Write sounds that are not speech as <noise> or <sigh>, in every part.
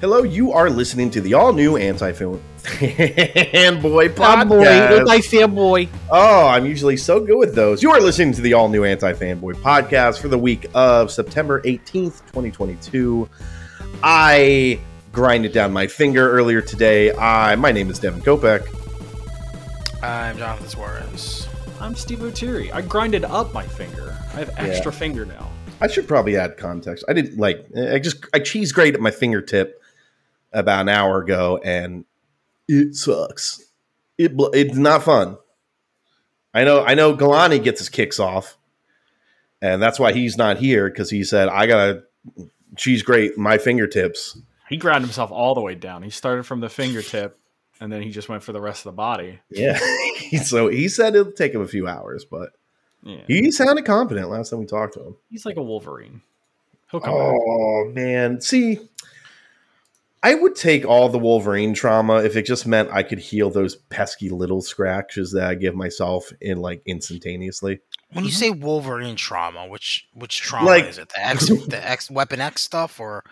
Hello, you are listening to the all new anti film Fanboy, fanboy podcast. anti fanboy. Oh, I'm usually so good with those. You are listening to the all new anti fanboy podcast for the week of September 18th, 2022. I grinded down my finger earlier today. I my name is Devin Kopeck. I'm Jonathan Suarez. I'm Steve O'Teary. I grinded up my finger. I have extra finger now. I should probably add context. I didn't like. I just I cheese grated my fingertip about an hour ago, and it sucks. It bl- it's not fun. I know. I know. Galani gets his kicks off, and that's why he's not here because he said I gotta cheese grate my fingertips. He ground himself all the way down. He started from the fingertip and then he just went for the rest of the body. Yeah. <laughs> so he said it'll take him a few hours, but Yeah. he sounded confident last time we talked to him. He's like a Wolverine. He'll come back. Oh man, see, I would take all the Wolverine trauma if it just meant I could heal those pesky little scratches that I give myself in like instantaneously. When you say Wolverine trauma, which which trauma Like- is it? The X, the X Weapon X stuff, or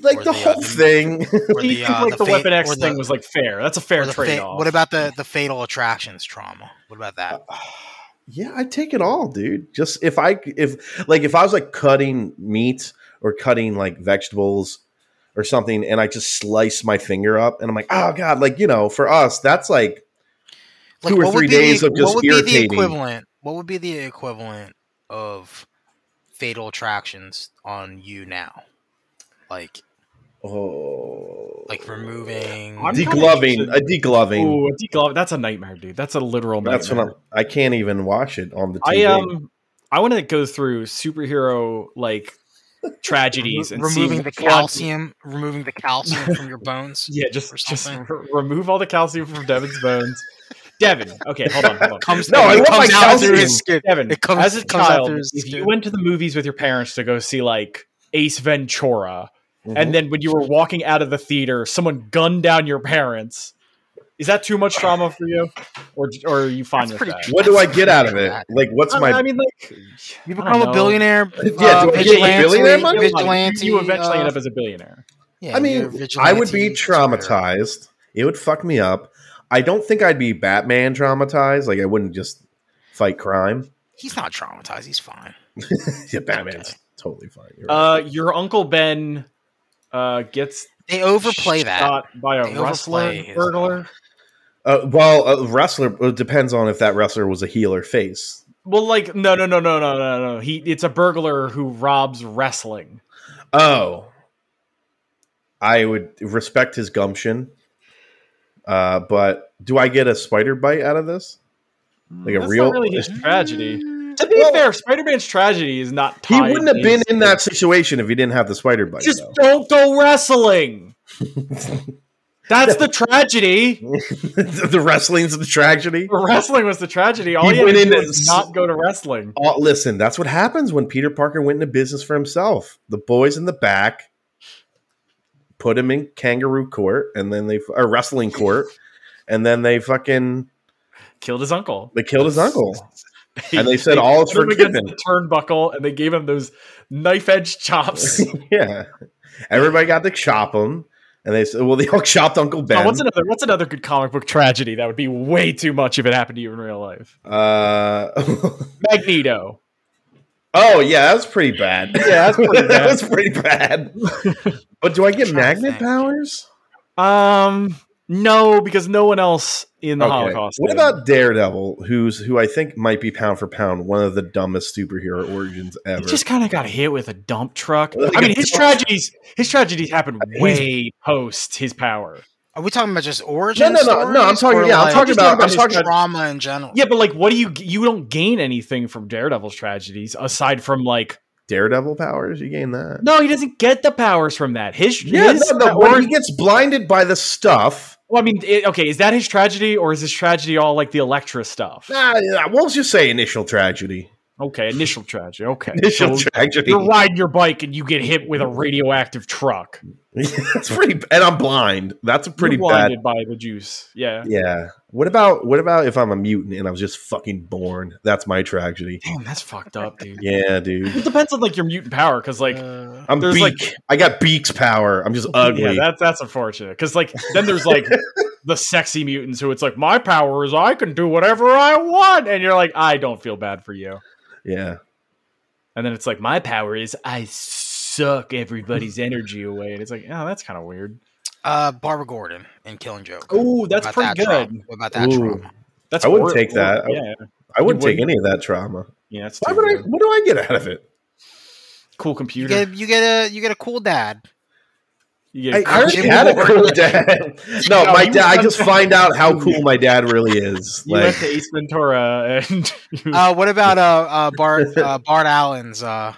Like the Or the, whole uh, thing. or He the seemed uh, like the, fa- Weapon X or thing the- was like fair. That's a or fair the fa- trade off. What about the the Fatal Attractions trauma? What about Uh, that? <sighs> yeah, I'd take it all, dude. Just if I if like if I was like cutting meat or cutting like vegetables or something, and I just slice my finger up, and I'm like, oh god, like you know, for us, that's like Like, two or what would three be the- days of just what would be the irritating. equivalent? What would be the equivalent of Fatal Attractions on you now? Like oh, like removing. I'm kinda degloving, a interested- degloving. Ooh, a deglove. That's a nightmare, dude. That's a literal nightmare. That's what I'm. I can't even watch it on the Oh I TV. um I want to go through superhero <laughs> like tragedies and see removing the what- calcium, removing the calcium from <laughs> your bones. Yeah, just or just something. re- remove all the calcium from Devin's bones. Devin, okay, hold on, <laughs> hold on. Comes No, I it want my comes out through calcium. his skin. Devin, It comes- as a it comes out child, through his if you skin. went to the movies with your parents to go see like Ace Ventura, Mhm. and then when you were walking out of the theater, someone gunned down your parents. Is that too much trauma for you, or or are you fine That's with pretty that? tr- what do I get out of it? Like, what's I, my? I mean, like You I don't become a know. billionaire. <laughs> Yeah, uh, do I get vigilante, billionaire money? Vigilante. you, you eventually uh, end up as a billionaire. yeah, I you're a mean, I vigilante would be traumatized. It would fuck me up. I don't think I'd be Batman traumatized. Like, I wouldn't just fight crime. <laughs> He's not traumatized. He's fine. yeah, Batman's totally fine. You're right. Uh, your uncle Ben uh, gets They overplay that. shot by a They rustler overplay his- burglar. Uh, well, a wrestler it depends on if that wrestler was a heel or face. Well, like no, no, no, no, no, no, no. He it's a burglar who robs wrestling. Oh, I would respect his gumption. Uh, but do I get a spider bite out of this? Like a That's real- not really his tragedy. To be Well- fair, Spider Man's tragedy is not. He Tied wouldn't have to been his- in that situation if he didn't have the spider bite. Just though. <laughs> don't go wrestling. <laughs> <laughs> That's the tragedy. the wrestling's the tragedy. Wrestling was the tragedy. All He he, had went to in do and was s- not go to wrestling. Oh, listen, that's what happens when Peter Parker went into business for himself. The boys in the back put him in kangaroo court, and then they or wrestling court, and then they fucking Killed his uncle. they killed his uncle, <laughs> and they said all is put him against forgiven. the turnbuckle, and they gave him those knife <laughs> edge chops. yeah, everybody got to chop him, and they said, well, they all <laughs> chopped Uncle Ben. Oh, what's another? What's another good comic book tragedy that would be way too much if it happened to you in real life? uh, <laughs> Magneto. Oh yeah, that was pretty bad. Yeah, that's pretty bad. <laughs> that was pretty bad. but do I get I'm trying to magnet think. powers? Um, no, because no one else in the Okay. Holocaust. What did. about Daredevil, who's who I think might be pound for pound one of the dumbest superhero origins He ever? just kind of got hit with a dump truck. Like I a mean, his dump- tragedies, his tragedies happened mean, he's- way post his power. Are we talking about just no, origin? no, no, no. I'm stories, talking. or Yeah, I'm like talking just about. I'm his talking. about- trauma in general. Yeah, but like, what do you? You don't gain anything from Daredevil's tragedies aside from like, Daredevil powers. You gain that. no, he doesn't get the powers from that. His, Yeah, his no, no, when he gets blinded by the stuff. Well, I mean, it, okay, is that his tragedy or is his tragedy all like the Electra stuff? Nah, yeah, we'll just say initial tragedy. Okay, initial tragedy. Okay, Initial So tragedy. You're riding your bike and you get hit with a radioactive truck. That's pretty, and I'm blind. That's a pretty You're bad. blinded by the juice. Yeah. Yeah. What about what about if I'm a mutant and I was just fucking born? That's my tragedy. Damn, that's fucked up, dude. Yeah, dude. It depends on like your mutant power, because like Uh, I'm There's, beak. like- I got beak's power. I'm just <laughs> Yeah, ugly. that, that's unfortunate. Because like then <laughs> there's like the sexy mutants who it's like my power is I can do whatever I want, and you're like I don't feel bad for you. yeah. And then it's like my power is I suck <laughs> everybody's energy away, and it's like oh that's kind of weird. uh, Barbara Gordon and Killing Joke. Oh, that's About pretty that trauma. good. What about that Ooh. trauma? That's I would wor- take that. I- Yeah, I wouldn't You take any of that trauma. yeah. That's Why too would I? good. What do I get out of it? cool You computer. get you get a you get a <laughs> cool dad. You I, get I already Jimmy had a <laughs> Ward. cool dad. No, No, my you dad. I went- just find out <laughs> how cool my dad really is. you Like, went to Ace Ventura and you- Uh, what about uh, uh Bart uh, Bart Allen's uh,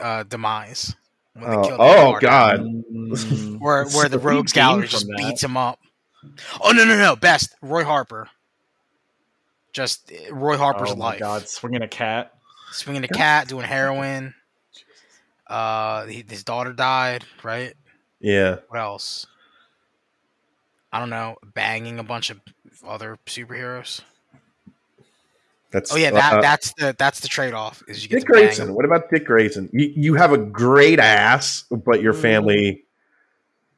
uh demise? When they oh, killed oh Bart god, <laughs> Mm. where where the What do you rogues gallery gain from just that? beats him up. Oh no no no! Best Roy Harper. Just uh, Roy Harper's oh my life. God, swinging a cat. Swinging a cat, doing heroin. Uh, he, his daughter died. Right. yeah. What else? I don't know. Banging a bunch of other superheroes. That's Oh yeah, that, uh, that's the that's the trade off. Is you get Dick to <laughs> bang Grayson. What about Dick Grayson? You, you have a great ass, but Mm. your family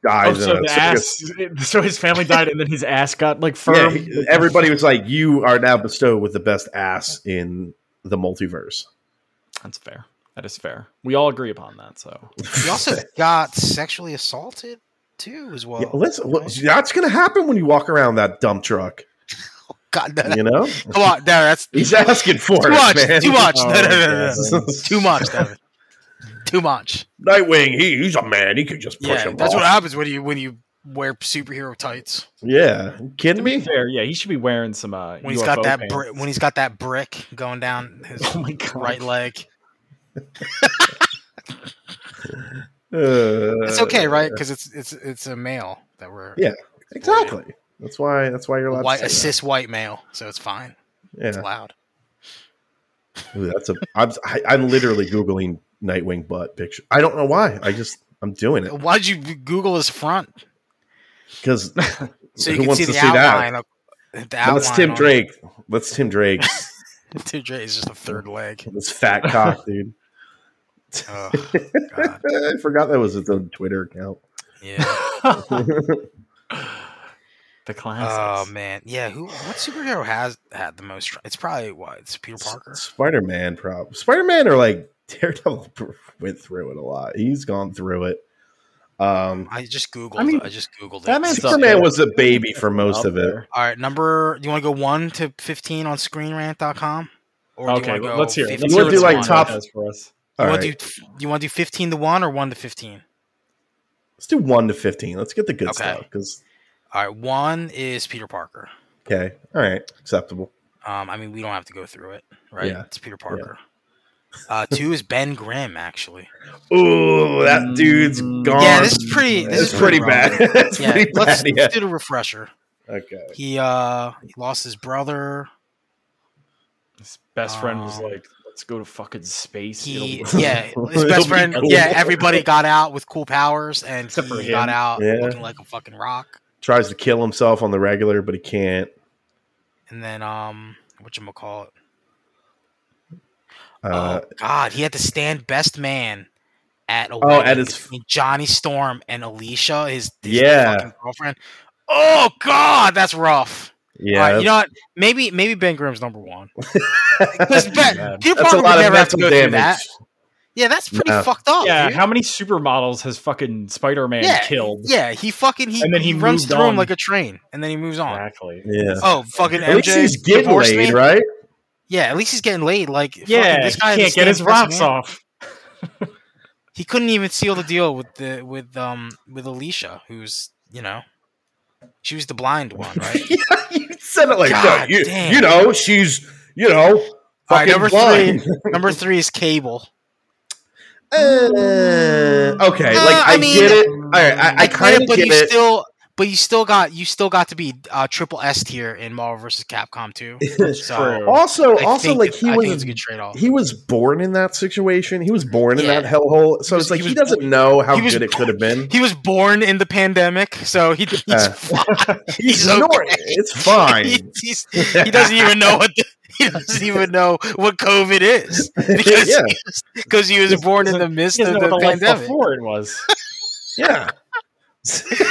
Oh, dies. so in a, the ass. <laughs> So his family died, and then his ass got like yeah, firm. he- everybody was like, "You are now bestowed with the best ass in the multiverse." <laughs> That's fair. That is fair. We all agree upon that. So <laughs> He also got sexually assaulted too, as well. Yeah, listen, look, that's going to happen when you walk around that dump truck. God, no, <laughs> You know, no, come on, no, that's he's asking for too it, much, man. <laughs> too much, no, no, no, no, no. Oh, <laughs> too much, Devin. too much. Nightwing, he, he's a man. He could just push Yeah, him. that's off. what happens when you when you wear superhero tights. Yeah, you kidding to be me? fair, yeah, he should be wearing some. Uh, When he's UFO got that pants. bri- when he's got that brick going down <laughs> his <laughs> oh my god! right leg. Uh, It's okay, right? Because it's it's it's a male that we're Yeah, Uh, Exactly. That's why. That's why you're a allowed. white to a say cis white male, so it's fine. that. It's Yeah. loud. Ooh, that's a. I'm, I, I'm literally googling Nightwing butt picture. I don't know why. I just I'm doing it Why'd you Google his front because <laughs> so who you can wants see to the see that? outline? Of, the outline That's Tim on- Drake. That's Tim Drake. Tim Drake is just a <laughs> third leg. That's <laughs> fat cock, dude. Oh, God. <laughs> I forgot that was his own Twitter account. <laughs> Yeah. <laughs> the Oh classics. man. Yeah. Who? What superhero has had the most? Tra- it's probably what? It's Peter Parker. Spider Man, prob Spider Man or like <laughs> Daredevil went through it a lot. He's gone through it. Um, I just googled. I I, mean, just googled that it. man's up Superman there. was a baby for most Up of it. there. All right. Number. You want to go one to fifteen on ScreenRant.com? Or do Okay, you wanna let's hear. It. 15 Let's You hear wanna do, what's like, going on top- guys, for us. You All want right, to do? You want to do fifteen to one or one to fifteen? let's do one to fifteen. Let's get the good Okay. stuff. Because All right. One is Peter Parker. okay, all right, acceptable. Um. I mean, we don't have to go through it, right? Yeah. It's Peter Parker. Uh, two is Ben Grimm, actually. Ooh, that dude's Mm. gone. Yeah, this is pretty. This Oh, It's is pretty wrong. bad. <laughs> it's Yeah, pretty let's, bad. Yeah. let's do the refresher. Okay. He uh he lost his brother. His best friend was Um, like, "Let's go to fucking space." <laughs> He It'll- yeah, his It'll best be friend. cool. Yeah, everybody got out with cool powers, and Except for he got him. out Yeah. looking like a fucking rock. Tries to kill himself on the regular, but he can't. And then um, what you call it? Uh, oh God, he had to stand best man at a oh at his- Johnny Storm and Alicia, his, his Yeah. fucking girlfriend. Oh God, that's rough. yeah, All right, you know what? Maybe maybe Ben Grimm's <laughs> number one because bad. Ben Peter that's a Parker would lot of never have to mental go damage. through that. Yeah, that's pretty No. fucked up. yeah. dude. How many supermodels has fucking Spider Man Yeah, killed? Yeah, he fucking he, And then he, he runs moved through on. him like a train, and then he moves on. Exactly. Yeah, Oh, fucking at least MJ he's getting divorced laid, me? <laughs> right? Yeah, at least he's getting laid. Like, fucking Yeah, this he guy can't get his rocks off. off. He couldn't even seal the deal with the with um with Alicia, who's you know, she was the blind one, <laughs> right? yeah, you said it like God that. You, damn. you know, she's, you know, All right, fucking number blind. Number three is Cable. <laughs> Uh, okay, Uh, like I, I mean, Uh, get it. All right, I, I get kind it, of but get he's it. still But you still got you still got to be uh, triple S tier in Marvel vs. Capcom 2. <laughs> It's So true. Also, I also think like it- he I think was it's a good trade off. he was born in that situation. He was born in Yeah. that hellhole. So was- it's like he he, was doesn't know how he was good it could have <laughs> been. He was born in the pandemic, so he, he's Uh, fine. He's okay. ignoring it. It's fine. <laughs> He's- he's- he doesn't even know what the, <laughs> he doesn't even know what COVID is <laughs> because yeah, he was, because he was He born in doesn't- the midst He of doesn't know the what the life pandemic. before it <laughs> was. <laughs> yeah. This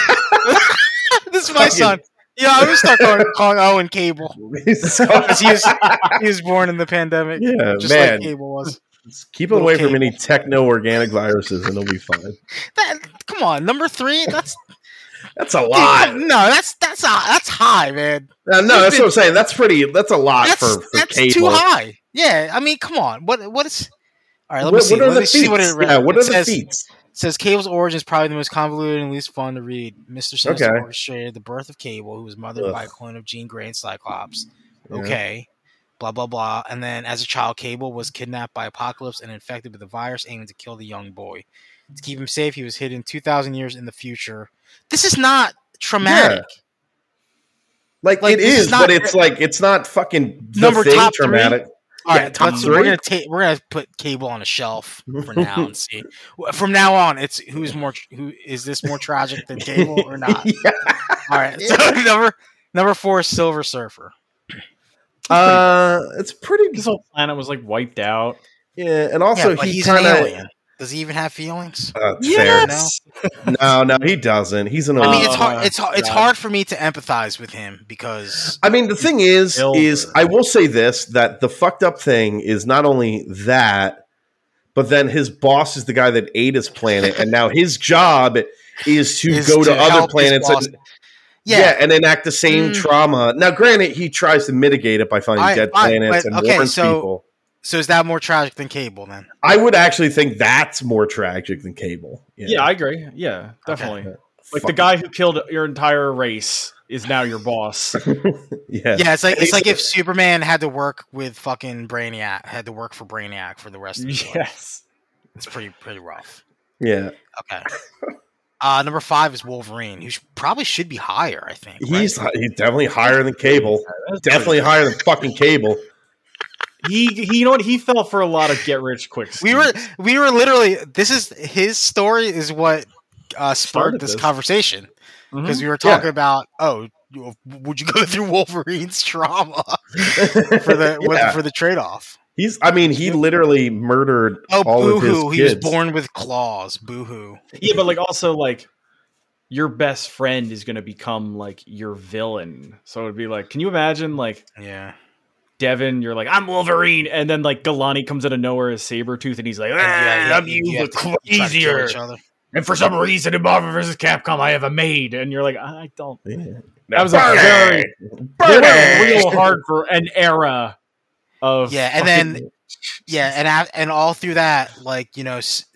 is my Fucking- son. Yeah, I would start calling, calling Owen Cable <laughs> So- because he was he was born in the pandemic, <laughs> yeah, just man. like Cable was. Keep him away from Cable. any techno organic viruses, and he'll be fine. That, come on, number three. That's That's a dude, no, that's that's uh, that's high, man. Uh, no, that's what I'm saying. That's pretty. That's a lot That's for, for that's cable. too high. Yeah, I mean, come on. What what is? All right, let what, me see. what are let the me see what it feats? yeah, what it are the says- feats? says Cable's origin is probably the most convoluted and least fun to read. Mr. Sinister Okay. orchestrated the birth of Cable, who was mothered Ugh. by a clone of Jean Grey and Cyclops. Yeah. Okay. Blah blah blah. And then as a child, Cable was kidnapped by Apocalypse and infected with a virus aiming to kill the young boy. To keep him safe, he was hidden two thousand years in the future. This is not traumatic. Like, Like, it this is, is not- but it's like it's not fucking the Number thing top three? traumatic. All Yeah, right, top let's, we're three. gonna take we're gonna put Cable on a shelf for now <laughs> and see. From now on, it's who's more who is this more tragic than Cable or not? yeah. All right. So <laughs> number number four is Silver Surfer. Uh, it's pretty. This whole planet was like wiped out. Yeah, and also Yeah, but he he's an kind of. alien. Does he even have feelings? Uh, fair. Yes. No, no, he doesn't. He's an. I I mean, alien. it's Oh, hard. It's hard. It's God. hard for me to empathize with him because I mean, the thing is, Silver. is I will say this: that the fucked up thing is not only that, but then his boss is the guy that ate his planet, and now his job is to is go to, other help his planets boss- and yeah. and enact the same Mm. trauma. Now, granted, he tries to mitigate it by finding I- dead I- planets but- and okay, warns so- people. So is that more tragic than Cable? Then I would actually think that's more tragic than Cable. Yeah. I agree. Yeah, definitely. Okay. Like the Fuck. guy who killed your entire race is now your boss. <laughs> yeah. yeah, it's like it's like Basically. if Superman had to work with fucking Brainiac, had to work for Brainiac for the rest of his <laughs> life. yes. It's pretty pretty rough. yeah, Okay. Uh, number five is Wolverine, who sh- probably should be higher. I think right? he's hi- he's definitely higher than Cable. That's Definitely higher than fucking Cable. He, he, you know what? He fell for a lot of get rich quick. we schemes. were we were literally this is his story is what uh, Started spurred this this. conversation because Mhm. we were Hmm. talking about oh you- would you go <laughs> through Wolverine's trauma for <laughs> the with- Yeah. for the trade off? He's. I mean, he literally murdered Oh all boo of his hoo! He was kids. born with claws. Boo hoo! yeah, but like also like your best friend is gonna become like your villain. So it'd be like, can you imagine like Yeah, Devin, you're like, I'm Wolverine, and then like Galani comes out of nowhere as Sabretooth and he's like, yeah, "Ah, you- I'm you you, have but to Try to kill crazier. each other. And for some reason in Marvel vs. Capcom, I have a maid. And you're like, I don't Yeah. That was a Burn very- it! They Burn went it! real hard for an era of Yeah, and fucking- then yeah, and af- and all through that, like you know, s-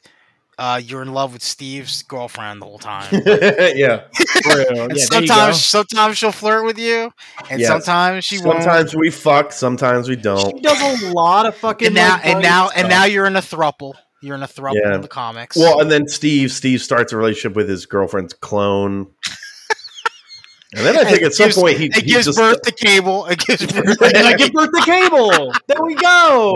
uh, you're in love with Steve's girlfriend the whole time. <laughs> yeah. True. Yeah, And there you go. sometimes, sometimes she'll flirt with you, and Yeah. sometimes she won't. sometimes we fuck, sometimes we she don't. does a lot of fucking and now, like, and right now, and stuff. now you're in a thruple. You're in a thruple Yeah. in the comics. Well, and then Steve, Steve starts a relationship with his girlfriend's <laughs> clone. And then I think It at some gives- point he, it he gives just <laughs> birth to Cable. It gives birth. and then I give birth to Cable. There we go.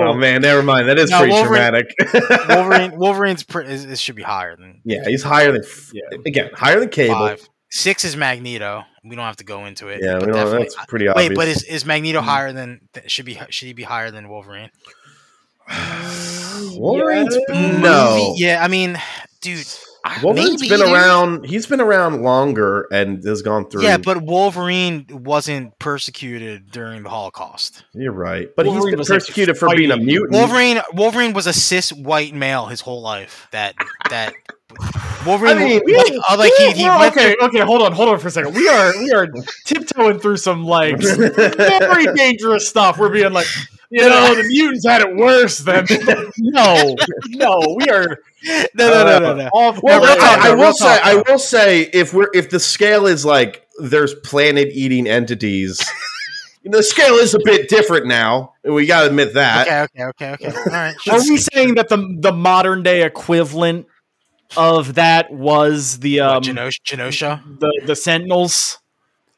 Oh man, never mind. That is No, pretty Wolverine- dramatic. Wolverine. Wolverine's pretty. It should be higher than yeah, he's higher than Yeah. again, higher than Cable. five. Six is Magneto. We don't have to go into it. Yeah, we but know definitely- that's Hmm. pretty Wait, obvious. but is, is Magneto higher than th- should be? Should he be higher than Wolverine? Wolverine's Yeah. no. Movie- Yeah, I mean, dude. I- Wolverine's maybe, been dude. around. He's been around longer and has gone through. Yeah, but Wolverine wasn't persecuted during the Holocaust. you're right. But he's Wolverine was, been like, persecuted for being a fighting. mutant. Wolverine Wolverine was a cis white male his whole life. That that <laughs> Wolverine I mean, like, uh, like he, he We're- went okay, okay, hold on, hold on for a second. We are we are tiptoeing through some like very dangerous stuff. We're being like, you know, the mutants had it worse than <laughs> no, no. We are Uh, through- no, no, no, no, no. off. Well, no, that's- no, I, I no, real will say, talk. I will say, if we're if the scale is like there's planet eating entities, <laughs> you know, the scale is a bit different now. We gotta admit that. <laughs> Okay, okay, okay, okay. All right. Are we saying that the the modern day equivalent of that was the What, um Genos- uh, Genosha? the the Sentinels.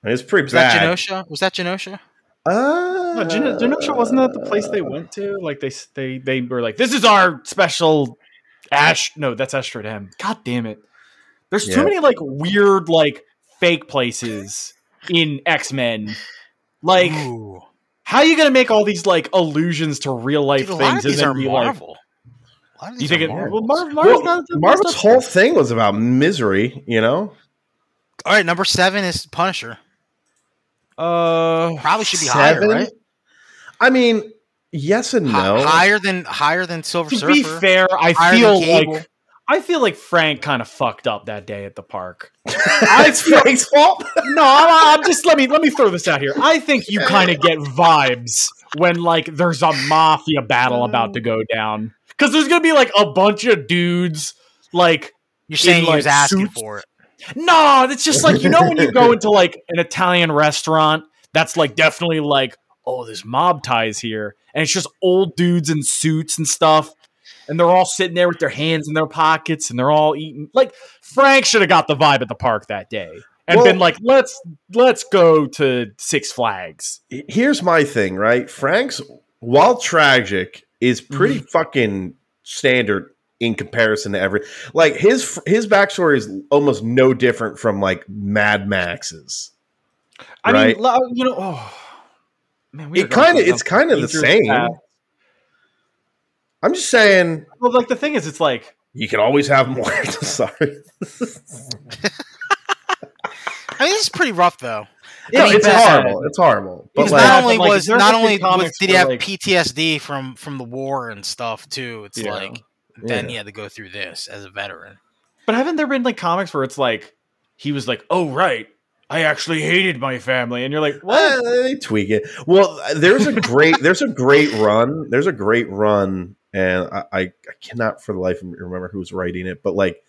It's pretty Was that bad. Genosha? Was that Genosha? Uh, No, Geno- Genosha wasn't that the place they went to? Like they s- they they were like, this is our special Ash. No, that's Asteroid M. God damn it! There's Yeah. too many like weird like fake places in X Men. Like, Ooh. how you gonna make all these like allusions to real life Dude, a lot things? of these and are then be like, Marvel. A lot of do you these think are it? Well, Marvel. Mar- Well, Marvel's not- Marvel's that's- whole thing was about misery, you know? All right, number seven is Punisher. Uh, Probably should be Seven? higher, right? I mean, yes and Hi- no. higher than higher than Silver to Surfer. be fair, I higher than feel Cable. like I feel like Frank kind of fucked up that day at <laughs> the park. it's Frank's fault. no, I'm, I'm just let me let me throw this out here. I think you kind of get vibes when like there's a mafia battle about Mm. to go down because there's gonna be like a bunch of dudes like You're saying he like, was asking suits. for it. no, it's just like you know when you <laughs> go into like an Italian restaurant that's like definitely like oh there's mob ties here and it's just old dudes in suits and stuff and they're all sitting there with their hands in their pockets and they're all eating like Frank should have got the vibe at the park that day and Well- been like let's let's go to Six Flags. Here's my thing, right? Frank's, while tragic, is Mm-hmm. pretty fucking standard in comparison to every. Like his his backstory is almost no different from like Mad Max's. I Right. mean lo- you know oh man we It kind of it's kind of the same. I'm just saying Well, like the thing is it's like you can always have <laughs> more. Sorry. I mean, this is pretty rough though. No, mean, it's but- horrible. It's horrible. But Because like- like, not only Like, was there's not a few only was, comics did he where, have like- PTSD from from the war and stuff too. It's Yeah. like then he had to go through this as a veteran. But haven't there been like comics where it's like he was like, "Oh right, I actually hated my family," and you're like, "What?" Well, they tweak it. Well, there's a great there's a great run. There's a great run, and I, I, I cannot for the life of me remember who was writing it, but like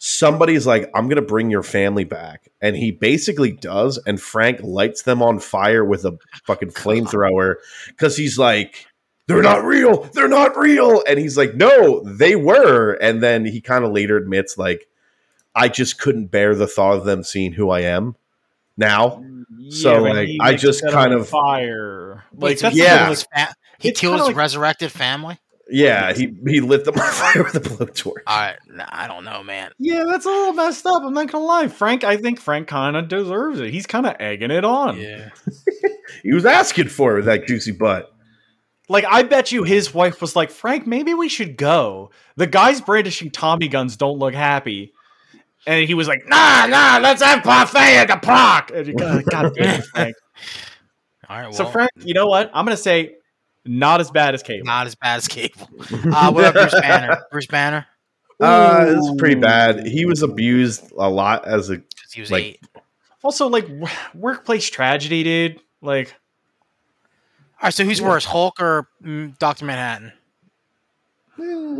somebody's like, I'm gonna bring your family back. And he basically does, and Frank lights them on fire with a fucking flamethrower because he's like they're not real. They're not real. And he's like, no, they were. And then he kind of later admits, like, I just couldn't bear the thought of them seeing who I am now. So, but like, he, I just set kind him on of- fire. Like, Wait, that's he the yeah. killed thing, his fa- he It's killed kinda his like- resurrected family. Yeah, he he lit <laughs> them on fire with a blowtorch. All right, nah, I don't know, man. yeah, that's a little messed up. I'm not gonna lie, Frank. I think Frank kind of deserves it. He's kind of egging it on. Yeah, He was asking for it with that juicy butt. Like, I bet you his wife was like, "Frank, maybe we should go." The guys brandishing Tommy guns don't look happy. And he was like, "Nah, nah, let's have parfait at the park." And <laughs> you God, God damn it, Frank. all right. Well, So Frank, you know what? I'm gonna say not as bad as Cable. not as bad <laughs> as Cable. Uh, what <laughs> up, Bruce Banner? Bruce Banner, Uh, it was pretty Ooh. bad. He was abused a lot as a 'Cause he was Like- eight. Also, like w- workplace tragedy, dude. Like All right, so who's worse, Hulk or mm, Doctor Manhattan? Doctor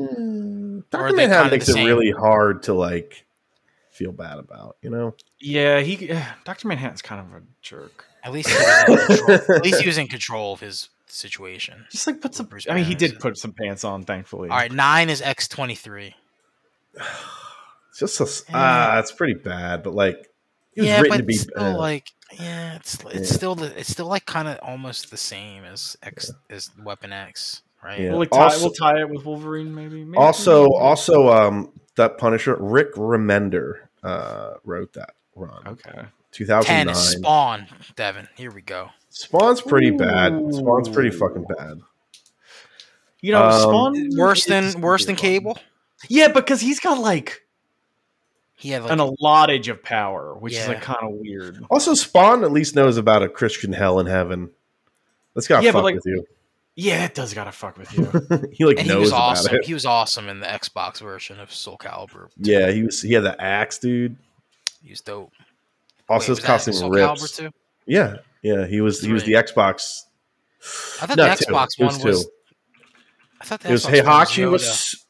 Manhattan they kinda makes the it same? really hard to like feel bad about, you <sighs> know. yeah, he Dr. Manhattan's kind of a jerk. At least, he was in <laughs> control. at least he was in control of his situation. Just like put some Bruce I mean he Banner's- did put some pants on, thankfully. All right, nine is X twenty three. It's <sighs> just a, Yeah. ah, it's pretty bad, but like it was Yeah, written but to be it's still bad. like yeah, it's it's Yeah. still the, it's still like kind of almost the same as X as Weapon X, right? Yeah. We'll, like, tie, Also- we'll tie it with Wolverine, maybe. maybe. also, also, um, that Punisher Rick Remender uh wrote that run, Okay. two Ten thousand nine. is Spawn, Devin. Here we go. Spawn's pretty bad. Spawn's pretty Ooh. fucking bad. You know, Um, Spawn Worse is- than worse than Cable. Yeah, because he's got like He had like an allottage of power, which is Yeah. like kind of weird. Also, Spawn at least knows about a Christian hell in heaven. That's gotta Yeah, but, fuck like- with you. <laughs> Yeah, it does gotta fuck with you. He like and he knows was about awesome. it. He was awesome in the Xbox version of Soul Calibur. Yeah, he was. He had the axe, dude. He was dope. Also, Wait, was his that in costume Soul Calibur rips. too. Yeah, yeah. He was. He was the Three. Xbox. I thought No, the two. Xbox It one was. two. I thought the It was Xbox one Heihachi Yoda. was.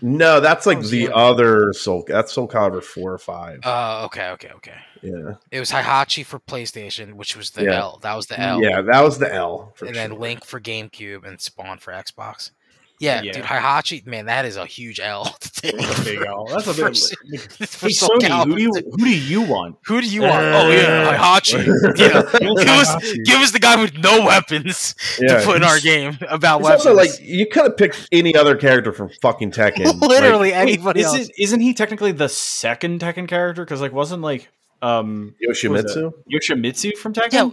No, that's like was the Yoda. other Soul. That's Soul Calibur four or five. Uh, okay, okay, okay. yeah, It was Hihachi for PlayStation, which was the Yeah. L. That was the L. yeah. That was the L. For and sure. then Link for GameCube and Spawn for Xbox. Yeah, Yeah. dude, Hihachi, man, that is a huge L. <laughs> to take. <laughs> There you go. <laughs> That's a For bit. s- <laughs> for Hey, Soul Sony, who Calibur. do you who do you want? Who do you want? Uh, oh <laughs> yeah, Hihachi. <laughs> yeah, give us give us the guy with no weapons <laughs> Yeah. to put in our game about It's weapons. also like you could have picked any other character from fucking <laughs> Tekken. literally Wait, anybody else. Isn't, isn't he technically the second Tekken character? Because like, wasn't like um like, Yoshimitsu. Yoshimitsu from Tekken? Yeah.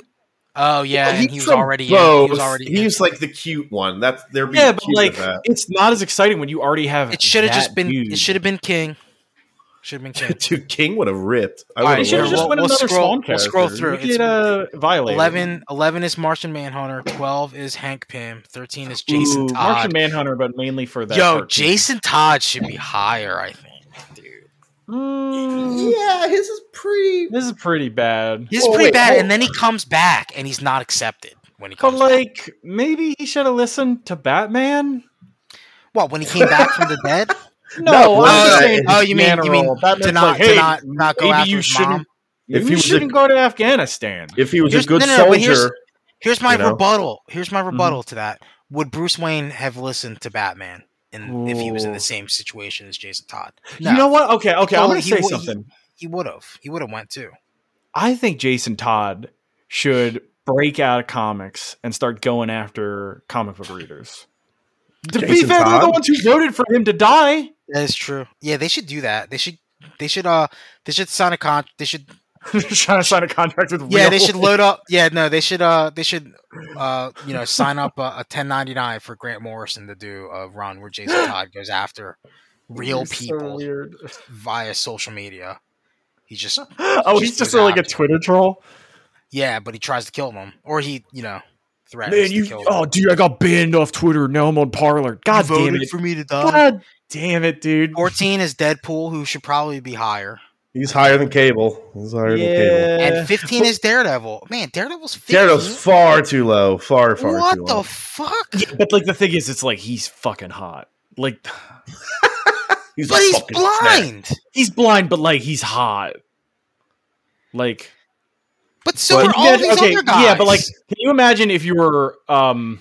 oh yeah, and He's he was from already in. He both. was already. in. He's like the cute one. That's they're being Yeah, but cute like, with that. it's not as exciting when you already have. It should have that just been. dude. It should have been King. <laughs> Should have been King. <laughs> dude, King would have ripped. I All would right, have It should have Yeah, just we'll- been we'll another scroll- Spawn we'll character. scroll through. We It's- get uh, violated. 11, 11 is Martian Manhunter. Twelve is Hank Pym. Thirteen is Jason Ooh, Todd. Martian Manhunter, but mainly for that. Yo, cartoon. Jason Todd should be higher, I think, dude. Mm, Yeah, his is pretty. this is pretty bad. He's Well, pretty wait, bad, hold- and then he comes back and he's not accepted when he But comes. back. like, maybe he should have listened to Batman. What when he came back from the <laughs> dead? No, No, I'm no, just saying. oh, you mean- general. you mean Batman's to not, like, to hey, not, not go maybe after you his shouldn't- mom. If if he you was a- shouldn't go to Afghanistan. If he was Here's- a good no, no, no, but here's- soldier, Here's my you know? rebuttal. Here's Mm-hmm. my rebuttal to that. Would Bruce Wayne have listened to Batman in, if he was in Ooh. the same situation as Jason Todd? You know what? Okay, okay. I'm Well, gonna he say wa- he- something. he would have. He would have went too. I think Jason Todd should break out of comics and start going after comic book readers. To be Jason fair, they're the Todd? ones who voted for him to die. That is true. Yeah, they should do that. They should. They should. Uh, they should sign a con. They should. <laughs> They're trying to sign a contract with. Yeah, Real. they should load up. Yeah, no, they should. Uh, they should. Uh, you know, sign up a, a 1099 for Grant Morrison to do a run <gasps> where Jason Todd goes after <laughs> real It's so people weird. via social media. He just <laughs> Oh, he's Just just goes like a after. Twitter troll. yeah, but he tries to kill them, or he you know threatens Man, to you. kill them. Oh, dude, I got banned off Twitter. Now I'm on Parlor. God damn it. for me to die. God damn it, dude. 14 is Deadpool, who should probably be higher. he's higher than Cable. He's higher than Cable. Yeah. and 15 is Daredevil. Man, Daredevil's 15. Gyarados far too low. Far, far what too the low. fuck? <laughs> But like the thing is, it's like he's fucking hot. Like he's But he's fucking snack. blind. he's blind, but like he's hot. Like But so But- are all these other guys. yeah, but like, can you imagine if you were um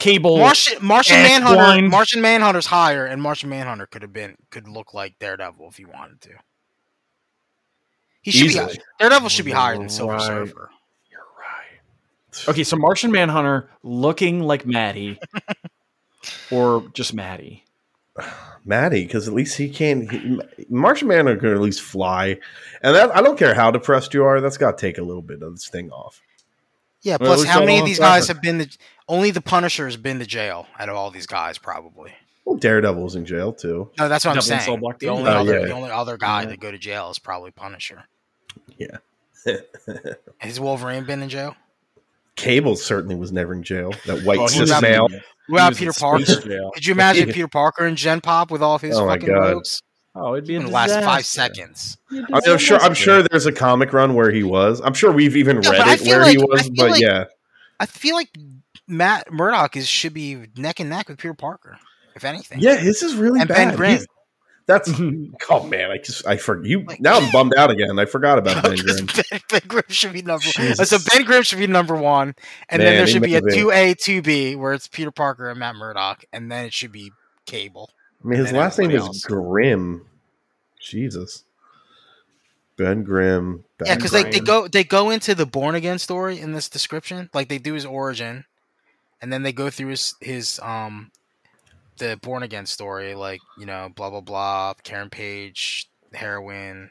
Cable? Martian, Martian Ass Manhunter, blind. Martian Manhunter's higher, and Martian Manhunter could have been could look like Daredevil if he wanted to. He should Easily. be Daredevil should be higher than Silver Right. Surfer. You're right. Okay, so Martian Manhunter looking like <laughs> Maddie, or just Maddie. Maddie, because at least he can. He, Martian Manhunter can at least fly, and that I don't care how depressed you are. That's got to take a little bit of this thing off. Yeah. Well, at Plus, least how all many of of these them guys suffer. have been to? Only the Punisher has been to jail out of all these guys, probably. Well, Daredevil was in jail too. No, that's what Dublin I'm Cell saying. Block The three. only, Oh, other, yeah. the only other guy Yeah. to go to jail is probably Punisher. <laughs> Yeah. Has Wolverine been in jail? Cable certainly was never in jail. That white Oh, he was cis in- male. he Well, was in Peter space Parker. jail. Could you <laughs> imagine Peter Parker and Gen Pop with all of his Oh my fucking God. robes? Oh, it'd be a It last five disaster. seconds. It'd be I a mean, I'm sure. I'm disaster. sure there's a comic run where he was. I'm sure we've even Yeah, but read I it feel where he like- I was. feel But like- yeah, I feel like Matt Murdock is should be neck and neck with Peter Parker, if anything. yeah, his is really and bad. Ben Grimm. He's- <laughs> That's oh man, I just I forgot you. Like- now I'm bummed out again. I forgot <laughs> about Ben <laughs> Because Grimm. ben, Ben Grimm should be number. Jesus. So Ben Grimm should be number one, and Man, then there he should be a must be. two A, two B, where it's Peter Parker and Matt Murdock, and then it should be Cable. I mean, his than last name everybody is else. Grimm. Jesus. Ben Grimm. Ben yeah, because like they Grimm. go they go into the born again story in this description. Like they do his origin, and then they go through his his um the born again story. Like you know, blah blah blah. Karen Page, heroin,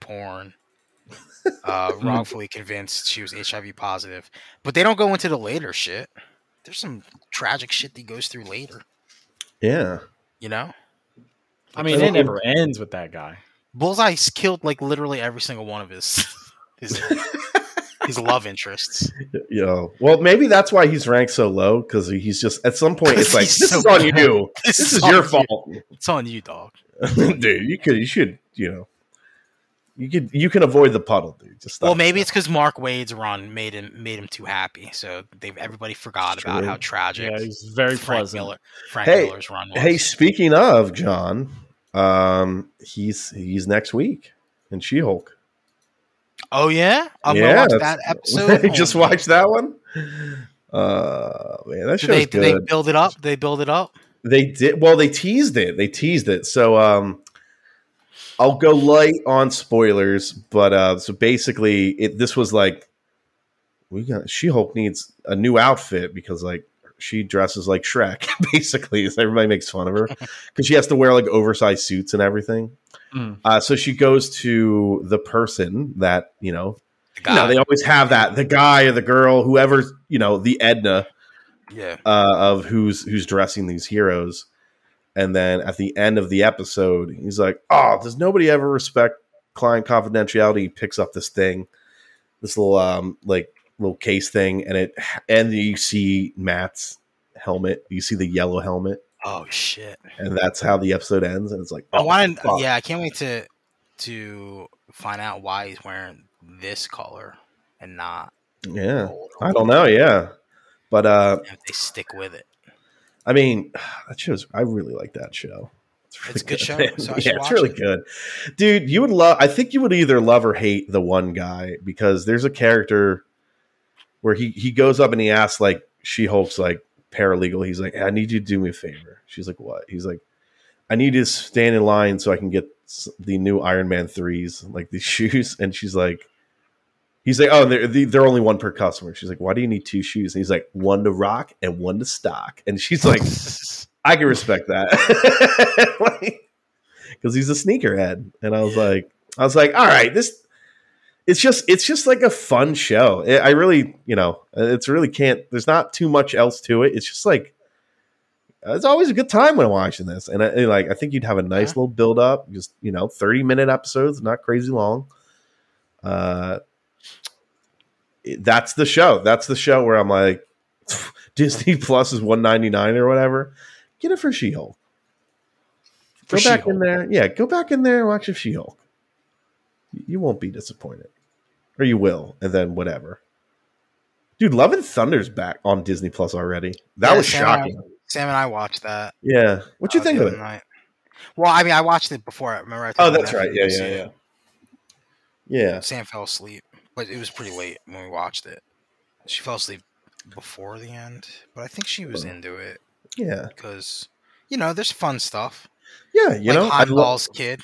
porn. <laughs> Uh, wrongfully convinced she was HIV positive, but they don't go into the later shit. There's some tragic shit that he goes through later, Yeah. you know. I mean, it never ends with that guy. Bullseye's killed like literally every single one of his <laughs> his, his love interests. You know, well, maybe that's why he's ranked so low because he's just at some <laughs> point it's like He's this so is on bad. <laughs> you. <laughs> This is on your you. fault, It's on you, dog. <laughs> dude. You could, you should, you know, you could, you can avoid the puddle, dude. Just stop. Well, maybe it's because Mark Wade's run made him made him too happy, so they everybody forgot It's about true. how tragic Yeah, he's very Frank pleasant. Miller Frank Hey, Miller's run was. Hey, speaking of John, um, he's he's next week in She Hulk. oh yeah, I'm Yeah, gonna watch that that's- <laughs> episode. <laughs> just only. watch that one. Uh, man, that Do show's they do good. they build it up? They build it up. They did well. They teased it. They teased it. So um, I'll go light on spoilers, but uh, so basically, it this was like we got She Hulk needs a new outfit because like she dresses like Shrek. <laughs> Basically, so everybody makes fun of her because she has to wear like oversized suits and everything. Mm. Uh, so she goes to the person that you know. The You know, they always have that the guy or the girl, whoever you know, the Edna yeah. uh, of who's who's dressing these heroes. And then at the end of the episode, he's like, "Oh, does nobody ever respect client confidentiality?" He picks up this thing, this little um like little case thing, and it and you see Matt's helmet. You see the yellow helmet, Oh shit. and that's how the episode ends. And it's like, Oh, I want Oh, fuck. yeah, I can't wait to to find out why he's wearing this color and not yeah, gold. I don't know, yeah." But uh, If they stick with it. I mean, <sighs> that show's. I really like that show. really It's a good show, so I <laughs> should yeah, it's watch really it. good, dude. You would love. I think you would either love or hate the one guy because there's a character where he he goes up and he asks like She Hulk's like paralegal. He's like, I need you to do me a favor. She's like, what? He's like, I need you to stand in line so I can get s- the new Iron Man threes, like these <laughs> shoes. And she's like. He's like, oh, they're, they're only one per customer. She's like, why do you need two shoes? And he's like, one to rock and one to stock. And she's like, I can respect that <laughs> because he's a sneakerhead, and I was like, I was like, all right, this it's just it's just like a fun show. I I really, you know, it's really can't. There's not too much else to it. It's just like it's always a good time when I'm watching this, and I, and, like I think you'd have a nice Yeah. little build up, just you know, thirty minute episodes, not crazy long. Uh, it- that's the show. That's the show where I'm like, <laughs> Disney Plus is one ninety nine or whatever. Get it for She Hulk. For Go back in She-Hulk. there, yeah. Go back in there and watch if She Hulk. You won't be disappointed, or you will, and then whatever. Dude, Love and Thunder's back on Disney Plus already. That Yeah, was Sam and I- shocking. Sam and I watched that. Yeah. What you uh, think the of other it? night. Well, I mean, I watched it before. I remember. I Oh, told my that's right. nephew Yeah, to yeah, see yeah. it. Yeah. Sam fell asleep, but it was pretty late when we watched it. She fell asleep before the end, but I think she was into it Yeah. because you know there's fun stuff. Yeah. You like know, I love Heimdall's kid,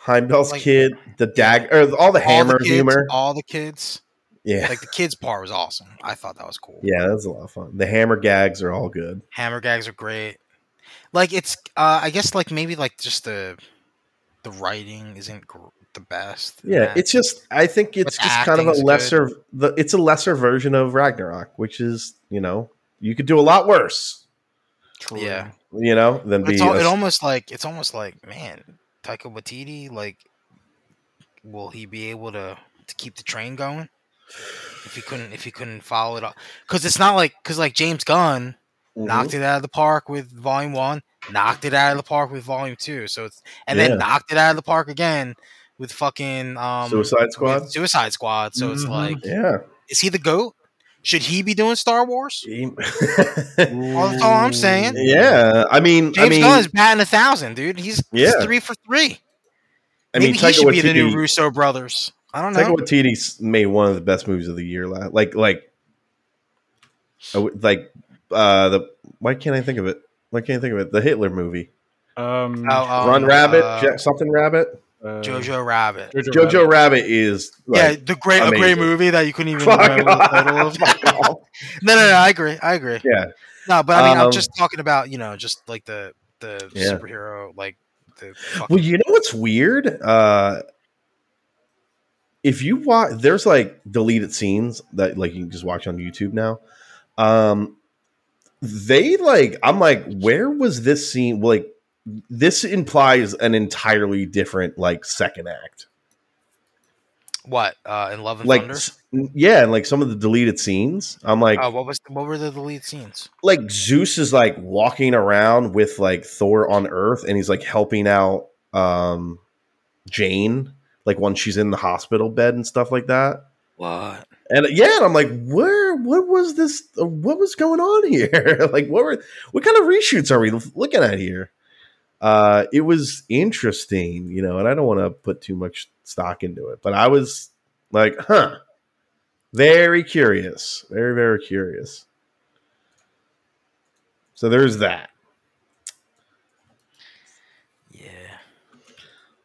Heimdall's like- kid, the dagger, all the all hammer the kids, humor. all the <laughs> kids. yeah. Like the kids part was awesome. I thought that was cool. yeah, that's a lot of fun. The hammer gags are all good. Hammer gags are great. Like it's, uh, I guess, like maybe like just the the writing isn't gr- the best. in Yeah, that. it's just I think it's the just kind of a acting's good. lesser the it's a lesser version of Ragnarok, which is, you know, you could do a lot worse, True. Yeah. you know, than But be it's al- a- it almost like it's almost like man, Taika Waititi, like, will he be able to to keep the train going if he couldn't if he couldn't follow it up? Because it's not like because like James Gunn Mhm. knocked it out of the park with Volume One, knocked it out of the park with Volume Two, so it's and Yeah. then knocked it out of the park again with fucking um Suicide Squad. Mm-hmm. with Suicide Squad. So it's Mhm. like, Yeah. is he the goat? Should he be doing Star Wars? <laughs> He- that's all Mm, I'm saying. yeah. I mean James I mean Gunn is batting a thousand, dude. He's, he's Yeah. three for three. I mean Maybe he Taika should be the new Waititi Russo brothers. I don't Taika know. Waititi s- made one of the best movies of the year. la- Like, like, I would- like, uh, the why can't I think of it? Why can't I think of it? The Hitler movie, Um, Oh, um, Run Rabbit, uh, Ja- something Rabbit. uh, Jojo Rabbit. Jojo. Jojo Rabbit. Rabbit is yeah, like, the great a great amazing. movie that you couldn't even Fuck remember the off. title of. fuck off. <laughs> No, no, no. I agree. I agree. yeah, No, but I mean, Um, I'm just talking about you know, just like the the Yeah. superhero, like the fucking, <laughs> Well, you know what's weird? Uh, if you watch, there's like deleted scenes that like you can just watch on YouTube now. Um, they like, I'm like, where was this scene? Like, this implies an entirely different like second act. what uh, in Love and Like, Thunder. s- yeah, and like some of the deleted scenes. I'm like, Uh, what was what were the lead scenes? like Zeus is like walking around with like Thor on Earth, and he's like helping out um Jane, like when she's in the hospital bed and stuff like that. What? And uh, yeah, and I'm like, where? What was this? uh, What was going on here? <laughs> like, what were? What kind of reshoots are we looking at here? Uh, it was interesting, you know, and I don't want to put too much stock into it, but I was like, huh, very curious, very very curious. So there's that.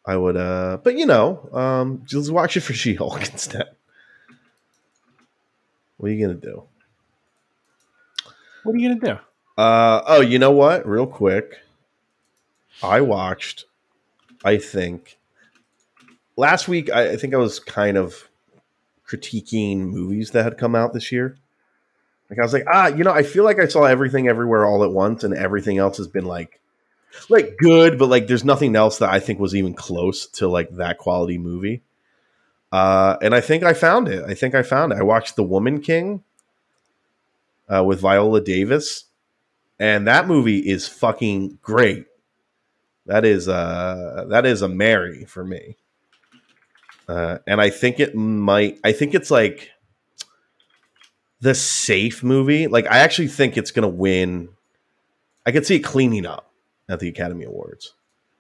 I would, uh, but you know, um, just watch it for <laughs> She Hulk instead. What are you gonna do? What are you gonna do? Uh, oh, you know what? Real quick, I watched. I think last week I, I think I was kind of critiquing movies that had come out this year. Like I was like, ah, you know, I feel like I saw everything everywhere all at once, and everything else has been like, like good, but like there's nothing else that I think was even close to like that quality movie. Uh, and I think I found it. I think I found it. I watched The Woman King uh, with Viola Davis, and that movie is fucking great. That is uh that is a Mary for me. Uh, and I think it might. I think it's like the safe movie. Like I actually think it's gonna win. I could see it cleaning up at the Academy Awards.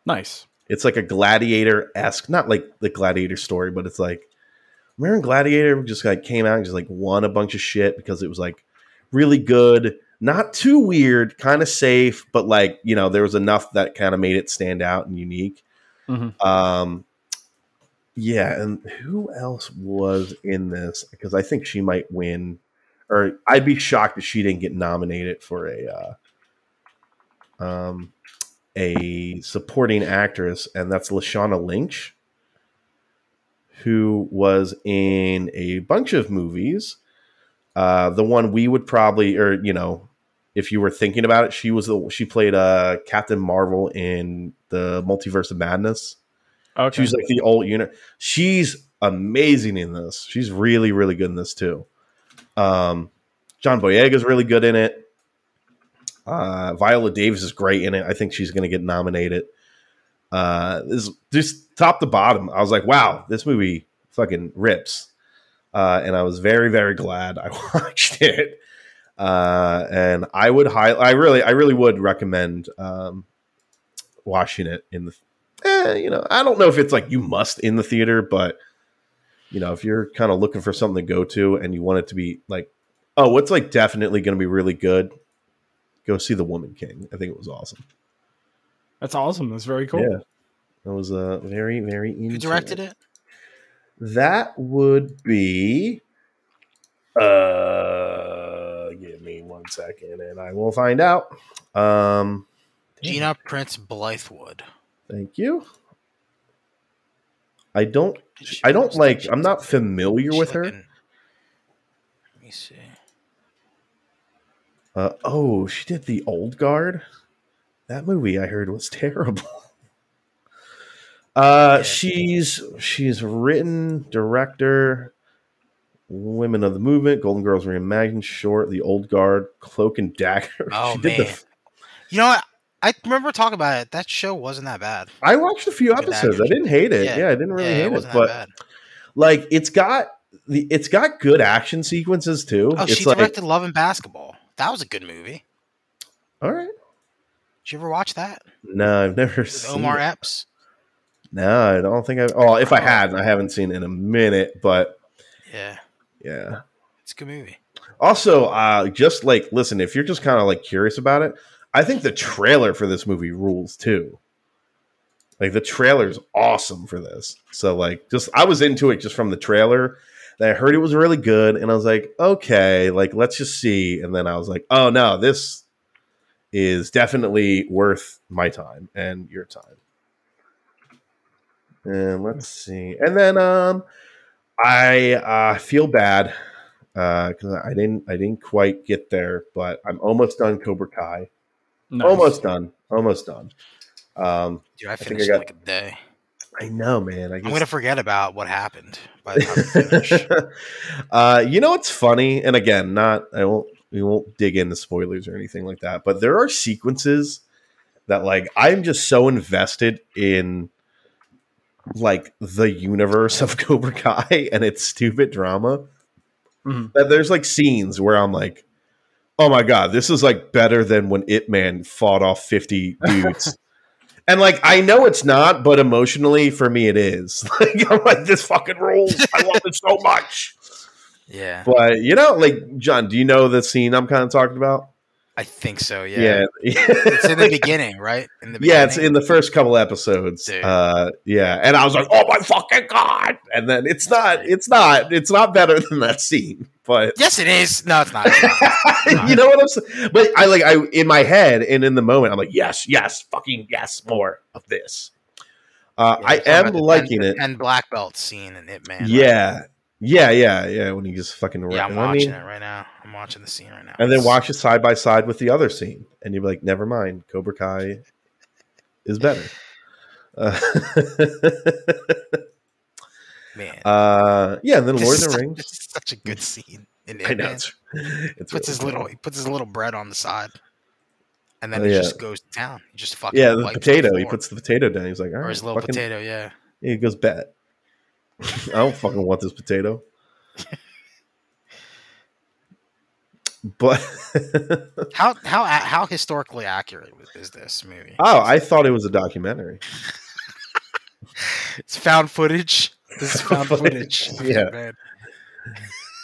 Nice. It's like a gladiator esque, not like the gladiator story, but it's like remember in Gladiator just like came out and just like won a bunch of shit because it was like really good, not too weird, kind of safe, but like you know there was enough that kind of made it stand out and unique. Mhm. Um, yeah, and who else was in this? Because I think she might win, or I'd be shocked if she didn't get nominated for a uh, um a supporting actress, and that's Lashana Lynch, who was in a bunch of movies. Uh, the one we would probably, or you know, if you were thinking about it, she was the she played uh, Captain Marvel in the Multiverse of Madness. Okay. She was like the old unit. She's amazing in this. She's really, really good in this too. Um, John Boyega's really good in it. Uh, Viola Davis is great in it. I think she's going to get nominated. Uh, this just top to bottom. I was like, wow, this movie fucking rips. Uh, and I was very, very glad I <laughs> watched it. Uh, and I would high, I really, I really would recommend um, watching it in the eh, you know, I don't know if it's like you must in the theater, but you know, if you're kind of looking for something to go to and you want it to be like, oh, what's like definitely going to be really good, go see The Woman King. I think it was awesome. That's awesome. That's very cool. Yeah. That was uh, very, very. Who directed it? That would be. Uh, give me one second, and I will find out. Um, Gina Prince Blythewood. thank you. I don't I don't like. I'm not familiar with her. Let me see. Uh, oh, she did the Old Guard. That movie I heard was <laughs> terrible. Uh, Yeah. she's she's written director, Women of the Movement, Golden Girls reimagined, short, The Old Guard, Cloak and Dagger. <laughs> Oh she man, did the. you know what? I remember talking about it. That show wasn't that bad. I watched a few Good episodes. I actress. didn't hate it. Yeah, Yeah. I didn't really yeah, hate it it, wasn't but that bad. like it's got the it's got good action sequences too. Oh, it's she like directed Love and Basketball. That was a good movie. all right. Did you ever watch that No, I've never with seen Omar it. Epps? No, I don't think I. Oh, if I had, I haven't seen it in a minute. But Yeah, yeah. it's a good movie. Also, uh, just like listen, if you're just kind of like curious about it, I think the trailer for this movie rules too. Like the trailer's awesome for this. So like, just I was into it just from the trailer. And I heard it was really good, and I was like, okay, like let's just see. And then I was like, oh no, this is definitely worth my time and your time. And let's see. And then um, I uh, feel bad because Uh, I didn't I didn't quite get there, but I'm almost done Cobra Kai. Nice. Almost done. Almost done. Um, Dude, I think I finished got- in like a day. I know, man. I guess. I'm gonna forget about what happened by the <laughs> time I finish. uh, you know what's funny, and again, not I won't we won't dig into spoilers or anything like that, but there are sequences that like I'm just so invested in like the universe of <laughs> Cobra Kai and its stupid drama Mhm. that there's like scenes where I'm like, oh my god, this is like better than when It Man fought off 50 dudes. And like I know it's not, but emotionally for me it is. <laughs> Like I'm like this fucking rules. I love it so much. Yeah. But you know, like John, do you know the scene I'm kind of talking about? I think so. Yeah. Yeah. <laughs> It's in the beginning, right? In the beginning. yeah, it's in the first couple episodes. Dude. Uh, yeah, and I was like, "Oh my fucking god!" And then it's not, it's not, it's not better than that scene. <laughs> But yes, it is. No, it's not. It's <laughs> not. you know what I'm saying? But I like, I in my head and in the moment, I'm like, "Yes, yes, fucking yes, more of this." Uh, Yeah, I it's am about the liking ten- it. And black belt scene in Hitman. <laughs> right? yeah, yeah, yeah, yeah. When you just fucking Yeah, I'm I mean- watching it right now. I'm watching the scene right now. and then It's- watch it side by side with the other scene, and you'd be like, "Never mind, Cobra Kai is better." Uh, <laughs> Man. uh, yeah, and then This Lord is of the such- Rings. this is Such a good scene. In <laughs> I know Hitman. it's, it's really puts his good. <laughs> little he puts his little bread on the side, and then Oh, he yeah. just goes down. He just fucking yeah the wipes potato. He floor. puts the potato down. He's like, all right, or his little fucking, potato. Yeah, he goes bet. <laughs> I don't fucking want this <laughs> potato. But <laughs> oh, how how a- how historically accurate is this movie? oh, I thought it was a documentary. It's found <laughs> footage. This is found footage. Yeah. man.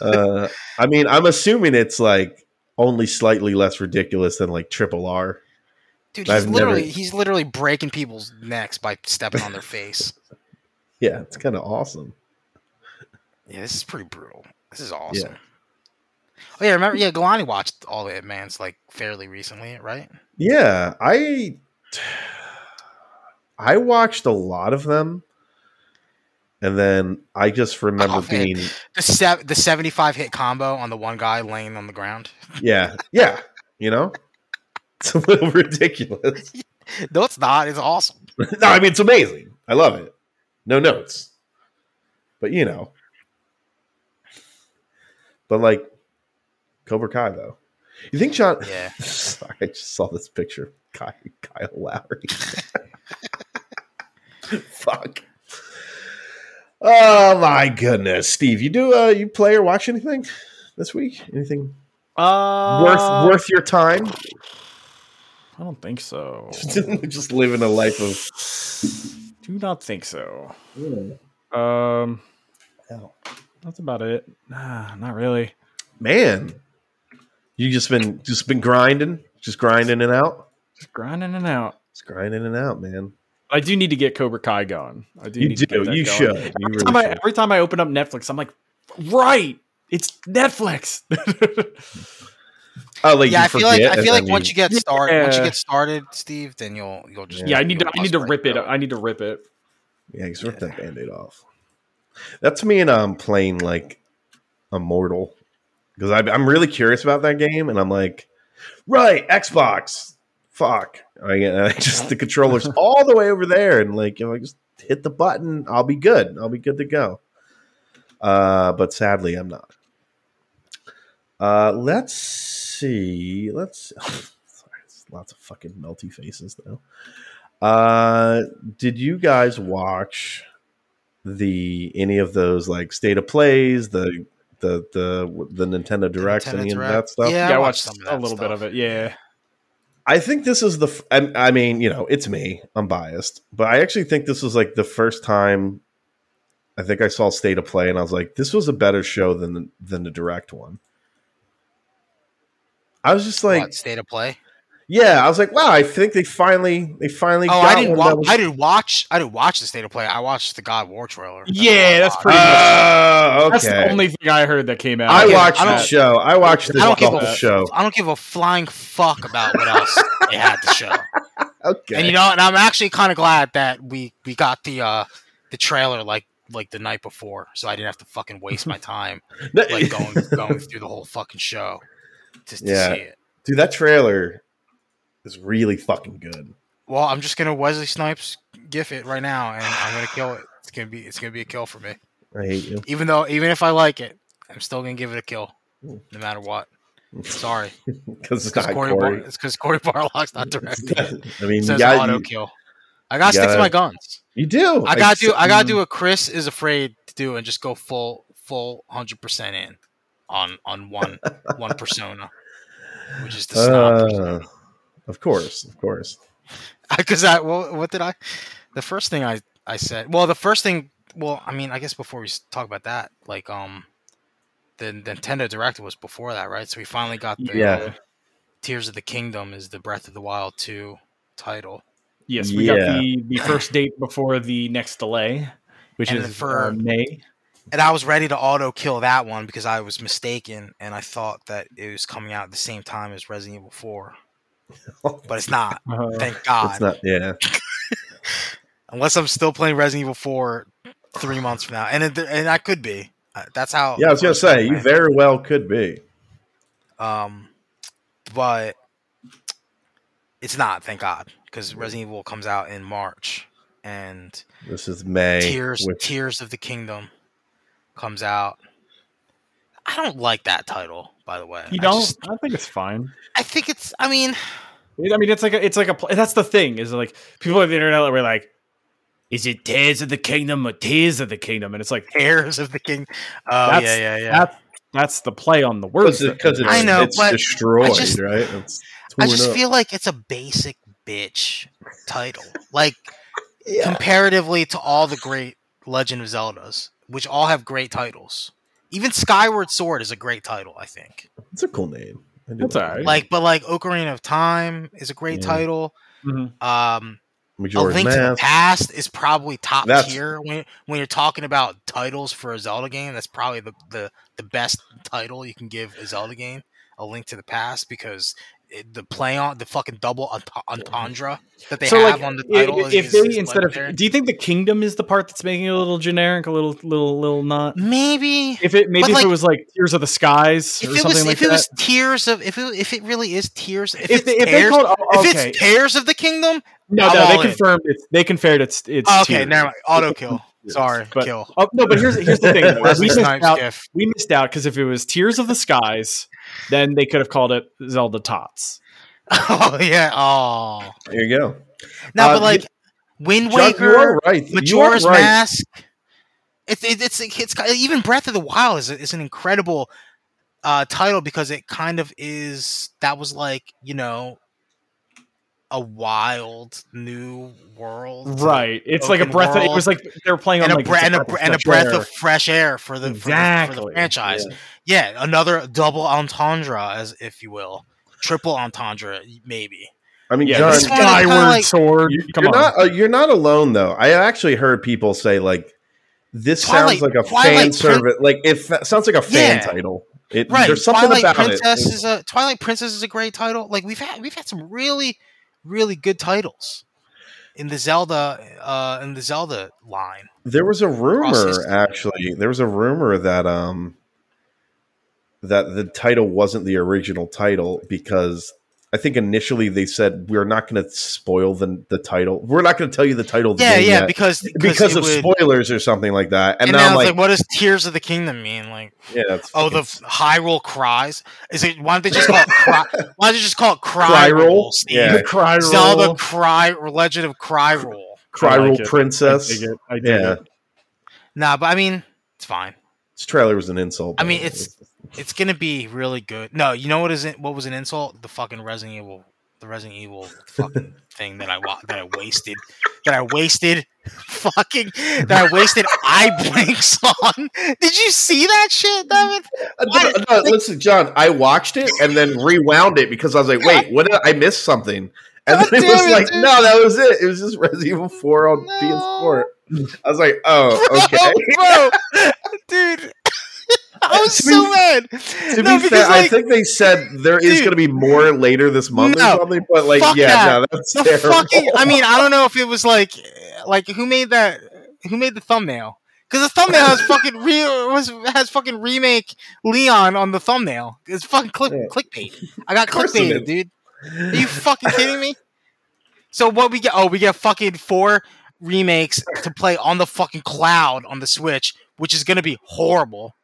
Uh, I mean, I'm assuming it's like only slightly less ridiculous than like Triple R. dude, he's I've never- literally he's literally breaking people's necks by stepping on their face. Yeah, it's kind of awesome. Yeah, this is pretty brutal. This is awesome. Oh yeah, remember? Yeah, Galani watched all the Hitman's like fairly recently, right? Yeah, I <sighs> I watched a lot of them, and then I just remember Oh, man. being The se- the seventy five hit combo on the one guy laying on the ground. <laughs> yeah, yeah, you know, <laughs> it's a little ridiculous. <laughs> No, it's not. It's awesome. no, I mean it's amazing. I love it. No notes, but you know, but like Cobra Kai though. You think John? Yeah. Sorry, I just saw this picture of Ky- Kyle Lowry. <laughs> Fuck. Oh my goodness, Steve! You do uh, you play or watch anything this week? Anything Uh, worth worth your time? <laughs> I don't think so. just living a life of Do not think so. Um, Hell. that's about it. Nah, not really. man. You just been just been grinding, just grinding it out, Just grinding it out. just grinding it out, man. I do need to get Cobra Kai going. I do. You need to get do, that you going. should. You Every, really time I, should. every time I open up Netflix, I'm like, right, it's Netflix. <laughs> Oh, like yeah, you I feel like forget I and feel like then once you get started, once you Yeah. get started, Steve, then you'll you'll just yeah, I need to. you'll I need to bust rip right it. through I need to rip it. Yeah, he's ripped that band-aid off. That's me and I'm playing like Immortal. Because I'm really curious about that game, and I'm like, right, Xbox. Fuck. I, uh, <laughs> I just the controller's all the way over there, and like if I just hit the button, I'll be good. I'll be good to go. Uh, but sadly I'm not. Uh let's see. Let's <laughs> sorry, it's lots of fucking melty faces though. Uh did you guys watch the any of those like state of plays the the the the Nintendo Directs Nintendo any of Direct. that stuff? Yeah, Yeah, I I watched watched some of a that little bit stuff. of it. <laughs> Yeah, I think this is the. F- I, I mean, you know, it's me. I'm biased, but I actually think this was like the first time. I think I saw State of Play, and I was like, "This was a better show than the, than the direct one." I was just it. like, What, state of play. "Yeah," I was like, "Wow, I think they finally they finally." Oh, I didn't one that watch. was- I didn't watch. I didn't watch the state of play. I watched the God War trailer. Yeah, what I that's watched. pretty Uh, much- Oh, okay. that's the only thing I heard that came out. I Yeah, watched I the don't- show. I watched this I don't give whole a- show. I don't give a flying fuck about what else they had to show. Okay, And you know, and I'm actually kind of glad that we we got the uh the trailer like like the night before, so I didn't have to fucking <laughs> waste my time like going going through the whole fucking show to, to Yeah. see it. <laughs> dude, that trailer is really fucking good. Well, I'm just gonna Wesley Snipes gif it right now, and I'm gonna kill it. It's gonna be it's gonna be a kill for me. I hate you. Even though even if I like it, I'm still gonna give it a kill, Ooh. no <laughs> matter what. Sorry, because Hmm. it's because not Corey, Corey. Bar- it's because Corey <laughs> Barlock's not directing. it I mean, you, says got, auto you, kill. I gotta stick to gotta- my guns. you do. I gotta do. I gotta mm, do what Chris is afraid to do, and just go full full hundred percent in on on one one persona, which is the snob. uh, Of course, of course. because <laughs> I well, what did I? The first thing I I said. Well, the first thing. Well, I mean, I guess before we s- talk about that, like um, the Nintendo Direct was before that, right? So we finally got the Yeah. Tears of the Kingdom is the Breath of the Wild 2 title. Yes, we Yeah. got the, the first date before the next delay, which And is for- uh, May. And I was ready to auto kill that one because I was mistaken and I thought that it was coming out at the same time as Resident Evil 4. But <laughs> it's not. Uh, Thank God. It's not. Yeah. Unless I'm still playing Resident Evil 4 three months from now. And it, and I could be. Uh, That's how. Yeah, I was gonna say you very well could be. Um, but it's not, thank God, because Resident Evil comes out in March, and This is May. Tears which- Tears of the Kingdom comes out. I don't like that title, by the way. you I don't? just- I think it's fine. I think it's. I mean, <laughs> I mean, it's like a, it's like a. pl- That's the thing is like people on the internet were like, "Is it Tears of the Kingdom or Tears of the Kingdom?" And it's like Tears of the King. Oh That's- yeah, yeah, yeah. that's that's the play on the words Because it- 'cause it's, I know, it's but destroyed, I just- right? It's I torn just up. feel like it's a basic bitch title. Like comparatively to all the great Legend of Zeldas, which all have great titles. Even Skyward Sword is a great title, I think. it's a cool name. I do That's all right. Like, but like Ocarina of Time is a great Yeah. title. Mhm. Um, A Majora's Link to the Mask. Past is probably top That's- tier when when you're talking about titles for a Zelda game. That's probably the, the the best title you can give a Zelda game. A Link to the Past because it, the play on the fucking double entend- entendre that they so have like on the i- title. if is- they is instead legendary. of do you think the kingdom is the part that's making it a little generic, a little little little not? maybe If it maybe if like- it was like Tears of the Skies if or it something was like if that. it was tears of if it if it really is tears if, if it's they, if they tears, called oh, if okay. it's tears of the kingdom no I'm no all they in. confirmed it's they confirmed it's it's oh, okay Tears. never mind <laughs> auto kill sorry But- kill Oh, no, but here's here's the thing. though. we Wesley missed Snipes out. gif <laughs> We missed out because if it was Tears of the Skies, then they could have called it Zelda Tots. oh yeah oh There you go. no Uh, but like Wind Chuck, you are Waker right. You are Majora's right. Mask it's it, it's it's even Breath of the Wild is is an incredible uh title because it kind of is that was like you know a wild new world Right. It's like a Open breath. Of, it world. was like they were playing and on a, like bre- it's and, a, bre- and a breath fresh air. of fresh air for the, for the, for Exactly. the franchise. Yeah. another double entendre, as if you will, triple entendre, maybe. I mean, yeah, John, the This one is kinda Skyward like- Sword. you, Come are on. not uh, you're not alone though. I actually heard people say like this sounds Twilight- like a Twilight fan Prin- service. Like it fa- sounds like a fan Yeah. title. It, Right, There's something Twilight about Princess it. is a Twilight Princess is a great title. Like we've had we've had some really really good titles in the Zelda uh in the Zelda line. There was a rumor Process. actually. There was a rumor that um that the title wasn't the original title because I think initially they said we're not going to spoil the the title. We're not going to tell you the title. Of the Yeah, game yeah, yet because because it of would- spoilers or something like that. And, and, now, now I'm it's like, like, what does Tears of the Kingdom mean? Like, yeah, it's, oh, the it's- Hyrule cries. Is it? Why don't they just call <laughs> it? Cry, why don't they just call it Cry, Cry Roll? Roll? Steve? Yeah. The cry roll. Zelda Cry or Legend of Cry Roll. Cry I like Roll it. I Princess. dig it. I dig Yeah. it. Nah, but I mean, it's fine. This trailer was an insult. I mean, but it's it's gonna be really good. No, you know what isn't what was an insult? The fucking Resident Evil, the Resident Evil fucking thing that I wa- that I wasted, that I wasted, <laughs> fucking that I wasted eye blinks on. Did you see that shit, Devin? Uh, no, no, listen, John. I watched it and then rewound it because I was like, "Wait, what? Did I, I missed something." And God then it damn was it, like, dude. "No, that was it. It was just Resident Evil Four on No. PS4." I was like, <laughs> "Oh, okay." bro, dude. <laughs> I was To be- so mad. to No, be because, fair, I like, think they said there is Dude. going to be more later this month No. or something. But like, Fuck yeah, that. no, that's the terrible. fucking <laughs> I mean, I don't know if it was like like who made that who made the thumbnail? Because the thumbnail has fucking re was has fucking remake Leon on the thumbnail. It's fucking click Yeah. clickbait. I got course it clickbaited, dude. Are you fucking kidding me? So what we get oh we get fucking four remakes to play on the fucking cloud on the Switch, which is gonna be horrible.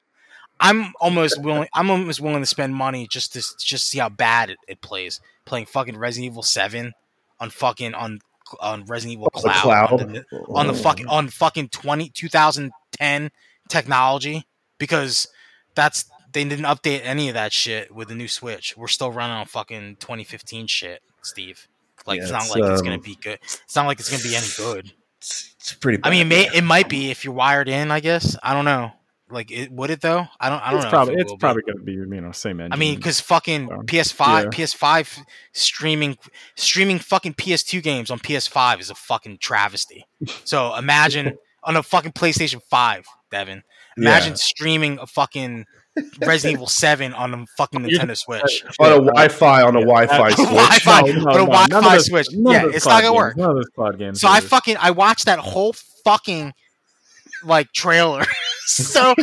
I'm almost willing. I'm almost willing to spend money just to just see how bad it, it plays. Playing fucking Resident Evil Seven on fucking on on Resident Evil the Cloud, cloud On, the, on the fucking on fucking 20, 2010 technology because that's they didn't update any of that shit with the new Switch. We're still running on fucking twenty fifteen shit, Steve. Like Yeah, it's not it's, like it's gonna um, be good. It's not like it's gonna be any good. It's, it's pretty. I Bad. mean, it, may, it might be if you're wired in. I guess I don't know. Like, it, would it though? I don't. I don't It's know. if probably it it's will be. probably going to be you know same engine. I mean, because fucking Mm. So, PS5, yeah. PS5 streaming, streaming fucking PS2 games on PS5 is a fucking travesty. So <laughs> imagine on a fucking PlayStation 5, Devin. Imagine streaming a fucking Resident Evil 7 on a fucking You- Nintendo Switch. on a <laughs> Wi-Fi on a Wi-Fi Yeah. switch. Wi-Fi, but a none of Wi-Fi those- switch. none of Yeah, those it's cloud not gonna games, work. None of those cloud games. So I do. fucking I watched that whole fucking like trailer. <laughs> so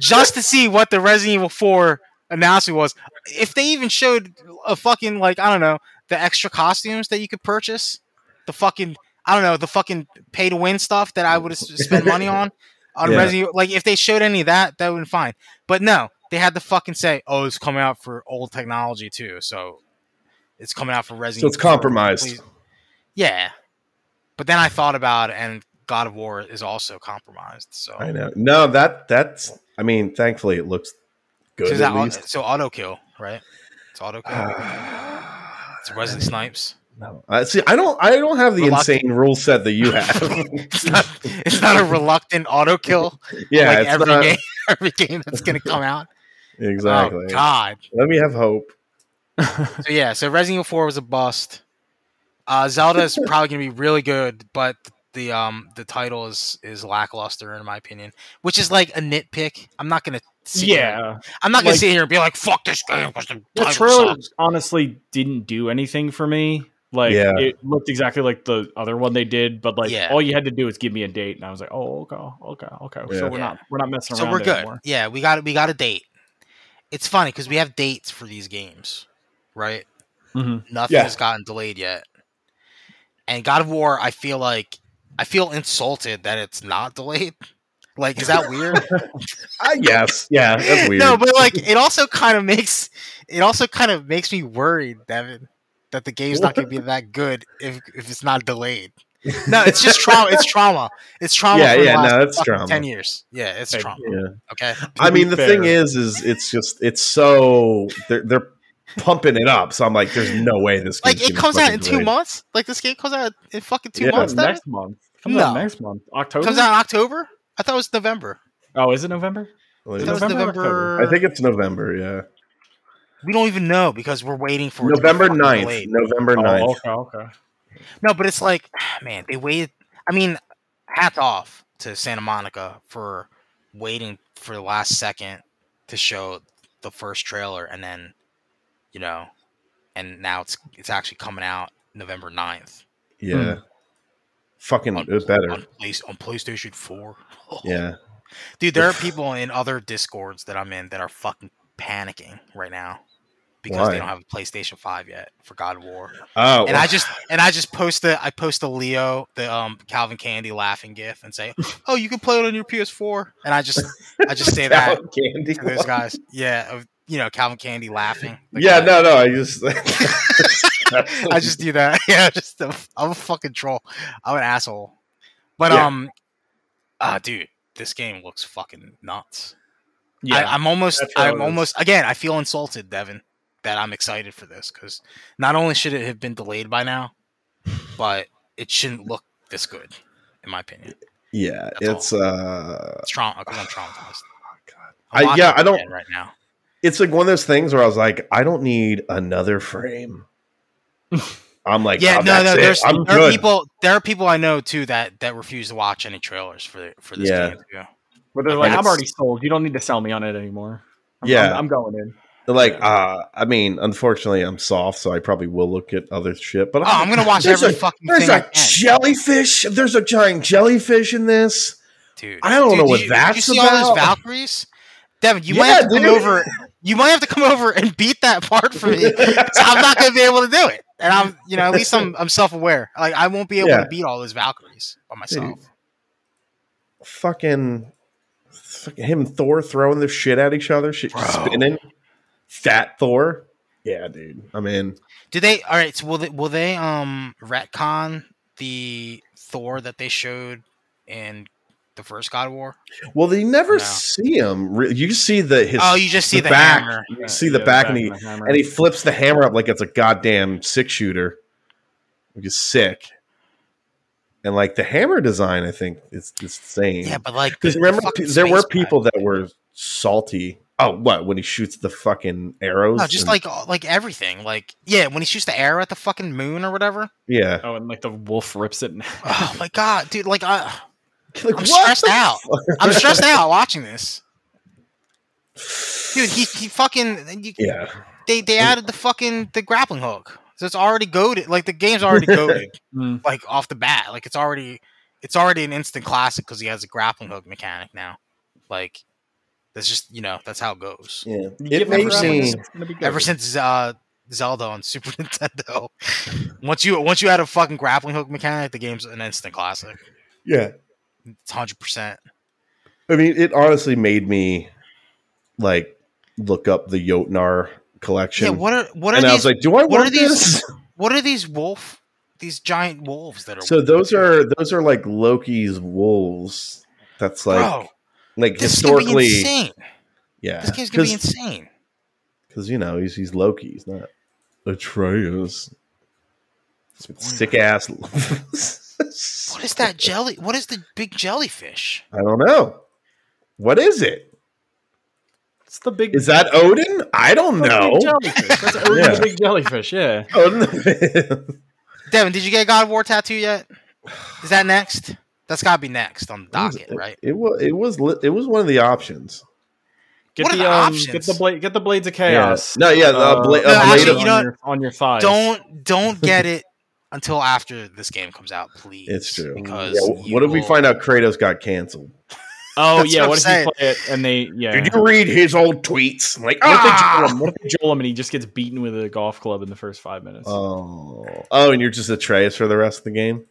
just to see what the Resident Evil 4 announcement was. If they even showed a fucking like I don't know, the extra costumes that you could purchase, the fucking I don't know, the fucking pay to win stuff that I would have spent <laughs> money on on Yeah. Resident Evil. Like if they showed any of that, that would been fine. But no, they had to fucking say, "Oh, it's coming out for old technology too." So it's coming out for Resident So it's Evil 4. compromised. Please- yeah. But then I thought about it, and God of War is also compromised. So I know. No, that that's. I mean, thankfully, it looks good at so, is that <sighs> au- least. Uh, so auto kill, right? It's auto kill. Ah, it's Wesley Snipes. no. I Uh, see. I don't. I don't have the Reluctant. insane rule set that you <laughs> have. <laughs> it's, not, it's not a reluctant auto kill yeah, like it's every not- game, <laughs> every game that's gonna come out. <laughs> exactly. Oh God. Let me have hope. So yeah, so Resident Evil 4 was a bust. Uh, Zelda is probably gonna be really good, but the um the title is is lackluster in my opinion, which is like a nitpick. I'm not gonna sit here and yeah, I'm not gonna Like- sit here and be like, "Fuck this game." 'cause The, the title trailer sucks." honestly didn't do anything for me. Like Yeah. it looked exactly like the other one they did, but like Yeah. all you had to do was give me a date, and I was like, oh okay, okay, okay. Yeah. So we're not we're not messing so around. we're good. Anymore. Yeah, we got we got a date. It's funny because we have dates for these games, right? Mhm. Nothing Yeah. has gotten delayed yet. And God of War, I feel like I feel insulted that it's not delayed. <laughs> Like, is that weird? I <laughs> guess. Yeah, <laughs> that's weird. No, but like it also kind of makes it also kind of makes me worried, Devin, that the game's not going to be that good if if it's not delayed. No, it's <laughs> just trauma. It's trauma. It's trauma. Yeah, for the yeah, no, last that's fucking trauma. Ten years. Yeah, it's Hey, trauma. yeah. Okay. I be mean, the fair. thing is, is it's just it's so they're they're pumping it up. So I'm like, there's no way this Like game's it gonna comes out fucking in two delay. months. Like this game comes out in fucking two Yeah. months. Comes out Then next month. Comes out No. next month. October. comes out in October. I thought it was November. Oh, is it November? I Like, thought it was November or I November. think it's November. Yeah, we don't even know because we're waiting for it to be November fucking 9th. delayed. November 9th. Oh, okay, okay. No, but it's like, <sighs> man, they waited. I mean, hats off to Santa Monica for waiting for the last second to show the first trailer, and then, you know, and now it's it's actually coming out November 9th Yeah, Hmm. fucking On- it's better. on place on PlayStation Four. <laughs> yeah, dude, <laughs> there are people in other discords that I'm in that are fucking panicking right now because Why? they don't have a PlayStation Five yet for God of War. oh, <laughs> and I just and I just post the I post the Leo the um Calvin Candy laughing gif and say, "Oh, you can play it on your PS4." And I just I <laughs> just say that Cotton candy. to those guys. Yeah, of, you know Calvin Candy laughing. Like, yeah, uh, no, no, I just <laughs> <laughs> I just do that. <laughs> Yeah, just a, I'm a fucking troll. I'm an asshole. But Yeah. um, ah, dude, this game looks fucking nuts. Yeah. I, I'm almost that's how it I'm is. almost again. I feel insulted, Devin, that I'm excited for this because not only should it have been delayed by now, but it shouldn't look this good, in my opinion. yeah, it's That's uh, It's trauma. I'm <sighs> traumatized. I'm Oh, I- watching yeah, it I don't- again right now. it's like one of those things where I was like, I don't need another <laughs> frame. I'm like, yeah, oh, no, no. that's it. There's I'm there are good. people. There are people I know too that that refuse to watch any trailers for for this Yeah. game. Too. Where they're like, I'm That's- already sold. You don't need to sell me on it anymore. I'm, Yeah. I'm, I'm going in. Like, uh, I mean, unfortunately, I'm soft, so I probably will look at other shit. But Oh, <laughs> I'm gonna watch There's every a- fucking there's thing. I a can, jellyfish. There's a giant jellyfish in <laughs> this. <laughs> dude. I don't Dude, know did what you, that's did you see all those about. Valkyries, Devin. You might Yeah, have to come dude. over. You might have to come over and beat that part <laughs> for me. So I'm not gonna be able to do it. And I'm, you know, at least <laughs> I'm, I'm self aware. Like I won't be able Yeah. to beat all those Valkyries by myself. fucking, fucking him, and Thor throwing the shit at each other, shit Bro. spinning. Fat Thor. Yeah, dude. I mean, Do they? All right. So will they? Will they? Um, retcon the Thor that they showed in the first God of War. well, they never No. see him. re- You see the his Oh, you just see the, the back. hammer. You see the back and he- hammer. and he flips the hammer up like it's a goddamn six shooter. Which is sick. and like the hammer design, I think it's the same. Yeah, but like, Because the- remember, the fucking there were space people guy. that were salty. Oh, what when he shoots the fucking arrows? No, just and- like all- like everything. Like yeah, when he shoots the arrow at the fucking moon or whatever. yeah. Oh, and like the wolf rips it. In half. Oh my god, dude! Like I, Like, I'm what stressed the out. I'm stressed out watching this. Dude, he, he fucking you, Yeah, they they added the fucking the grappling hook, so it's already goaded. Like the <laughs> game's already goaded, Mm. like off the bat. Like it's already it's already an instant classic because he has a grappling hook mechanic now. Like that's just you know that's how it goes. yeah. You It give him a made makes rubber, me. it's gonna be good. Ever since uh, Zelda on Super <laughs> Nintendo, once you once you add a fucking grappling hook mechanic, the game's an instant classic. Yeah, It's hundred percent. I mean, it honestly made me like look up the Jotnar collection. Yeah. What are what are and I was these? like, do I what are want these- this? <laughs> what are these wolf? These giant wolves that are So those are those are like Loki's wolves. That's like bro. like This is gonna be historically, insane. yeah. This game's gonna be Because insane. you know he's he's Loki. He's not Atreus. Sick <laughs> ass. What is that jelly? What is the big jellyfish? I don't know. What is it? it's the big Is that Odin? I don't That's a know. big jellyfish. <laughs> That's Odin Yeah. the big jellyfish. Yeah. Odin <laughs> the- Devin, did you get a God of War tattoo yet? Is that next? That's gotta be next on the docket, right? It was it was li- it was one of the options. Get What are the, the um, options? get the blade. Get the blades of chaos. Yeah. Uh, No, yeah, the bla- No, uh, blade actually, of- you on, know your, on your thighs. Don't <laughs> don't get it until after this game comes out, please. It's true. Because Yeah, you what if we will- find out Kratos got canceled? <laughs> Oh That's yeah. what What if I'm you play it and they yeah? you read his old tweets? I'm like, What if they jail "Ah!" him? What if they jail him and he just gets beaten with a golf club in the first five minutes? Oh, oh, and you're just Atreus for the rest of the game.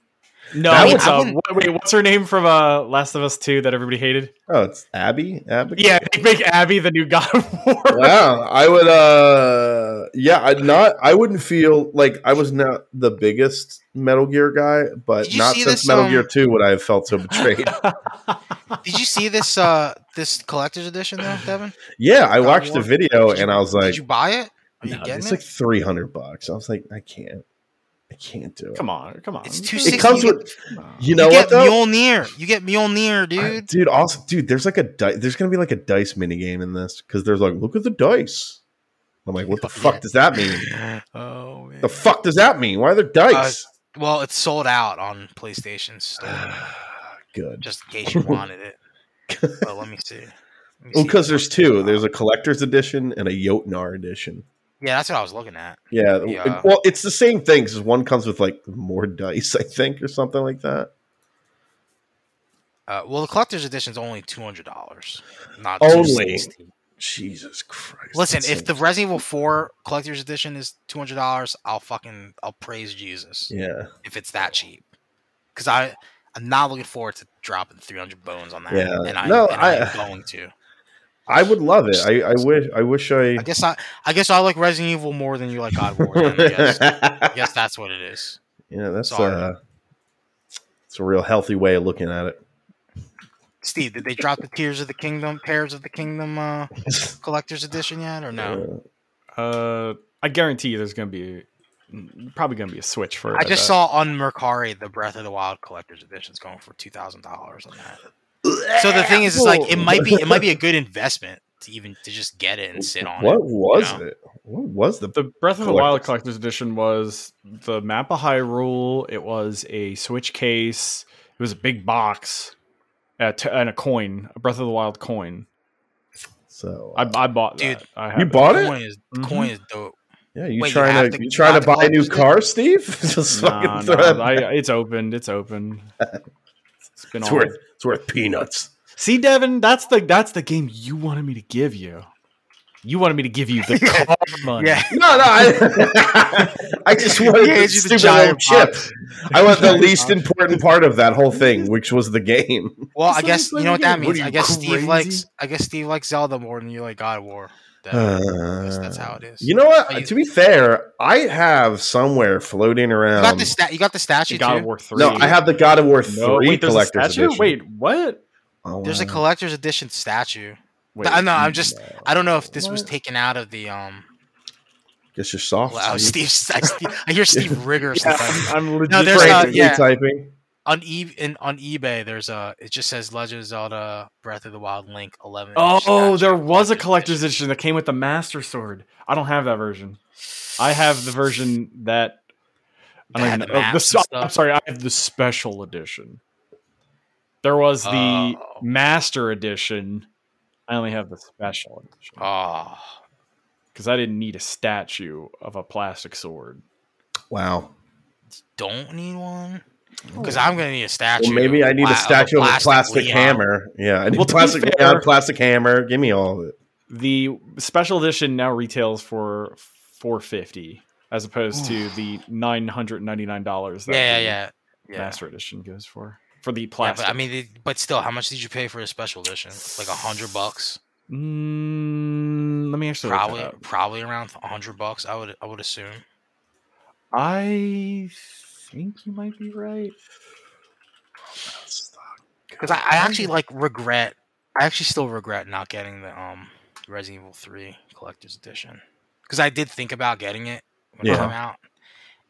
no, that it's, would- I uh, wouldn't- what- wait, what's her name from uh, Last of Us Two that everybody hated? Oh, it's Abby. Abby. Yeah, they make Abby the new God of War. Wow. I would. uh Yeah, I'd not. I wouldn't feel like I was not the biggest Metal Gear guy, but Did you not see since this, Metal um, Gear Two would I have felt so <laughs> betrayed. Did you see this uh this collector's edition <sighs> though, Devin? yeah, I God watched the War? video Did you- and I was like, did you buy it? Are you "No, getting it's it? like three hundred bucks. I was like, I can't. I can't do it. Come on, come on. It's It 260. comes you with. You know you what get though? Mjolnir. You get Mjolnir, I- dude. dude, also, dude, there's like a di- there's gonna be like a dice mini game in this because there's like, look at the dice. I'm like, what the Yeah. fuck does that mean? oh man. The fuck does that mean? Why are Uh, there dice? well, it's sold out on <sighs> PlayStation Store. Ah, Good. just <laughs> in case you wanted it. But let me see. Let me see. Because there's two. There's a collector's edition and a Jotnar edition. yeah, that's what I was looking at. Yeah. Yeah. Well, it's the same thing because one comes with like more dice, I think, or something like that. Uh, well, the collector's edition is only two hundred dollars, not Only. only. Jesus Christ. Listen, that's if so- the Resident Evil Four collector's edition is two hundred dollars, I'll fucking I'll praise Jesus yeah, if it's that cheap. Because I I'm not looking forward to dropping three hundred bones on that, Yeah. and I No, and I, am I- going to. I would love it. I, I wish. I wish I. I <laughs> guess I I guess I like Resident Evil more than you like God of War. then, I <laughs> guess. <laughs> I guess that's what it is. yeah, that's Sorry. uh, it's a real healthy way of looking at Steve, did they drop the Tears of the Kingdom, Tears of the Kingdom uh, it. collector's edition yet, or no? <laughs> Uh, Uh, I guarantee you, there's gonna be mm, probably gonna be a switch for. it, I just uh, saw on Mercari the Breath of the Wild collector's editions going for two thousand dollars on that. So the thing is, it's like it might be it might be a good investment to even to just get it and sit on what it. was know? it? What was the? the Breath of the Wild Collector's. Collector's Edition was the map of Hyrule. It was a Switch case. It was a big box, uh, t- and a coin, a Breath of the Wild coin. so I, I bought Dude, that. I have you it. bought it? Coin is coin is dope. Yeah, you Wait, you trying have to to- you trying have to to buy a new collect it? car, Steve? <laughs> Just Nah, fucking nah, throw that I, back. it's opened. It's open. It's been It's all. worth it's worth <laughs> peanuts. <laughs> See, Devin, that's the that's the game you wanted me to give you. You wanted me to give <laughs> you the car money. Yeah, No, no, I, <laughs> I just wanted Yeah, the it's just a stupid little giant chip. box. I want <laughs> the least important part of that whole thing, which was the game. well, I Just let guess me you know what play the that game. means. What are I you, guess Steve likes crazy? I guess Steve likes Zelda more than you like God of War. That- I guess that's how it is. Uh, You know Are what? you- To be fair, I have somewhere floating You around. got the stat. You got the You statue got too. War Three. no, I have the God of War three wait, there's a collector's statue. edition. Wait, what? Oh, There's a wow. collector's edition statue. Wait, I know. I'm just. I don't know if this was What? taken out of the um. Guess you're soft. Wow, Steve. <laughs> Steve. I, Steve I hear Steve Rigger. Oh, or Yeah, something. <laughs> I'm, I'm legit. there's Frank, not- are you yeah. typing. on e- in, on eBay, there's a it just says Legend of Zelda Breath of the Wild Link 11. Oh, there was a collector's edition that came with the Master Sword. I don't have that version. I have the version that. I That don't had even the know. oh, the maps s- and I'm stuff? sorry, I have the special edition. There was the Oh. Master Edition. I only have the special edition Oh, because I didn't need a statue of a plastic sword. Wow. don't need one Oh, because I'm gonna need a statue. Well, maybe of I need a pla- statue of a plastic Leon. hammer. Yeah, I need Well, to be plastic fair- Leon, plastic hammer. Give me all of it. The special edition now retails for 450 as opposed to the $999 that Yeah, yeah, the yeah. yeah. Master Edition goes for. For the Yeah, plastic. but I mean, they- but still, how much did you pay for a special edition? Like a hundred bucks, Mm, let me actually look that probably, up. probably around a hundred bucks. I would, I would assume. I think you might be right. Because I, I actually like regret. I actually still regret not getting the um Resident Evil Three Collector's Edition. Because I did think about getting it when it Yeah. came out,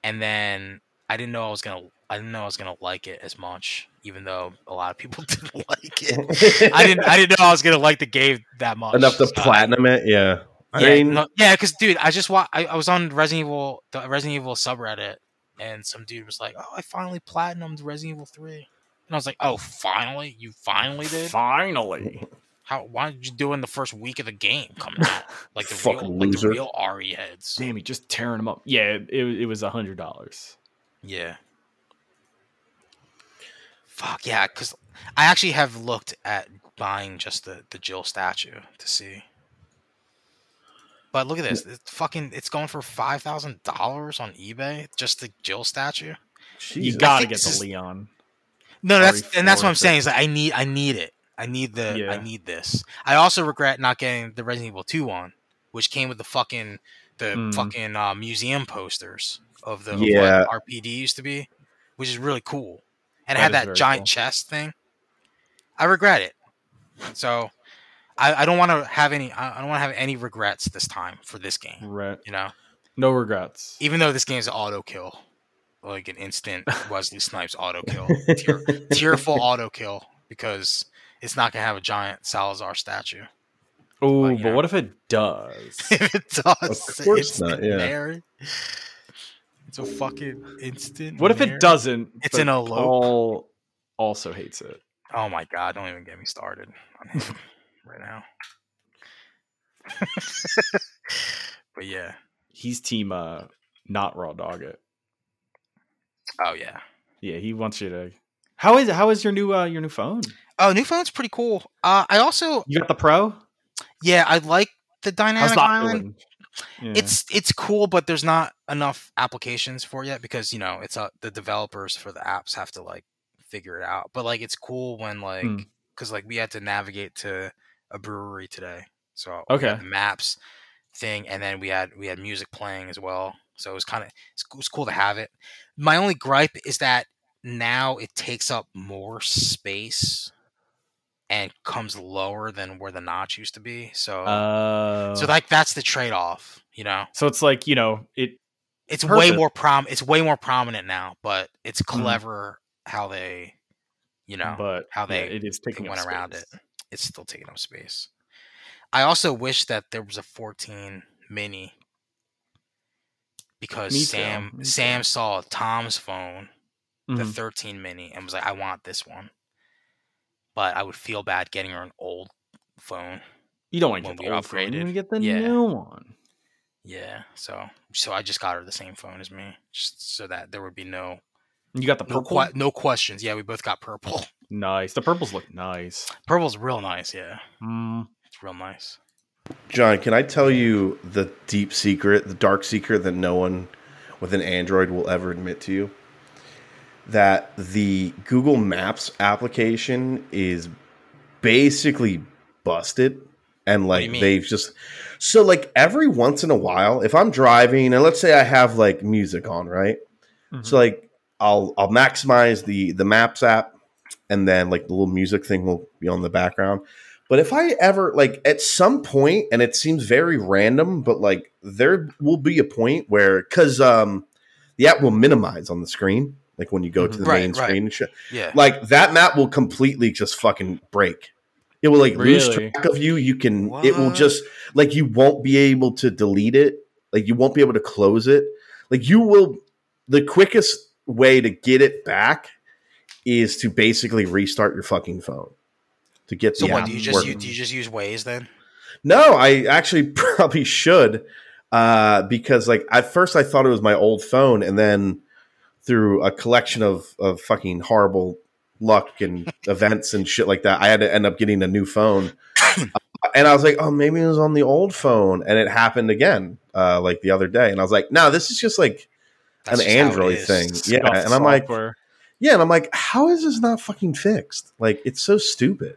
and then I didn't know I was gonna. I didn't know I was gonna like it as much, even though a lot of people <laughs> didn't like it. <laughs> <laughs> I didn't. I didn't know I was gonna like the game that much. enough to so <laughs> I- platinum it. Yeah, I yeah, mean, no- yeah, because dude, I just wa- I, I was on Resident Evil, the Resident Evil subreddit, and some dude was like, "Oh, I finally platinumed Resident Evil 3. and I was like, "Oh, finally? You finally did? Finally. How? Why did you do it in the first week of the game <laughs> coming out? Like the Fucking real, like the loser. real RE heads. Damn, you just tearing them up. Yeah, it, it was a hundred dollars. Yeah. Fuck yeah, because I actually have looked at buying just the the Jill statue to see. But look at this. It's fucking it's going for five thousand dollars on eBay, just the Jill statue. You Jesus. <laughs> gotta think get this the is- Leon. No, Sorry that's and that's what for I'm saying. the- Is like I need I need it. I need the Yeah. I need this. I also regret not getting the Resident Evil 2 one, which came with the fucking the Mm. fucking uh, museum posters of the of Yeah. what RPD used to be, which is really cool. And it That had is that very giant cool. chest thing. I regret it. So I, I don't want to have any I I don't want to have any regrets this time for this game, Re- you know. no regrets. Even though this game's an auto kill. Like an <laughs> instant Wesley Snipes auto kill. Tier tearful auto kill because it's not gonna have a giant Salazar statue. <laughs> Oh, you but know. what if it does? <laughs> if it does, Of course it's not, yeah. there. It's a fucking instant. what if Mary. it doesn't? It's but an elope. Paul also hates it. Oh my god! Don't even get me started on him <laughs> right now. but yeah. He's team uh not raw dog it. Oh yeah. Yeah, he wants you to How is how is your new uh your new phone? Oh, new phone's pretty cool. Uh, I also You got the pro? yeah, I like the How's dynamic that island. feeling? Yeah. it's it's cool, but there's not enough applications for it yet because you know it's uh, the developers for the apps have to like figure it out. But like it's cool when like Hmm. because like we had to navigate to a brewery today, so we okay. had the maps thing, and then we had we had music playing as well. So it was kind of it's, it was cool to have it. My only gripe is that now it takes up more space and comes lower than where the notch used to be. So Uh, so like that's the trade off, you know. So it's like you know it. it's way Perfect. Mm-hmm. more prom it's way more prominent now but it's clever how they you know but how yeah, they- it is taking went up around space. it's still taking up space i also wish that there was a 14 mini because Me too, sam me too. sam saw tom's phone the Mhm. 13 mini and was like i want this one but i would feel bad getting her an old phone You don't want to when get we the old phone. You want upgraded. to get the Yeah. new one. yeah so so i just got her the same phone as me just so that there would be no You got the no, purple. que- no questions yeah we both got purple nice. The purples look nice. Purple's real nice, yeah. Mm. It's real nice. John, can I tell you the deep secret, the dark secret that no one with an Android will ever admit to you? That the Google Maps application is basically busted. And do you like mean? they've just so like every once in a while, if I'm driving and let's say I have like music on, right? Mm-hmm. So like I'll I'll maximize the the maps app and then like the little music thing will be on the background. But if I ever like at some point and it seems very random, but like there will be a point where cuz um the app will minimize on the screen. like when you go to the Mm-hmm. Right, main right. screen. and shit. Yeah. Like that map will completely just fucking break. It will like lose Really? track of you. You can. It will What? just like you won't be able to delete it. Like you won't be able to close it. Like you will. The quickest way to get it back is to basically restart your fucking phone to get So the what app do you just working. use, do you just use Waze then? No, I actually <laughs> probably should uh, because like at first I thought it was my old phone, and then through a collection of of fucking horrible luck <laughs> and events and shit like that, I had to end up getting a new <coughs> phone. Uh, and I was like, oh, maybe it was on the old phone, and it happened again uh, like the other day. And I was like, no, this is just like That's an just how it Android is. thing, yeah. Scuffed And I'm like, software. yeah, and I'm like, how is this not fucking fixed? Like, it's so stupid.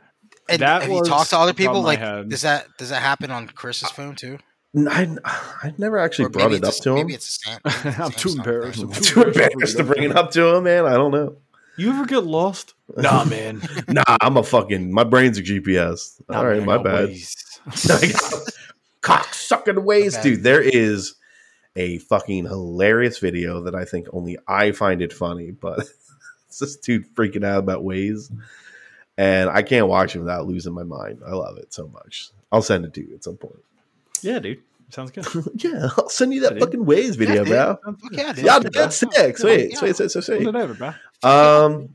And That have was you talked to other the problem people? I Like, had. does that does that happen on Chris's phone too? And I <sighs> I never actually Or brought maybe it up it's a- to him. Maybe it's a Sam- maybe it's a I'm too Samsung thing. embarrassed. <laughs> I'm too embarrassed to bring it up to him, man. I don't know. You ever get lost? Nah, <laughs> man. Nah, I'm a fucking. My brain's a GPS. Nah, All right, man, my I bad. <laughs> waste. <laughs> Cock sucking ways, My bad. dude. There is a fucking hilarious video that I think only I find it funny, but <laughs> it's this dude freaking out about ways, and I can't watch it without losing my mind. I love it so much. I'll send it to you at some point. yeah, dude. Sounds good. <laughs> yeah, I'll send you that Dude. fucking ways video, dude. bro. Fuck <laughs> yeah, dude. Yeah, dude, that's bro. sick. Come on, Sweet, yeah. sweet, sweet, sweet, sweet. Whatever, bro. Um,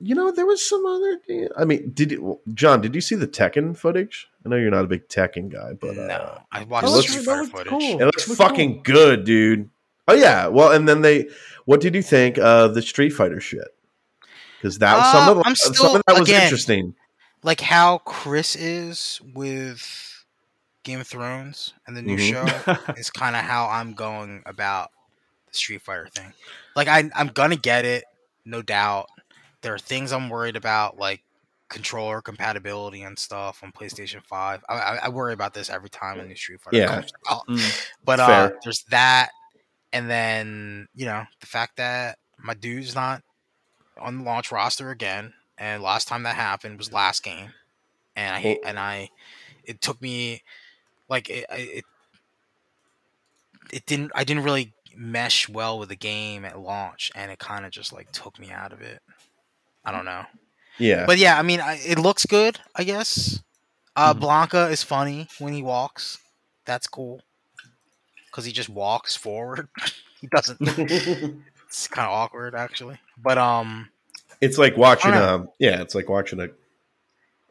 you know, there was some other. I mean, did you, John? Did you see the Tekken footage? I know you're not a big Tekken guy, but uh, no, I watched That the looks- Street that Fighter looks footage. cool. it looks Looks fucking good, dude. Oh yeah, well, and then they. What did you think of the Street Fighter shit? Because that was some Uh, of the- I'm some still- of that was again- interesting. Like how Chris is with Game of Thrones and the new <laughs> Mhm. show is kind of how I'm going about the Street Fighter thing. Like I, I'm gonna get it, no doubt. There are things I'm worried about, like controller compatibility and stuff on PlayStation Five. I, I, I worry about this every time a new Street Fighter Yeah. comes out. Mm-hmm. Mm. But It's uh, fair. there's that, and then you know the fact that my dude's not on the launch roster again, and last time that happened was last game, and I hate and I, it took me, like it, I- it, it didn't I didn't really mesh well with the game at launch, and it kind of just like took me out of it. I don't know, Yeah, but yeah, I mean I, it looks good, I guess. Uh, Mm-hmm. Mhm. Blanca is funny when he walks. That's cool because he just walks forward. <laughs> <laughs> he doesn't. it's kind of awkward, actually. But um, it's like watching. I don't Um, yeah, it's like watching a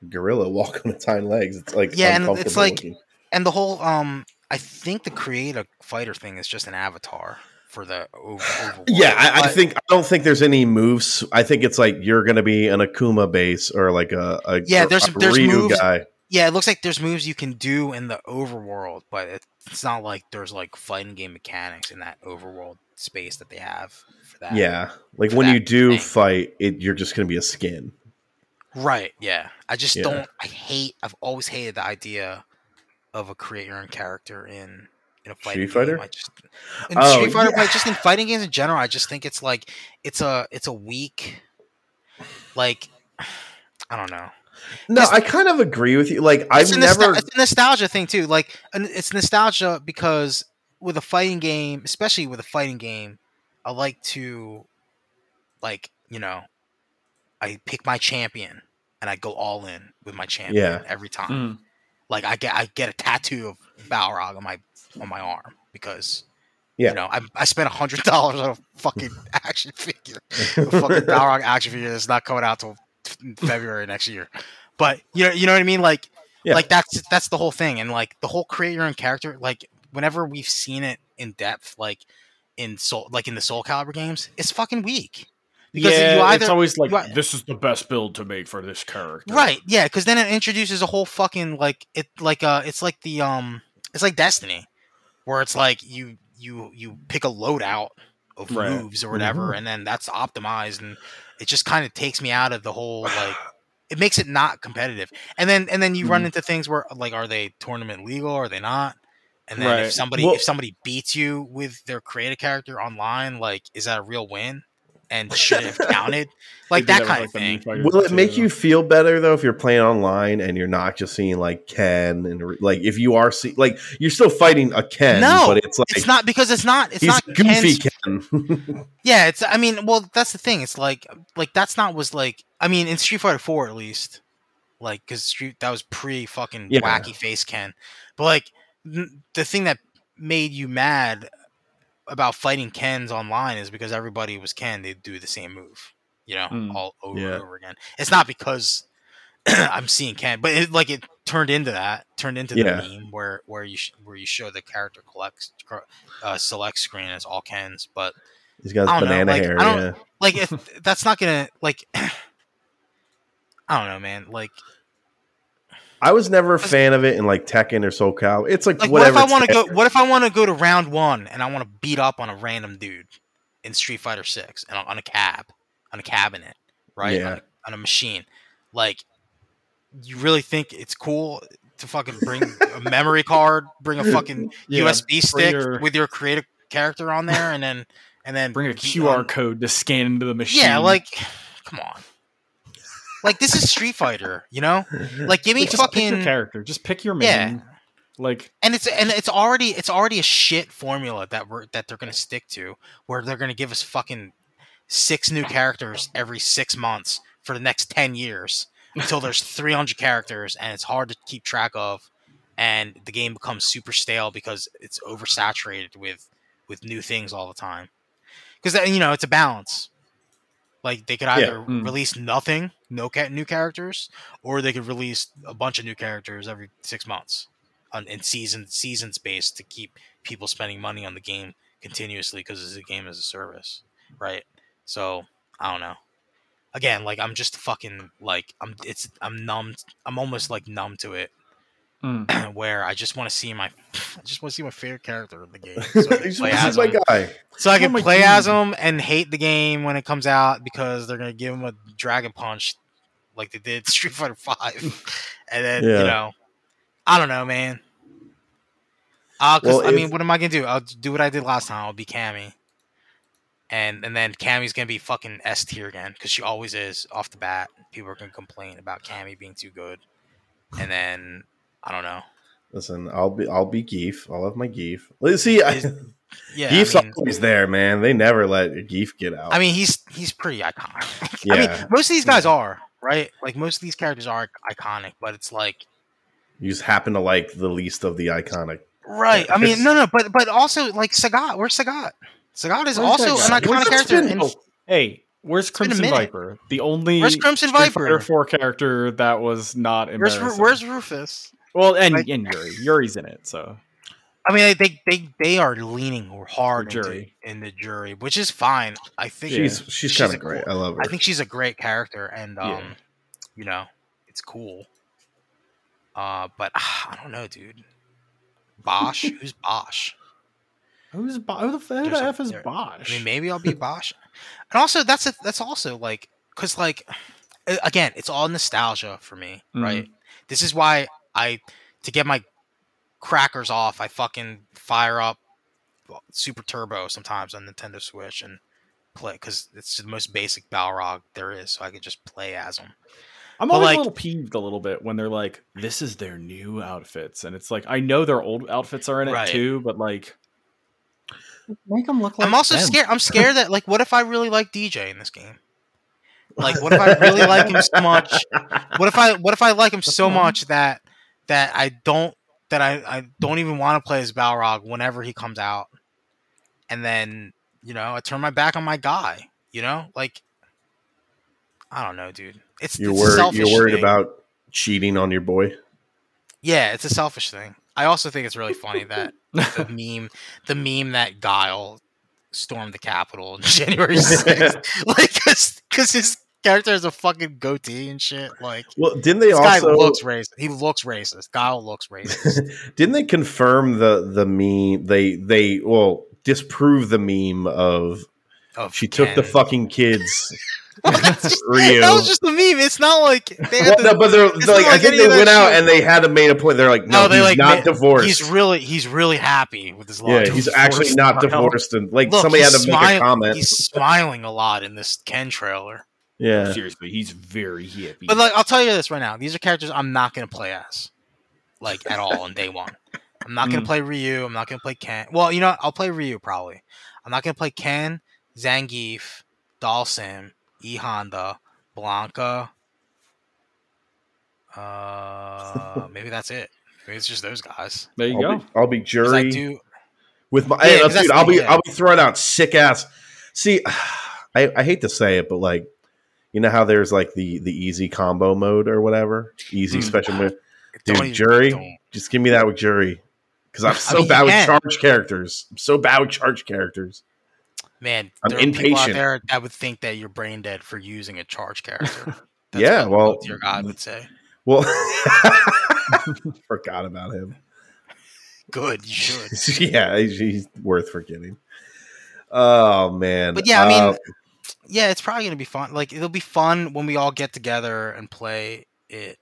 gorilla <laughs> walk on its hind legs. It's like Yeah, and it's uncomfortable like- looking. and the whole um, I think the create a fighter thing is just an avatar for the over. Overwatch. Yeah, I, I But- think I don't think there's any moves. I think it's like you're going to be an Akuma base or like a, a Yeah, there's- a there's Ryu moves- guy. yeah, it looks like there's moves you can do in the overworld, but it, it's not like there's like fighting game mechanics in that overworld space that they have for that. Yeah, like for when that you do thing. fight, it, you're just going to be a skin. Right. Yeah. I just Yeah. don't. I hate. I've always hated the idea of a create your own character in in a fighting Street Fighter? game. I just in Oh, Street Fighter, yeah. but just in fighting games in general, I just think it's like it's a it's a weak, like <sighs> I don't know. No, It's- I kind of agree with you. Like I've it's, a nostal- never. it's a nostalgia thing too. Like an- it's nostalgia because with a fighting game, especially with a fighting game, I like to, like you know, I pick my champion and I go all in with my champion Yeah. every time. Mm. Mm-hmm. Like I get I get a tattoo of Balrog on my on my arm because Yeah. you know I, I spent a hundred dollars on a fucking <laughs> action figure, a <laughs> <laughs> fucking Balrog action figure that's not coming out till February next year. But you know you know what I mean like Yeah. like that's that's the whole thing and like the whole create your own character like whenever we've seen it in depth like in soul like in the Soul Calibur games it's fucking weak because yeah, you it's either always like you ei- this is the best build to make for this character. Right, yeah, because then it introduces a whole fucking like it like uh it's like the um it's like Destiny, where it's like you you you pick a loadout of Right. moves or whatever, and then that's optimized, and it just kind of takes me out of the whole like <sighs> it makes it not competitive, and then and then you run into things where like are they tournament legal, are they not? And then Right. if somebody Well- if somebody beats you with their creative character online, like is that a real win? and should have counted, like that kind of thing. Will it make you feel better though if you're playing online and you're not just seeing like Ken and re- like if you are see- like you're still fighting a Ken, No, but it's like It's not because it's not. It's he's not goofy Ken's- Ken. <laughs> Yeah, it's. I mean, well, that's the thing. It's like, like that's not was like. I mean, in Street Fighter Four, at least, like, because Street that was pre fucking Yeah. wacky face Ken. But like, n- the thing that made you mad about fighting Kens online is because everybody was Ken. They do the same move, you know, Hmm. all over Mm, Yeah. and over again. It's not because <clears throat> I'm seeing Ken, but it, like it turned into that turned into the Yeah. meme where where you sh- where you show the character collects uh, select screen as all Kens, but he's got I his don't know, banana like, hair. I don't- yeah. <laughs> like if that's not gonna like <clears throat> I don't know, man. Like, I was never a fan of it in like Tekken or SoCal. It's like, like what if whatever. I want to Tekken- go? What if I want to go to round one and I want to beat up on a random dude in Street Fighter Six and on- on a cab, on a cabinet, right? Yeah. On, a, on a machine. Like, you really think it's cool to fucking bring a memory card, bring a fucking <laughs> Yeah, USB stick your- with your creative character on there, and then and then bring a beat QR on- code to scan into the machine? Yeah, like, <sighs> come on. Like this is Street Fighter, you know? <laughs> Like give me Like, just pick your fucking character. Just pick your Yeah. man. Like and it's and it's already it's already a shit formula that we're that they're gonna stick to where they're gonna give us fucking six new characters every six months for the next ten years until there's three hundred characters and it's hard to keep track of and the game becomes super stale because it's oversaturated with with new things all the time. Because you know it's a balance. Like they could Yeah. either Mm. release nothing, no ca- new characters, or they could release a bunch of new characters every six months, on in season seasons based to keep people spending money on the game continuously because it's a game as a service, right? So I don't know. Again, like I'm just fucking like I'm it's I'm numb. I'm almost like numb to it, <clears throat> mm. where I just want to see my I just want to see my favorite character in the game. <laughs> So I can He's play like, as this is my him. guy. So I Oh can my play as God. him and hate the game when it comes out because they're gonna give him a dragon punch like they did <laughs> Street <laughs> Fighter Five, and then Yeah. you know, I don't know, man. Uh, 'cause, Well, I mean, if- what am I gonna do? I'll do what I did last time. I'll be Cammy, and and then Cammy's gonna be fucking S tier again because she always is off the bat. People are gonna complain about Cammy being too good, and then I don't know. Listen, I'll be I'll be Geef. I'll have my Geef. Let's see. I, <laughs> Is- Yeah, I Geef's mean- always there, man. They never let Geef get out. I mean, he's he's pretty iconic. I Yeah. mean, most of these guys are right. Like most of these characters are iconic, but it's like you just happen to like the least of the iconic. right. I It's- mean, no, no, but but also like Sagat. Where's Sagat? Sagat is Where's also that guy? an iconic Where's character. Crimson- And oh, hey, where's been a Crimson minute. Viper? The only where's Crimson Street Fighter Viper? Four character that was not Where's embarrassing. Ru- where's Rufus? well, and, like- and Yuri, Yuri's in it, so I mean, they they they are leaning hard Or into, Jury. in the jury, which is fine. I think She's she's, She's kind a of great. cool- I love her. I think she's a great character, and Yeah. um, you know, it's cool. Uh, but <sighs> ah, I don't know, dude. <laughs> Bosch, who's Bosch? who's Bo- who the, f- who There's the a- f is there- Bosch? I mean, maybe I'll be Bosch. and also, that's a, that's also like because like a- again, it's all nostalgia for me, Mm-hmm. Mhm. right? This is why I to get my crackers off, I fucking fire up Super Turbo sometimes on Nintendo Switch and play because it's the most basic Balrog there is, so I could just play as him. I'm But, always like- a little peeved a little bit when they're like, "This is their new outfits," and it's like, I know their old outfits are in it Right. too, but like, make them look like. I'm also them. scared. I'm scared that like, what if I really like DJ in this game? Like, what if I really like him so much? What if I what if I like him so fine. much that that I don't that I I don't even want to play as Balrog whenever he comes out, and then you know I turn my back on my guy. You know, like I don't know, dude. It's you're it's a worried. selfish You're worried thing. about cheating on your boy. Yeah, it's a selfish thing. I also think it's really funny that <laughs> <laughs> the meme, the meme that Guile stormed the Capitol <laughs> on <laughs> January 6th. <laughs> like, cause, 'cause his character has a fucking goatee and shit. Like, Well, didn't they this guy also looks racist. He looks racist. Guile <laughs> looks racist. Didn't they confirm the the meme? They they well disprove the meme of Of Oh, she took the <laughs> Ken. fucking kids That's just- Ryu. That was just a meme. It's not like they Well, had to- no, but they're, it's they're like, not I like think any they of that went out shit. and they had to made a point. They're like, no, No, they, he's like, not ma- divorced. he's really he's really happy with his yeah, life. he's actually divorced not now. divorced, and like Look, somebody had he's to make a smiling- comment. He's smiling a lot in this Ken trailer. yeah, Seriously, he's very hippie. But like, I'll tell you this right now: these are characters I'm not going to play as, like at all on day one. I'm not going to Mm. play Ryu. I'm not going to play Ken. Well, you know, I'll play Ryu probably. I'm not going to play Ken, Zangief, Dalsim, E Honda, Blanca. Uh, maybe that's it. Maybe it's just those guys. there you I'll go. be, I'll be 'Cause I jury do. with my Yeah, and, uh, 'cause that's dude. the I'll be thing, yeah. I'll be throwing out sick ass. See, <sighs> I, I hate to say it, but like, you know how there's like the the easy combo mode or whatever, easy Mm. special move. Dude, don't even- jury? don't. Just give me that with jury, because I'm so mean, you bad with can. charge characters. I'm so bad with charge characters. Man, I'm there are people out impatient. there that would think that you're brain dead for using a <laughs> charge character. Yeah, what well, your god would say, <laughs> Well, <laughs> forgot about him. good, you <laughs> should. yeah, he's, he's worth forgetting. Oh man, But yeah, I mean, Uh, yeah, it's probably gonna be fun. Like it'll be fun when we all get together and play it.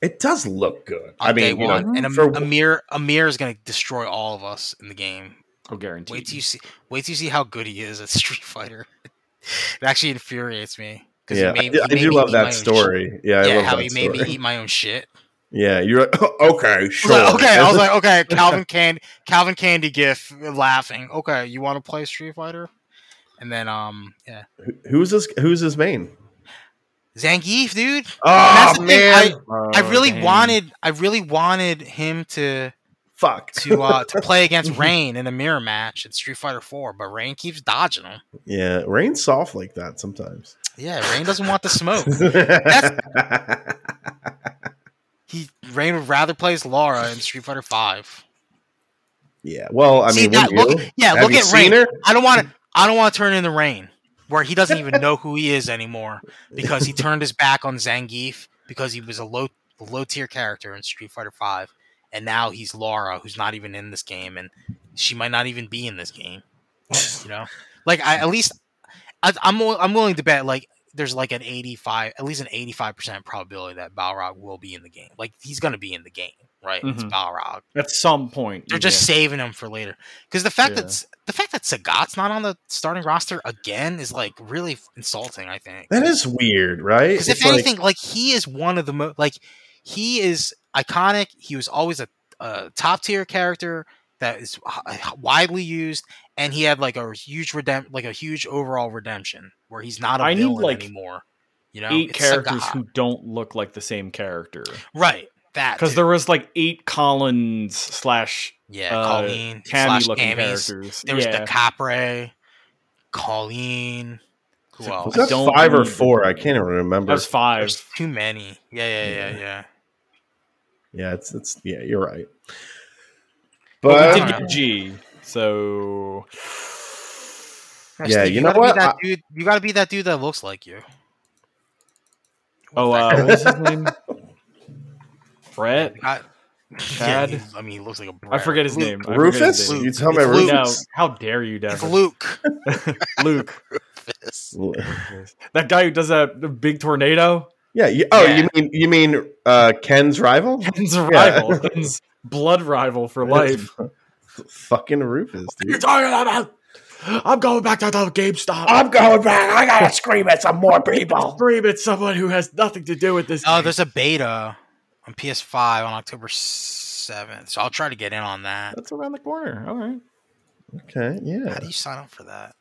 it does look good. On I mean, day you one, know, and Am- for- Amir Amir is gonna destroy all of us in the game. I'll guarantee. Wait till you you. see. Wait till you see how good he is at <laughs> Street Fighter. it actually infuriates me. 'cause he yeah, made- I do, he I made do me love eat my that own shit. story. Yeah, I yeah, love how that he made story. me eat my own shit. <laughs> Yeah, you're like, <laughs> okay, I sure. was like, okay, I was like, <laughs> okay, Calvin Candy, Calvin Candy gif laughing. Okay, you want to play Street Fighter? And then, um, yeah, who's this? Who's his main? Zangief, dude. Oh the thing, man, I Oh, really wanted, I really wanted him to fuck. to uh to <laughs> play against Rain in a mirror match in Street Fighter Four, but Rain keeps dodging him. <laughs> yeah, rain's soft like that sometimes. <laughs> Yeah, Rain doesn't want the smoke. <laughs> He Rain would rather plays Lara in Street Fighter Five. <laughs> yeah. Well, I See, mean, that- wouldn't look- you? yeah, Have look you at seen Rain. her? I don't want to. I don't want to turn into Rain, where he doesn't even know who he is anymore because he turned his back on Zangief because he was a low low tier character in Street Fighter Five, and now he's Lara, who's not even in this game, and she might not even be in this game. You know, like I at least I, I'm wi- I'm willing to bet like there's like an 85 at least an 85 percent probability that Balrog will be in the game. Like he's gonna be in the game, right? It's Mhm. Balrog. At some point, They're just saving him for later. Because the fact Yeah. that the fact that Sagat's not on the starting roster again is like really f- insulting. I think That is weird, right? because if It's like- anything, like he is one of the most like he is iconic. He was always a, a top tier character that is h- widely used, and he had like a huge redemp like a huge overall redemption where he's not a I need, villain like, anymore. You know, Eight It's characters Sagat. who don't look like the same character. right that because too. there was like eight Collins slash yeah uh, Colleen Cammy slash looking Cammy's. characters. There was yeah. the Capre, Colleen. Who So- else? was I that don't five or believe it. four? I can't even that remember. was five. There's too many. Yeah, yeah, yeah, yeah. yeah, it's it's yeah, you're right. But we But did get G. So Yeah, Steve, you know gotta be what? That I- dude, you got to be that dude that looks like you. oh, uh, what was his name? Brett. I, uh, Chad? <laughs> Yeah, he- I mean, he looks like a. I brat. forget his Luke. name. I forget his Rufus, name. you tell me It's Luke. No, Rufus. how dare you, It's Devin? Luke. Luke, Rufus. that guy who does that big tornado, Yeah. You, oh, Yeah. you mean you mean uh, Ken's rival? Ken's rival, Ken's blood rival for life. Fucking Rufus, dude. talking about? I'm going back to the GameStop. going back. I gotta scream at some more people. scream at someone who has nothing to do with this. Oh, there's a beta on PS5 on October seventh, so I'll try to get in on that. that's around the corner. All right, Okay. How Yeah. do you sign up for that?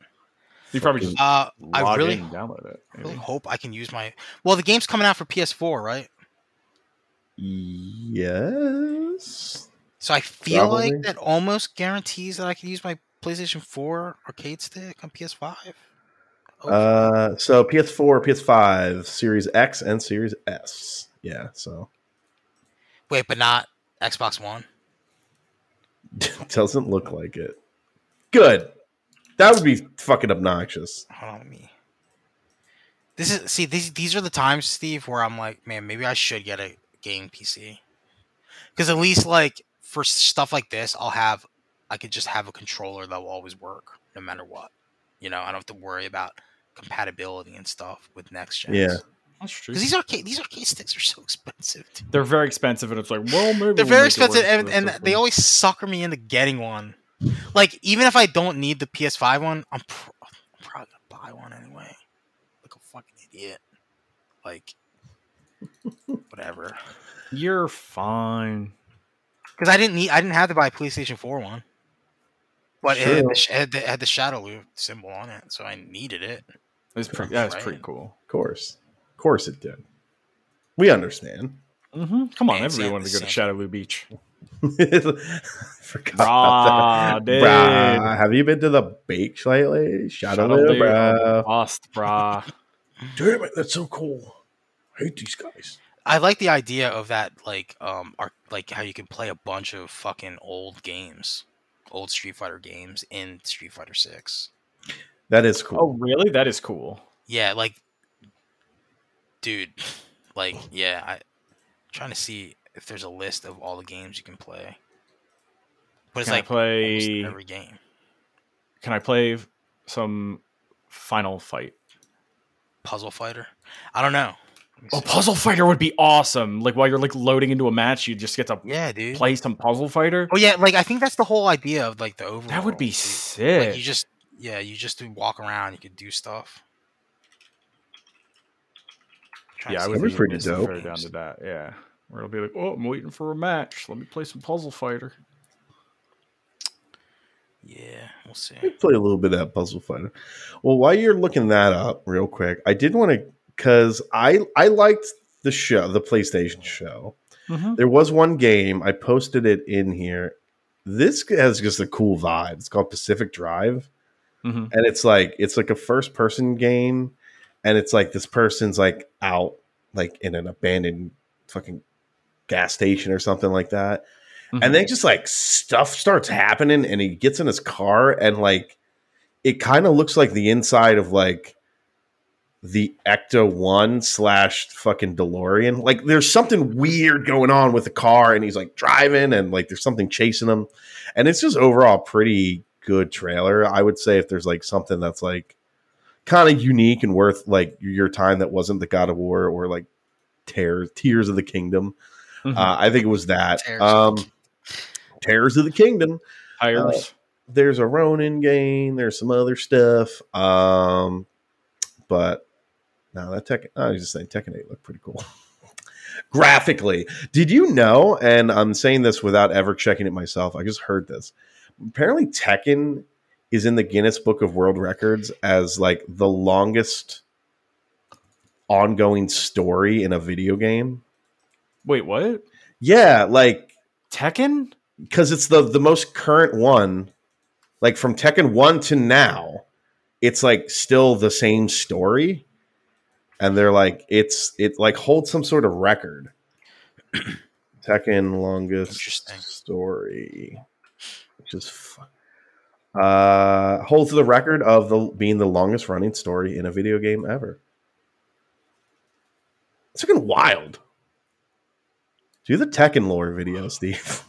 you probably just Uh, I I log really, Oh, in and download it. really maybe. hope I can use my. Well, the game's coming out for PS4, right? Yes. So I feel Probably. like that almost guarantees that I can use my PlayStation 4 arcade stick on PS5. Oh, Uh, so PS4, PS5, Series X, and Series S. Yeah. So <laughs> wait, but not Xbox One. doesn't look like it. Good. That would be fucking obnoxious. Hold on, let me. This is see these these are the times, Steve, where I'm like, man, maybe I should get a game PC. Because at least like for stuff like this, I'll have I could just have a controller that will always work no matter what. You know, I don't have to worry about compatibility and stuff with next gen. Yeah. That's true. Because these arcade these arcade sticks are so <laughs> expensive. dude. They're very expensive, and it's like, well, maybe They're we'll very make it work expensive, and, for and this they one. always sucker me into getting one. Like even if I don't need the PS5 one, I'm, pro- I'm probably gonna buy one anyway. Like a fucking idiot. Like whatever. You're fine. Because I didn't need I didn't have to buy a PlayStation 4 one. But it, had Sure. the, sh- it had the, it had the Shadow Loop symbol on it, so I needed it. It's pretty. That's Right. pretty cool. Of course. Of course it did. We understand. <laughs> hmm Come on, Man, Sam everyone wanted is to go to Sam. Shadowloo Beach. Forgot Brah, about that. dude. Brah. Have you been to the beach lately? Shout out, Shadowloo, bro. Bust, <laughs> brah. Damn it, that's so cool. I hate these guys. I like the idea of that, like, um, arc, like how you can play a bunch of fucking old games, old Street Fighter games in Street Fighter Six. That is Oh, cool. really? That is cool. Yeah, like, dude, like, yeah, I trying to see if there's a list of all the games you can play, but it's Can I like almost play? every game. Can I play some Final Fight? Puzzle Fighter. I don't know. Let me Oh, see. Puzzle Fighter would be awesome. Like while you're like loading into a match, you just get to yeah, dude. play some Puzzle Fighter. Oh yeah, like I think that's the whole idea of like the overworld. That would be dude. sick. Like you just yeah, you just do walk around, you could do stuff. Trying to yeah, I see would That'd if be be there's a pretty pretty dope. Very list of down games. to that. Yeah, where it'll be like, oh, I'm waiting for a match. Let me play some Puzzle Fighter. Yeah, we'll see. Let me play a little bit of that puzzle fighter. Well, while you're looking that up real quick, I did want to because I I liked the show, the PlayStation show. Mm-hmm. There was one game I posted it in here. This has just a cool vibe. It's called Pacific Drive, Mhm. and it's like it's like a first person game, and it's like this person's like out like in an abandoned fucking gas station or something like that, Mm-hmm. and then just like stuff starts happening, and he gets in his car, and like it kind of looks like the inside of like the Ecto One slash fucking DeLorean. Like there's something weird going on with the car, and he's like driving, and like there's something chasing him, and it's just overall pretty good trailer. I would say if there's like something that's like kind of unique and worth like your time that wasn't the God of War or like Tears Tears of the Kingdom. Mhm. Uh, I think it was that. Tears of Um, the Tears of the Kingdom. uh, Tires. There's a Ronin game. There's some other stuff. Um, but no, that Tekken. I was just saying Tekken Eight looked pretty cool. <laughs> Graphically, did you know? And I'm saying this without ever checking it myself. I just heard this. Apparently, Tekken is in the Guinness Book of World Records as like the longest ongoing story in a video game. Wait, what? Yeah, like Tekken? because it's the the most current one like from tekken 1 to now it's like still the same story and they're like it's it like holds some sort of record <clears throat> tekken longest Interesting. story which is fun. uh holds the record of the being the longest running story in a video game ever it's fucking wild do the tekken lore video steve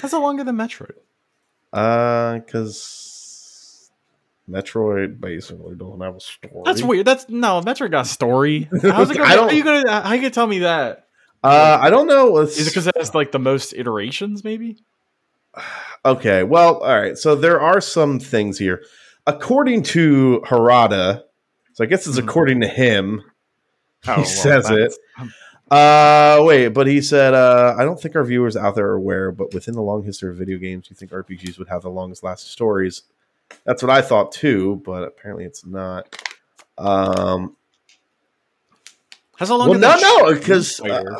That's a longer than Metroid. Uh, because Metroid basically doesn't have a story. That's weird. That's no Metroid got <laughs> a story. How's it gonna, I don't- how are you gonna how you gonna tell me that? Uh, I don't know. It's, Is it because that's like the most iterations? Maybe. okay, well, all right. So there are some things here, according to Harada. So I guess it's Hmm. according to him. <laughs> Oh, says that's- um, Uh, wait, but he said, uh, I don't think our viewers out there are aware, but within the long history of video games, you think RPGs would have the longest lasting stories. That's what I thought too, but apparently it's not. Um, How's it longer? Well, no, than no, uh, Street because Fighter?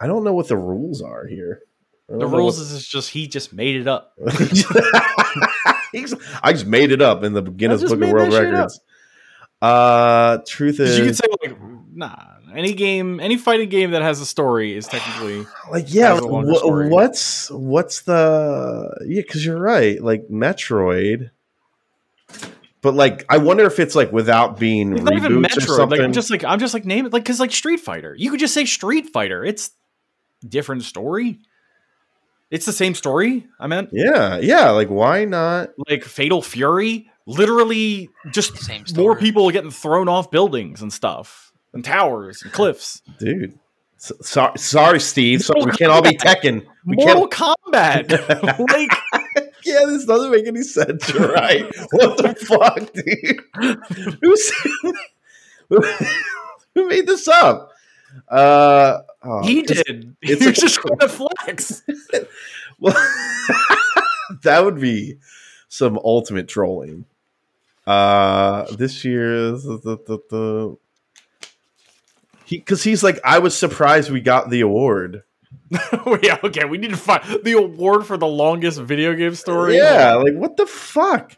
I don't know what the rules are here. I the don't know rules is it's just he just made it up. what- <laughs> He's- I just made it up in the Guinness just Book of made World that shit Records. Uh, truth 'Cause is, You could say like, nah, any game, any fighting game that has a story is <sighs> technically like, yeah, has a longer wh- story. what's what's the yeah? Because you're right, like Metroid. But like, I wonder if it's like without being It's not even reboots or Metroid. something. Like I'm just like I'm just like name it like because like Street Fighter. You could just say Street Fighter. It's different story. It's the same story. I meant yeah, yeah. Like, why not? like Fatal Fury. literally just Same story. more people getting thrown off buildings and stuff and towers and cliffs. dude. So, sorry, sorry, Steve. So we can't all <laughs> be Tekken. We Mortal can't. <laughs> Kombat. <laughs> like Yeah, this doesn't make any sense. You're <laughs> right. What the fuck, dude? Who's, who made this up? Uh, oh, he it's- <laughs> did. it's He a- was just trying to flex. <laughs> Well, <laughs> that would be some ultimate trolling. Uh, this year, the, the, the, the- he because he's like, I was surprised we got the award. Oh, yeah, okay. We need to find the award for the longest video game story. Yeah, like what the fuck?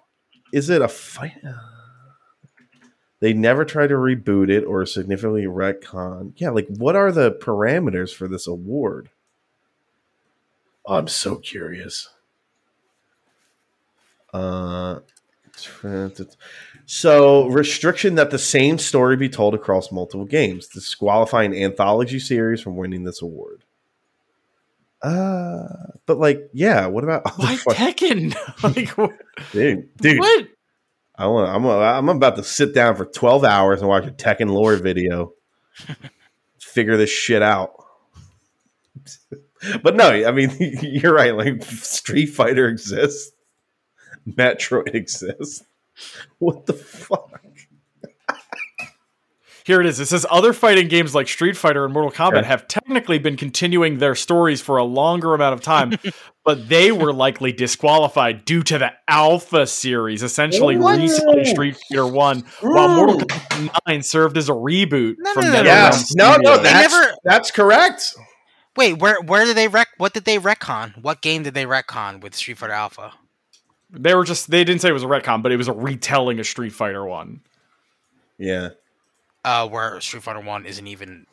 Is it a fight? <sighs> They never try to reboot it or significantly retcon. Yeah, like what are the parameters for this award? Oh, I'm so curious. Uh, so restriction that the same story be told across multiple games, disqualifying anthology series from winning this award. Uh, but like, yeah. What about Why Tekken? <laughs> like what? dude, dude, what? I want. I'm. I'm about to sit down for 12 hours and watch a Tekken lore video. Figure this shit out. <laughs> But no, I mean, <laughs> you're right. Like Street Fighter exists, Metroid exists. <laughs> What the fuck? Here it is. It says other fighting games like Street Fighter and Mortal Kombat Okay. have technically been continuing their stories for a longer amount of time, but they were likely disqualified due to the Alpha series, essentially What? reselling Street Fighter 1, while Mortal Kombat 9 served as a reboot No, from no, no, NetherRealm no, Yes. No. No. Studios. that- That's never- that's correct. Wait, where where did they rec? What did they retcon? What game did they retcon with Street Fighter Alpha? they were just they didn't say it was a retcon, but it was a retelling of Street Fighter 1. Yeah. Uh, where Street Fighter One isn't even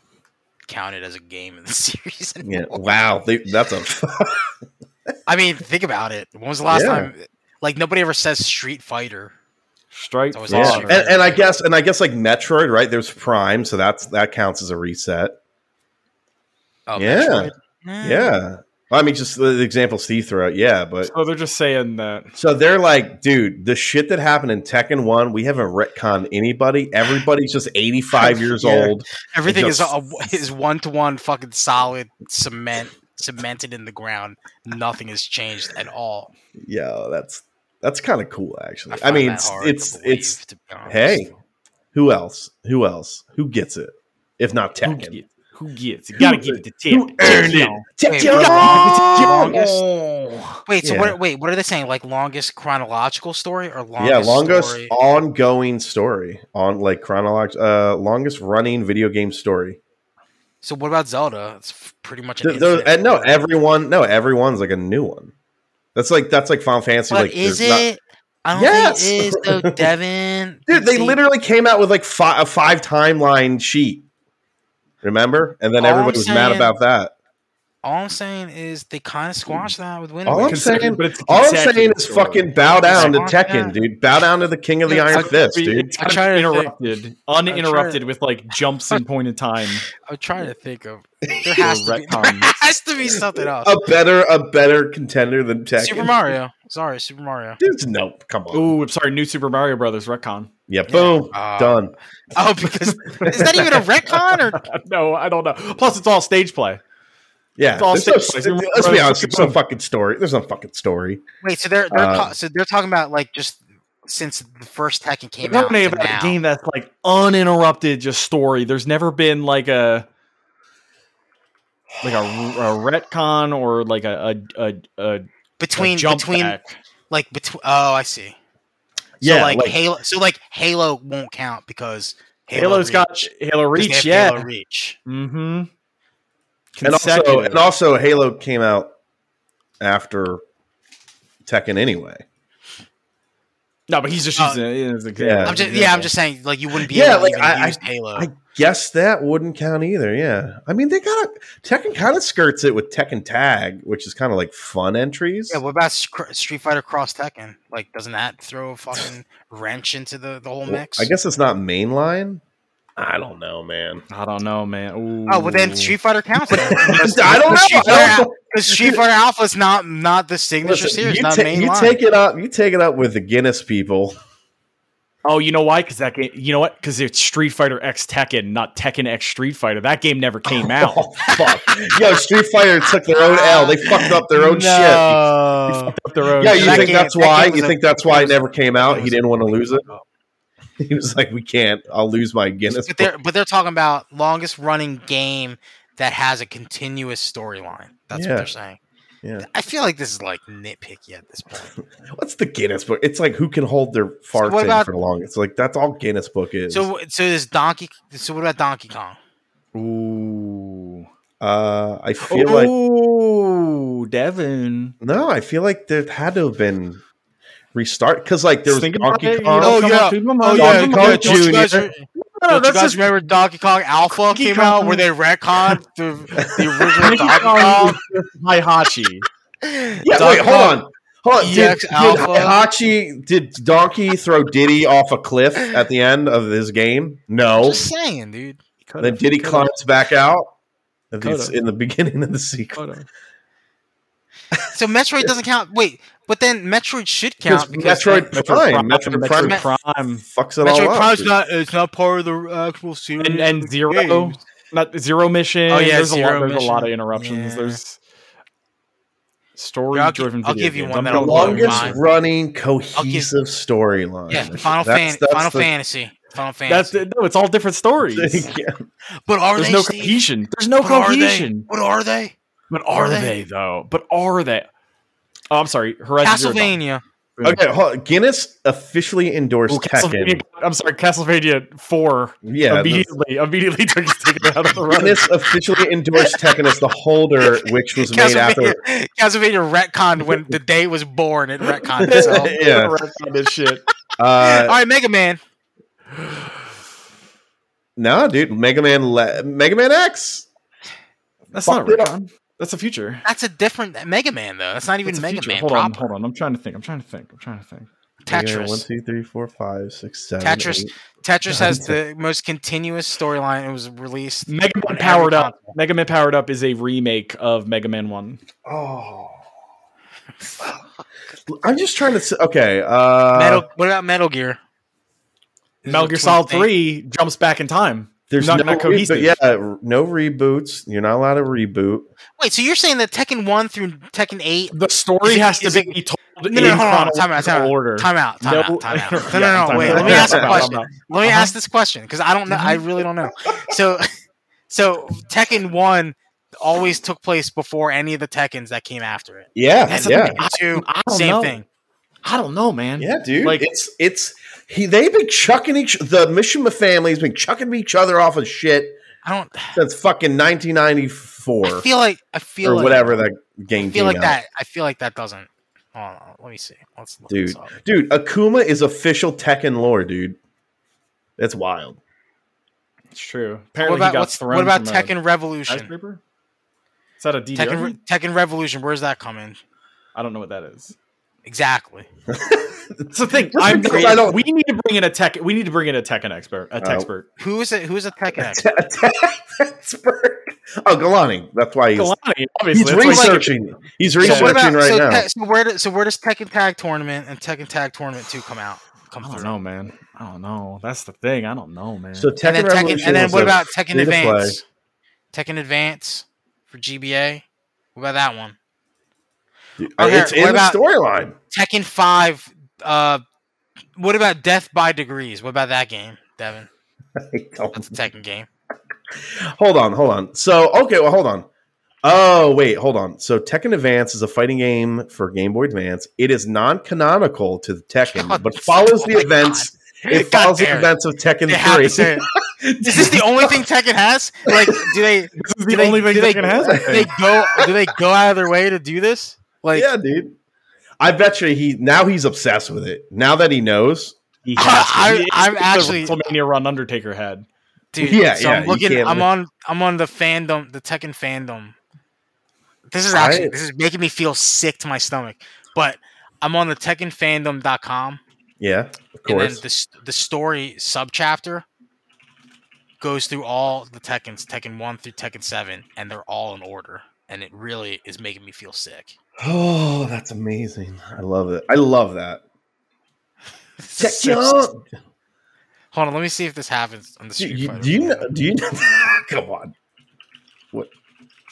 counted as a game in the <laughs> series. Yeah. anymore. Wow. They, that's a. I mean, think about it. When was the last Yeah. time? Like nobody ever says Street Fighter. Strike. That was Yeah. awesome. Fighter. And, and I guess and I guess like Metroid, right? There's Prime, so that's that counts as a reset. Oh, Yeah. Metroid. Eh. Yeah. I mean, just the example Steve threw out. Yeah, but So they're just saying that so they're like, dude, the shit that happened in Tekken One, we haven't retconned anybody. Everybody's just eighty five <laughs> years Yeah. old. Everything is Just- a, is one to one fucking solid cement cemented in the ground. Nothing has changed at all. Yeah, that's that's kind of cool, actually. I, find mean, that it's hard to it's believe, it's to be honest. hey, who else? Who else? Who gets it? If not who Tekken, gets, who gets? You gotta give it to Tim. who earned it? Wait, Tekken! what- longest- Oh! Wait, so Yeah. what? Wait, what are they saying? Like longest chronological story or longest? yeah, longest story? ongoing story on like chronolog uh, longest running video game story. So what about Zelda? It's uh, f- pretty much an Th- there- infinite and no, world. everyone, no, everyone's like a new one. That's like that's like Final Fantasy. But like is there's not- it? I don't Yes! think it is <laughs> though, Devin. Dude, they See, literally came out with like fi- a five timeline sheet. Remember? And then All I'm everybody was mad saying- about that. All I'm saying is they kind of squashed that with Wind All I'm Waker. saying- but it's All I'm consecutive saying is story. fucking bow down to Fuck Tekken, that. dude. Bow down to the king of the Yeah, iron fuck fist, It's dude. kind of trying to think. interrupted, uninterrupted with like jumps in point in <laughs> time. I'm trying to think <laughs> of. There has, to be, there retcons. has to <laughs> be something else. A better, a better contender than Tekken. Super Mario. Sorry, Super Mario. There's no. Come on. Ooh, I'm sorry, New Super Mario Brothers retcon. <laughs> Yeah. Boom. Uh, Done. <laughs> Oh, because <laughs> is that even a retcon or no, I don't know. Plus, it's all stage play. Yeah. it's all there's no- six plays. let's be honest. There's no fucking story. There's no fucking story. wait? So they're they're Uh, ta- so they're talking about like just since the first Tekken They're came out talking to about now. a game that's like uninterrupted, just story. There's never been like a like a, a retcon or like a a, a, a, a between jump between back. like between. Oh, I see. So Yeah. like, like- Halo. So like Halo won't count because Halo's Reach- got Halo 'cause they Reach, have yeah. Halo Reach. Mm-hmm. and also, and also Halo came out after Tekken anyway. no, but he's just Uh, using it as an example. I'm just yeah. I'm just saying like you wouldn't be Yeah, able to like, even I- use Halo. I guess that wouldn't count either. Yeah, I mean they got Tekken kind of skirts it with Tekken Tag, which is kind of like fun entries. yeah, what about Sc- Street Fighter Cross Tekken? Like, doesn't that throw a fucking wrench into the, the whole Well, mix? I guess it's not mainline. I don't know, man. I don't know, man. Ooh. Oh well, then Street Fighter <laughs> counts. I don't know. Street I <laughs> Fighter, don't- because Street Fighter Alpha is not not the signature Listen, series, you, not ta- main you line. take it up. You take it up with the Guinness people. Oh, you know why? Because that game, you know what? Because it's Street Fighter X Tekken, not Tekken X Street Fighter. That game <laughs> never came out. Oh fuck! Yo, Street Fighter took their own L. They fucked up <laughs> their own shit. Fucked up their own Yeah, Oh, shit. you That think game- that's that why? game was You a- think that's why it it was- never came out? it He was didn't want to lose it. But <laughs> He was like, "We can't. I'll lose my Guinness." they're but they're talking about longest running game that has a continuous storyline. That's Yeah. what they're saying. Yeah. I feel like this is like nitpicky at this point. What's the Guinness book? It's like who can hold their fart what in about- for long. It's like that's all Guinness book is. So so is Donkey so what about Donkey Kong? Ooh. uh, Oh. I feel like Ooh, Devin. no, I feel like there had to have been restart because like there was Thinking Donkey about it, you Kong. know, Oh, come yeah. up to my Oh, mind. yeah, Donkey Kong Kong Don't you guys, Jr. re- No, don't you that's guys just- remember Donkey Kong Alpha Donkey came Kong. out where they retconned the, <laughs> the original Donkey Donkey Kong Kong? versus Hihachi. Yeah, Donkey wait, hold Kong- on. Hold on. Did, E did EX Alpha. Hachi did Donkey throw Diddy off a cliff at the end of his game? No. Just saying, dude. Then Diddy climbs back out of the- Could've. in the beginning of the sequel. So Metroid doesn't count. Wait, but then Metroid should Because count because Metroid, Metroid Prime, Prime, Metroid Prime, Metroid Prime, fucks it all Metroid up. Prime's not it's not part of the uh, actual series. and and of zero, games. not zero mission. Oh, yeah, there's a lot. Zero There's a lot of Mission. interruptions. Yeah. There's I'll gi- story-driven. I'll video give you games. one I'm that'll the going blow with your longest mind. running cohesive storyline. Yeah, Final Fan, <laughs> Final Fantasy, Final That's Fantasy. it. no, it's all different stories. but are There's they? no Steve? cohesion. There's no But are they? cohesion. What are they? But are Are they? they? though? But are they? Oh, I'm sorry. Horizon Zero Dawn. Castlevania. Okay, hold on. Guinness officially endorsed Ooh, Tekken. Castlevania. I'm sorry, Castlevania Four. Yeah, <laughs> this- immediately, immediately <laughs> took his ticket out of the <laughs> running. Guinness officially endorsed Tekken as the holder, which was made Castlevania, <laughs> after. Castlevania retconned when the day was born. It retconned itself. <laughs> Yeah. this shit. All Uh, right, Mega Man. no, dude, Mega Man, Le- Mega Man X. That's Fucked not it up. Recon. That's the future. That's a different Mega Man though. That's not even That's the Mega future. Man. Hold on, proper. hold on. I'm trying to think. I'm trying to think. I'm trying to think. Yeah, one, Tetris. two, three, four, five, six, seven, Tetris. eight. Tetris God, has the most continuous storyline. It was released. Mega Man on every Powered Up. console. Mega Man Powered Up is a remake of Mega Man One. Oh. I'm just trying to. s okay. Uh, Metal. What about Metal Gear? Is Metal it Gear between Solid thing- Three jumps back in time. There's not- no not rebo- cohesive. yeah, r- no reboots. You're not allowed to reboot. Wait, so you're saying that Tekken One through Tekken Eight? The story Is it- has to is be it- told No, no, in hold on. Time out. chronological Time out. ororder. Time out. Time No- <laughs> out. Time out. No, Yeah, no, no. time Wait. out. Let me ask a Time out, question. time out. Let me Uh-huh. ask this question because I don't know. Mm-hmm. I really don't know. So, <laughs> so Tekken One always took place before any of the Tekkens that came after it. Yeah, And Uh, yeah, Tekken Two, I don't same know. thing. I don't know, man. yeah, dude. Like- it's it's he. They've been chucking each the Mishima family's been chucking each other off of shit I don't. since fucking 1994 I feel like I feel or like, whatever that game I feel came like out. that. I feel like that doesn't. Hold on. Let me see. Let's look Dude. this up. Dude, Akuma is official Tekken lore, dude. That's <laughs> wild. It's true. What Apparently, he about got what's, thrown what about from a Tekken Revolution? skyscraper? Is that a DDR? Tekken Re- Tekken Revolution. Where's that coming? I don't know what that is. Exactly. That's the thing. Just I'm because I don't- we need to bring in a tech. We need to bring in a Tekken expert. A tech Oh. expert. Who is it? Who is a Tekken? expert? <laughs> Pittsburgh. Oh, Galani. That's why he's Kalani, obviously. he's That's why he- researching. He's So researching what about right so, now. Te- so where do, so where does Tekken Tag Tournament and Tekken Tag Tournament Two come out? Come I don't through. know, man. I don't know. That's the thing. I don't know, man. so Tekken And then Tekken, Revolution and then was what a about Tekken free-to-play. Advance? Tekken Advance for GBA. What about that one? Uh, it's What in the about- <laughs> storyline. Tekken Five. Uh, what about Death by Degrees? What about that game, Devin? I don't- That's a Tekken game. Hold on, hold on. So okay, well, hold on. Oh wait, hold on. So Tekken Advance is a fighting game for Game Boy Advance. It is non-canonical to the Tekken, God, but follows the oh my <laughs> events. It God follows the damn it. events of Tekken They have to Three. <laughs> say it. Is this the only thing Tekken has? Like, do they? this is do the they- only thing do they- Tekken has. I Do they think. go? Do they go out of their way to do this? Like, yeah, dude. I bet you he now he's obsessed with it. Now that he knows, <laughs> He has to. I- He- I'm the actually- WrestleMania run Undertaker had. dude. Yeah, Yeah, so yeah, I'm you looking. can't- I'm on. I'm on the fandom, the Tekken fandom. This is I- actually this is making me feel sick to my stomach. But I'm on the TekkenFandom.com, yeah, of and then course. the s- the story subchapter goes through all the Tekkens, Tekken one through Tekken seven, and they're all in order. And it really is making me feel sick. <laughs> oh, that's amazing! I love it. I love that. This is so- Tekken. Hold on, let me see if this happens on the Do Street you, Fighter. do you know? <laughs> Do you know? <laughs> Come on. What?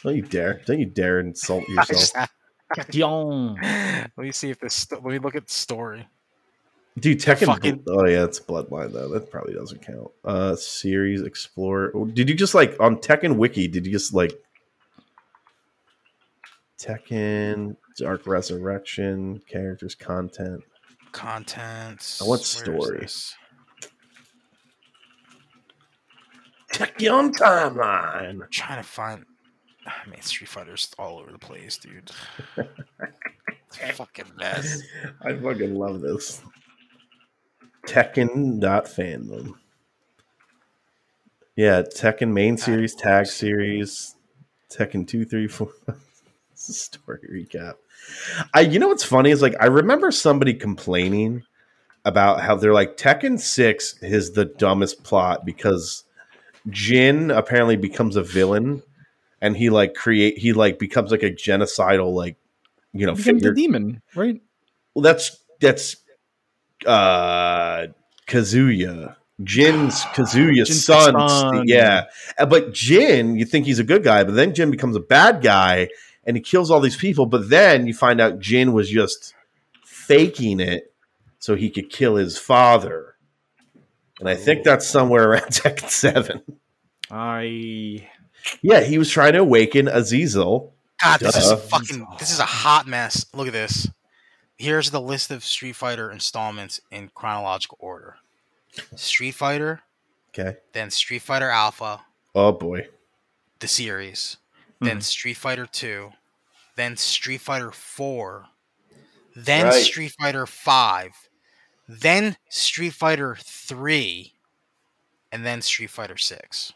Don't you dare! Don't you dare insult I yourself, just have- Yon. let me see if this. St- let me look at the story. dude. Tekken. fucking- Oh yeah, it's Bloodline though. That probably doesn't count. Uh, series Explorer. Oh, Did you just like on Tekken Wiki? Did you just like Tekken Dark Resurrection characters content? Contents. I want where is story. this? Tekken timeline. I'm trying to find. Ah, man, Street Fighter's all over the place, dude. It's a fucking mess. <laughs> I fucking love this. Tekken dot fandom. Yeah, Tekken main series, tag series, Tekken two, three, four. <laughs> It's a Story recap. I you know what's funny is like I remember somebody complaining about how they're like Tekken six is the dumbest plot because Jin apparently becomes a villain and he like create he like becomes like a genocidal like you know Becomes figure a demon, right? well, that's that's uh Kazuya. Jin's Kazuya's Jin's son. son. Yeah. Uh, But Jin, you think he's a good guy, but then Jin becomes a bad guy and he kills all these people, but then you find out Jin was just faking it so he could kill his father. And I think that's somewhere around <laughs> Tekken 7. I Yeah, he was trying to awaken Azizel. God, this Duh. is fucking. This is a hot mess. Look at this. Here's the list of Street Fighter installments in chronological order. Street Fighter, Okay. then Street Fighter Alpha, Oh boy. the series, Hmm. then Street Fighter 2, then Street Fighter 4, then Right. Street Fighter 5, then Street Fighter 3, and then Street Fighter 6.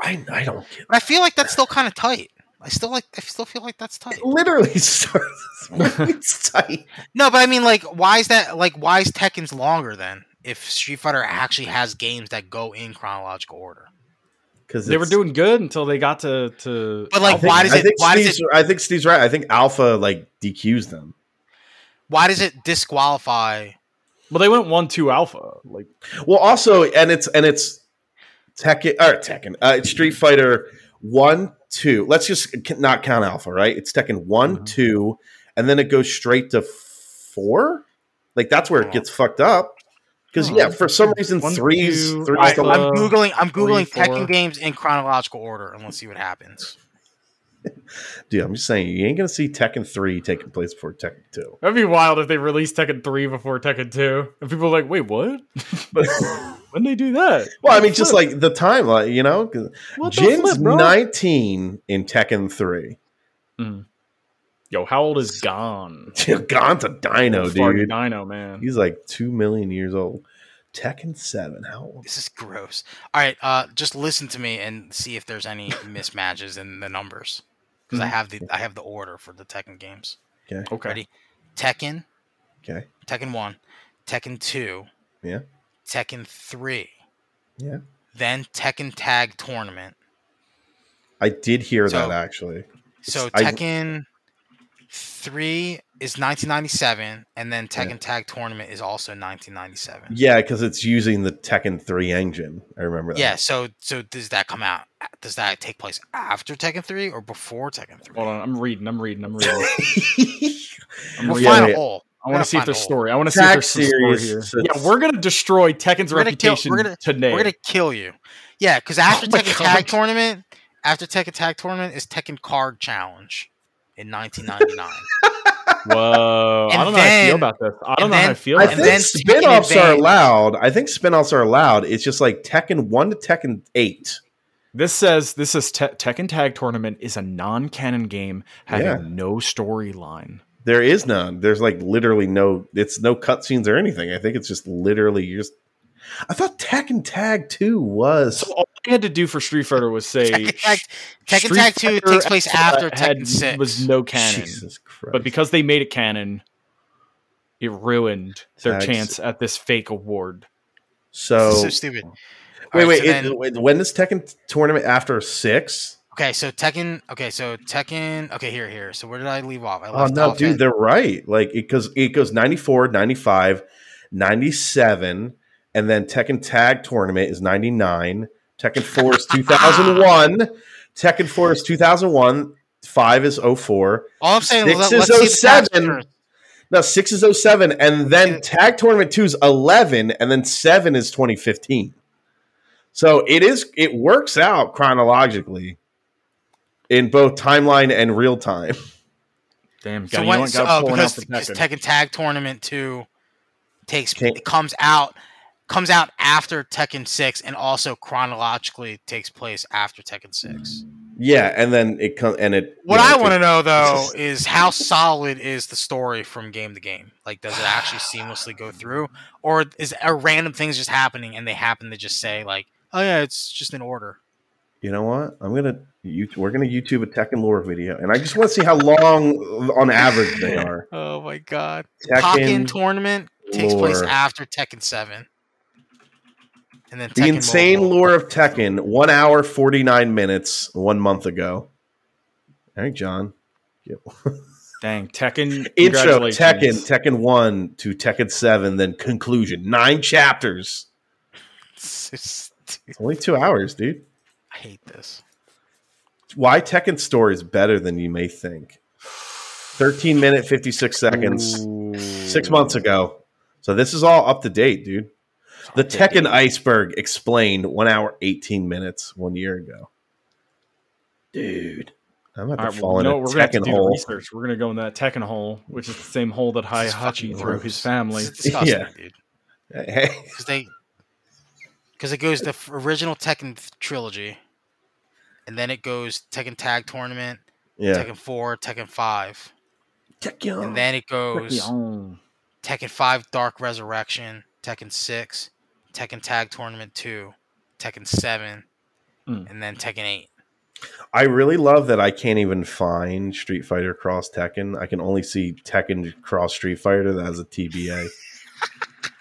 I, I don't get But I feel like that's still kind of tight. I still like I still feel like that's tight. it. Literally <laughs> starts. it's tight. No, but I mean like why is that like why is Tekken's longer then if Street Fighter actually has games that go in chronological order? because they were doing good until they got to to But, like, Alpha. why does I it- think why does Steve's, I think Steve's right. I think Alpha like DQs them. Why does it disqualify Well, they went one two alpha. Like Well, also, and it's and it's Tekken or Tekken uh, it's Street Fighter one two. Let's just c- not count Alpha, right? It's Tekken one Mm-hmm. Mhm. two, and then it goes straight to four. Like that's where it gets fucked up. Because Oh. yeah, for some reason One, threes two, threes. Alright, the- Alpha. I'm googling. I'm googling Uh, three, four. Tekken games in chronological order, and let's see what happens. dude, I'm just saying you ain't gonna see Tekken three taking place before Tekken two. <laughs> that'd be wild if they released Tekken three before Tekken two, and people are like, "Wait, what? But When they do that?" well, I mean, just like the timeline, you know. 'Cause- What the Jin's flip, bro? 19 in Tekken <laughs> 3. Yo, how old is Gon? Gon's a dino, Fucking dude. Dino man. He's like 2 million years old. Tekken 7. How old? This is gross. All right, uh, just listen to me and see if <laughs> there's any mismatches in the numbers because Mm-hmm. I have the I have the order for the Tekken games. Okay, Ready? Tekken, Okay. Tekken One, Tekken Two, Yeah. Tekken Three, Yeah. then Tekken Tag Tournament. I did hear So- that actually. So I- Tekken Three is 1997, and then Tekken Tag Tournament is also 1997. Yeah, because it's using the Tekken 3 engine. I remember that. <laughs> Yeah, so so does that come out? Does that take place after Tekken three or before Tekken three? hold on. I'm reading. I'm <laughs> reading. I'm reading. I'm We'll reading. Yeah, find yeah. a hole. I want gotta to see if find there's a hole. story. I want to see if Tag there's some story series. here. so Yeah, it's- we're gonna destroy Tekken's We're gonna kill- reputation we're gonna- today. We're gonna kill you. Yeah, because after <laughs> Oh my Tekken God. Tag Tournament, after Tekken Tag Tournament is Tekken Card Challenge <laughs> in 1999. Whoa! I And don't know how I feel then- about this. I don't and know how I then- feel. I About think then this. Tekken spinoffs are Advance. allowed. I think spinoffs are allowed. It's just like Tekken 1 to Tekken 8. This says this is te- Tekken Tag Tournament is a non-canon game having Yeah. no storyline. There is none. There's like literally no. It's no cutscenes or anything. I think it's just literally you're just. I thought Tekken Tag Two was. So all I had to do for Street Fighter was say Tekken Tag, Tekken Street Tag two Fighter takes place uh, Alpha after had- Tekken six. was no canon, Jesus Christ! but because they made it canon, it ruined their Tags. chance at this fake award. so, This is so stupid. wait, Alright, wait, so it- then- wait, When is Tekken t- tournament after six? okay, so Tekken. Okay, so Tekken. Okay, here, here. So where did I leave off? I Oh left no, off dude, at- they're right. Like it goes, it goes 94, 95, 97, and then Tekken Tag Tournament is 99. Tekken 4 <laughs> is 2001. Tekken 4 is 2001. 5 is 04. All I'm saying Six is is let, let's see the top 07. scorers. Now 6 is 07. And then Tag Tournament 2 is 11. And then 7 is 2015. So it is, it works out chronologically in both timeline and real time. <laughs> Damn, So guy, when, you so, got oh, pulling out because for because Tekken. Tekken Tag Tournament Two takes Can't- it comes out comes out after Tekken Six, and also chronologically takes place after Tekken Six. Yeah. And then it comes, and it, What I want to know though This is how solid is the story from game to game? Like, does it actually seamlessly go through, or is are random things just happening and they happen to just say like, "Oh yeah, it's just in order." you know what? I'm gonna you, we're gonna YouTube a Tekken lore video, and I just want to see how long on average they are. Oh my god! <laughs> Tekken Tekken, Tournament takes place lore. after Tekken Seven, and then the Tekken insane Mobile. lore of Tekken, one hour forty nine minutes, one month ago. All right, John. Dang, Tekken. Intro congratulations. Tekken, Tekken one to Tekken seven, then conclusion. Nine chapters. It's only two hours, dude. I hate this. Why Tekken story is better than you may think. Thirteen minute fifty six seconds. six months ago. So this is all up to date, dude. The Tekken iceberg explained one hour eighteen minutes one year ago. Dude, I'm about All to right, fall well, you know what, in a we're gonna have to Tekken do the hole. research. We're gonna go in that Tekken hole, which is the same hole that This is Heihachi fucking threw gross. his family. This is disgusting, Yeah. dude. Hey, Because they, because it goes the f- original Tekken th- trilogy, and then it goes Tekken Tag Tournament, yeah, Tekken Four, Tekken Five, and Tekken. then it goes Tekken Five Dark Resurrection, Tekken Six, Tekken Tag Tournament Two, Tekken Seven, Hmm. Mm. and then Tekken Eight. I really love that I can't even find Street Fighter Cross Tekken. I can only see Tekken Cross Street Fighter that has a <laughs> TBA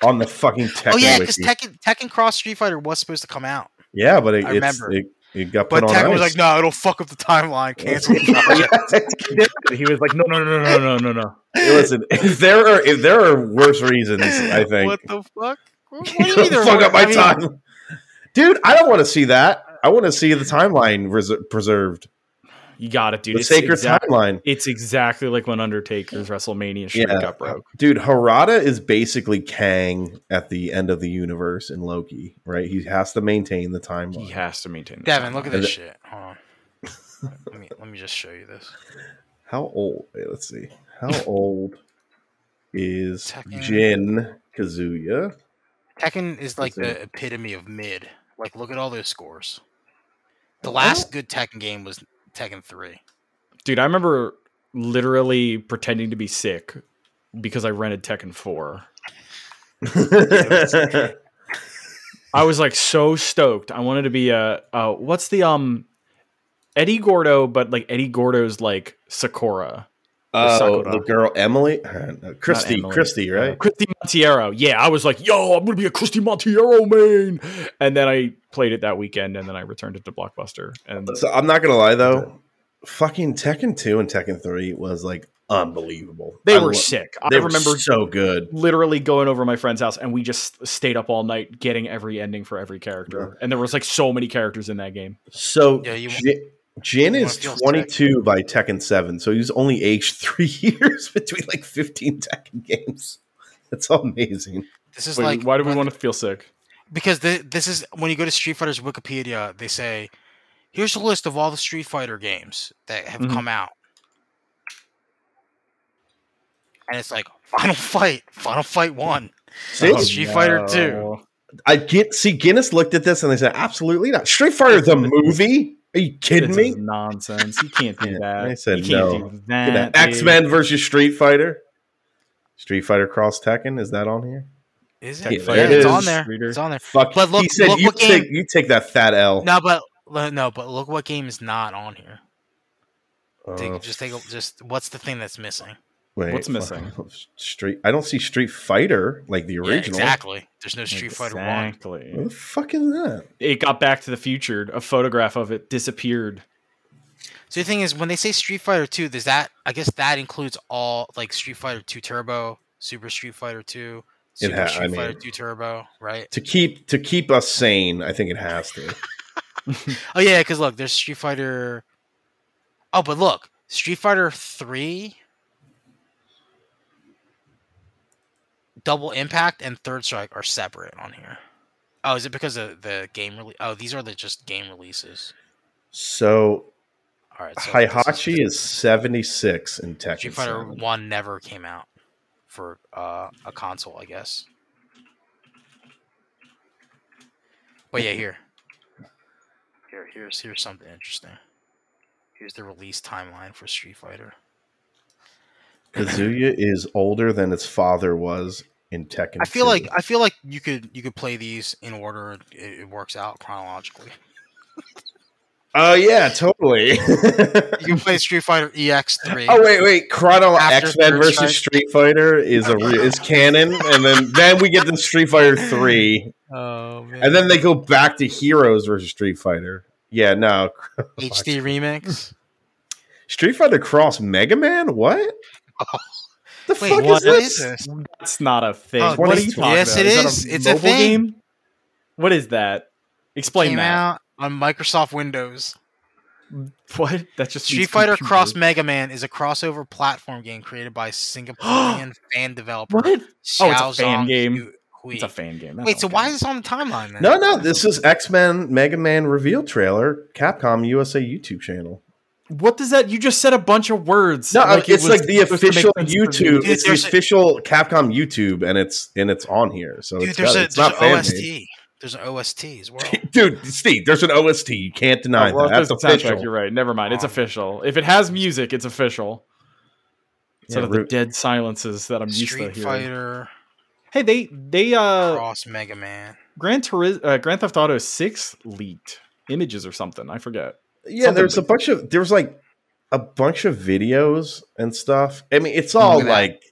on the fucking Tekken. oh yeah, because wiki. Tekken Tekken Cross Street Fighter was supposed to come out, yeah, but it, I it's, remember. it, it got put but on Tekken was ice. like, no, it'll fuck up the timeline. <laughs> Cancel. the project." He was like, no, no, no, no, no, no, no. Listen, if there are if there are worse reasons, <laughs> I <laughs> think What the fuck? <laughs> What do You you mean there fuck were- up my I mean, time, dude. I don't want to see that. I want to see the timeline res- preserved, You got it, dude. the sacred exact- timeline, It's exactly like when Undertaker's WrestleMania streak Yeah. got broke. dude. Harada is basically Kang at the end of the universe in Loki, right? He has to maintain the He timeline. has to maintain. the Devin, look at timeline. this shit. Hold <laughs> on. Let me let me just show you this. How old? wait, let's see. <laughs> How old is Tekken. Jin Kazuya? Tekken is like Let's see. the epitome of mid. Like, look at all those scores. The last good Tekken game was Tekken Three. dude. I remember literally pretending to be sick because I rented Tekken Four. <laughs> I was like so stoked. I wanted to be a, uh what's the um Eddie Gordo, but like Eddie Gordo's like Sakura. Oh, Sakura. the girl Emily, Uh, no, Christy, Emily. Christy, right? Christy Montiero. Yeah, I was like, yo, I'm gonna be a Christy Montiero main. And then I played it that weekend and then I returned it to Blockbuster. And So I'm not gonna lie though, fucking Tekken two and Tekken three was like unbelievable. they I were lo- sick. I they were remember so good. literally going over to my friend's house and we just stayed up all night getting every ending for every character. And there was like so many characters in that game. So Yeah, you want- Jin, Jin you wanna is feel 22 by Tekken seven, so he's only aged <laughs> three years between like 15 Tekken games. That's amazing. This is Wait, like why do we when- want to feel sick? Because thi- this is when you go to Street Fighter's Wikipedia, they say, "Here's a list of all the Street Fighter games that have Mhm. come out," and it's like Final Fight, Final Fight One, See? Oh, Street Fighter Two. I get see Guinness looked at this and they said, absolutely not. Street Fighter the movie? Are you kidding This me? is nonsense. You can't do <laughs> Yeah, that. I said you can't no. do Look at that. that. X Men versus Street Fighter. Street Fighter Cross Tekken is that on here? Is Tekken it? Fighter. Yeah, It it's is. on there. Reader. It's on there. Fuck. But he look- said look you what game- take you take that fat L. No, but lo- no, but look what game is not on here. Oh, Take, just take a, just what's the thing that's missing? wait, what's fuck. missing? Street. I don't see Street Fighter like the Yeah, original. exactly. There's no Street Fighter One. What Exactly. the fuck is that? It got Back to the Future. A photograph of it disappeared. So the thing is, when they say Street Fighter Two, does that? I guess that includes all like Street Fighter Two Turbo, Super Street Fighter Two, Super ha- I Street Fighter mean- 2 Turbo, right? to keep to keep us sane. I think it has to. Oh yeah, because look, there's Street Fighter. Oh, but look, Street Fighter Three, Double Impact, and Third Strike are separate on here. Oh, is it because of the game release? Oh, these are the just game releases. So All right, so this is- Hihachi is seventy six in Tekken. Street Fighter 7. One never came out for uh, a console, I guess. But <laughs> yeah, here, here, here's here's something interesting. Here's the release timeline for Street Fighter. Kazuya is older than his father was in Tekken. I feel 2. like I feel like you could you could play these in order. It, it works out <laughs> chronologically. Oh yeah, totally. <laughs> You can play Street Fighter EX three. oh wait, wait. Chrono After X Men Third versus Strike. Street Fighter is a re- is canon, and then then we get to Street Fighter three, oh man! and then they go back to Heroes versus Street Fighter. Yeah, no. HD remix. Street Fighter Cross Mega Man. <laughs> What? The Wait, fuck is what this? is this? That's not a thing. Oh, what are this- you talking yes, about? it that is. It's a thing. game? What is that? Explain Came that. out on Microsoft Windows. <laughs> What? That's just Street means Fighter computer. Cross Mega Man is a crossover platform game created by Singaporean fan developer. What? Oh, it's a Xiao fan Zhang game. Hu- Hui. It's a fan game. that's Wait, all so it why is. is this on the timeline then? No, no, this is X Men Mega Man reveal trailer, Capcom USA YouTube channel. What does that? You just said a bunch of words. No, it's it like the was supposed to make official sense for the- YouTube. Dude, it's the there's a- official Capcom YouTube, and it's and it's on here. So Dude, it's, there's, got- a, it's there's not an fan OST. made. There's an OST as well. Dude, Steve, there's an OST. You can't deny Oh, well, it that. That's doesn't sound like official. You're right. Never mind. It's Um, official. If it has music, it's official. Yeah, Instead of the root- dead silences that I'm Street used to hearing. Fighter Hey, they they uh Cross Mega Man. Grand Turismo uh, Grand Theft Auto Six leaked images or something. I forget. yeah, there's a something. bunch of there's like a bunch of videos and stuff. I mean, it's all Look at that. like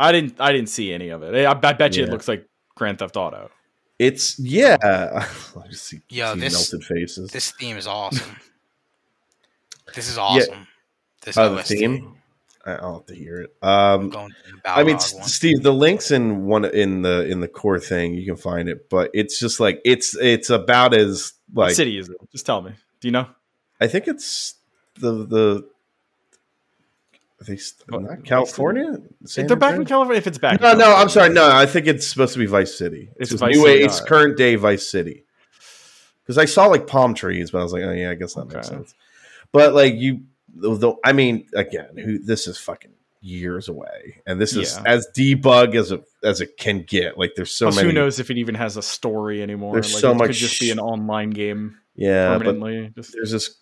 I didn't I didn't see any of it. I, I bet you it Yeah. looks like Grand Theft Auto. it's yeah. <laughs> I just see, Yo, see this- melted faces. This theme is awesome. this is awesome. This oh, the OST. theme. I- I'll have to hear it. I'm Um, going to the I mean, Balrog S- one. Steve, the links in one in the in the core thing, you can find it, but it's just like it's it's about as what like city is it? Just tell me. Do you know? I think it's the the I think it's What- not California. If San they're back in Andreas? California, if it's back. in No, no, California. I'm sorry. No, I think it's supposed to be Vice City. It's It's, just Vice new way. City, It's alright. current day Vice City. Because I saw like palm trees, but I was like, oh yeah, I guess that makes Okay. sense. But like you, though, I mean, again, who this is fucking years away, and this is Yeah. as debug as it as it can get. Like there's so Plus, many. who knows if it even has a story anymore? There's like, so it much could just be an online game Yeah, but permanently. Just, there's this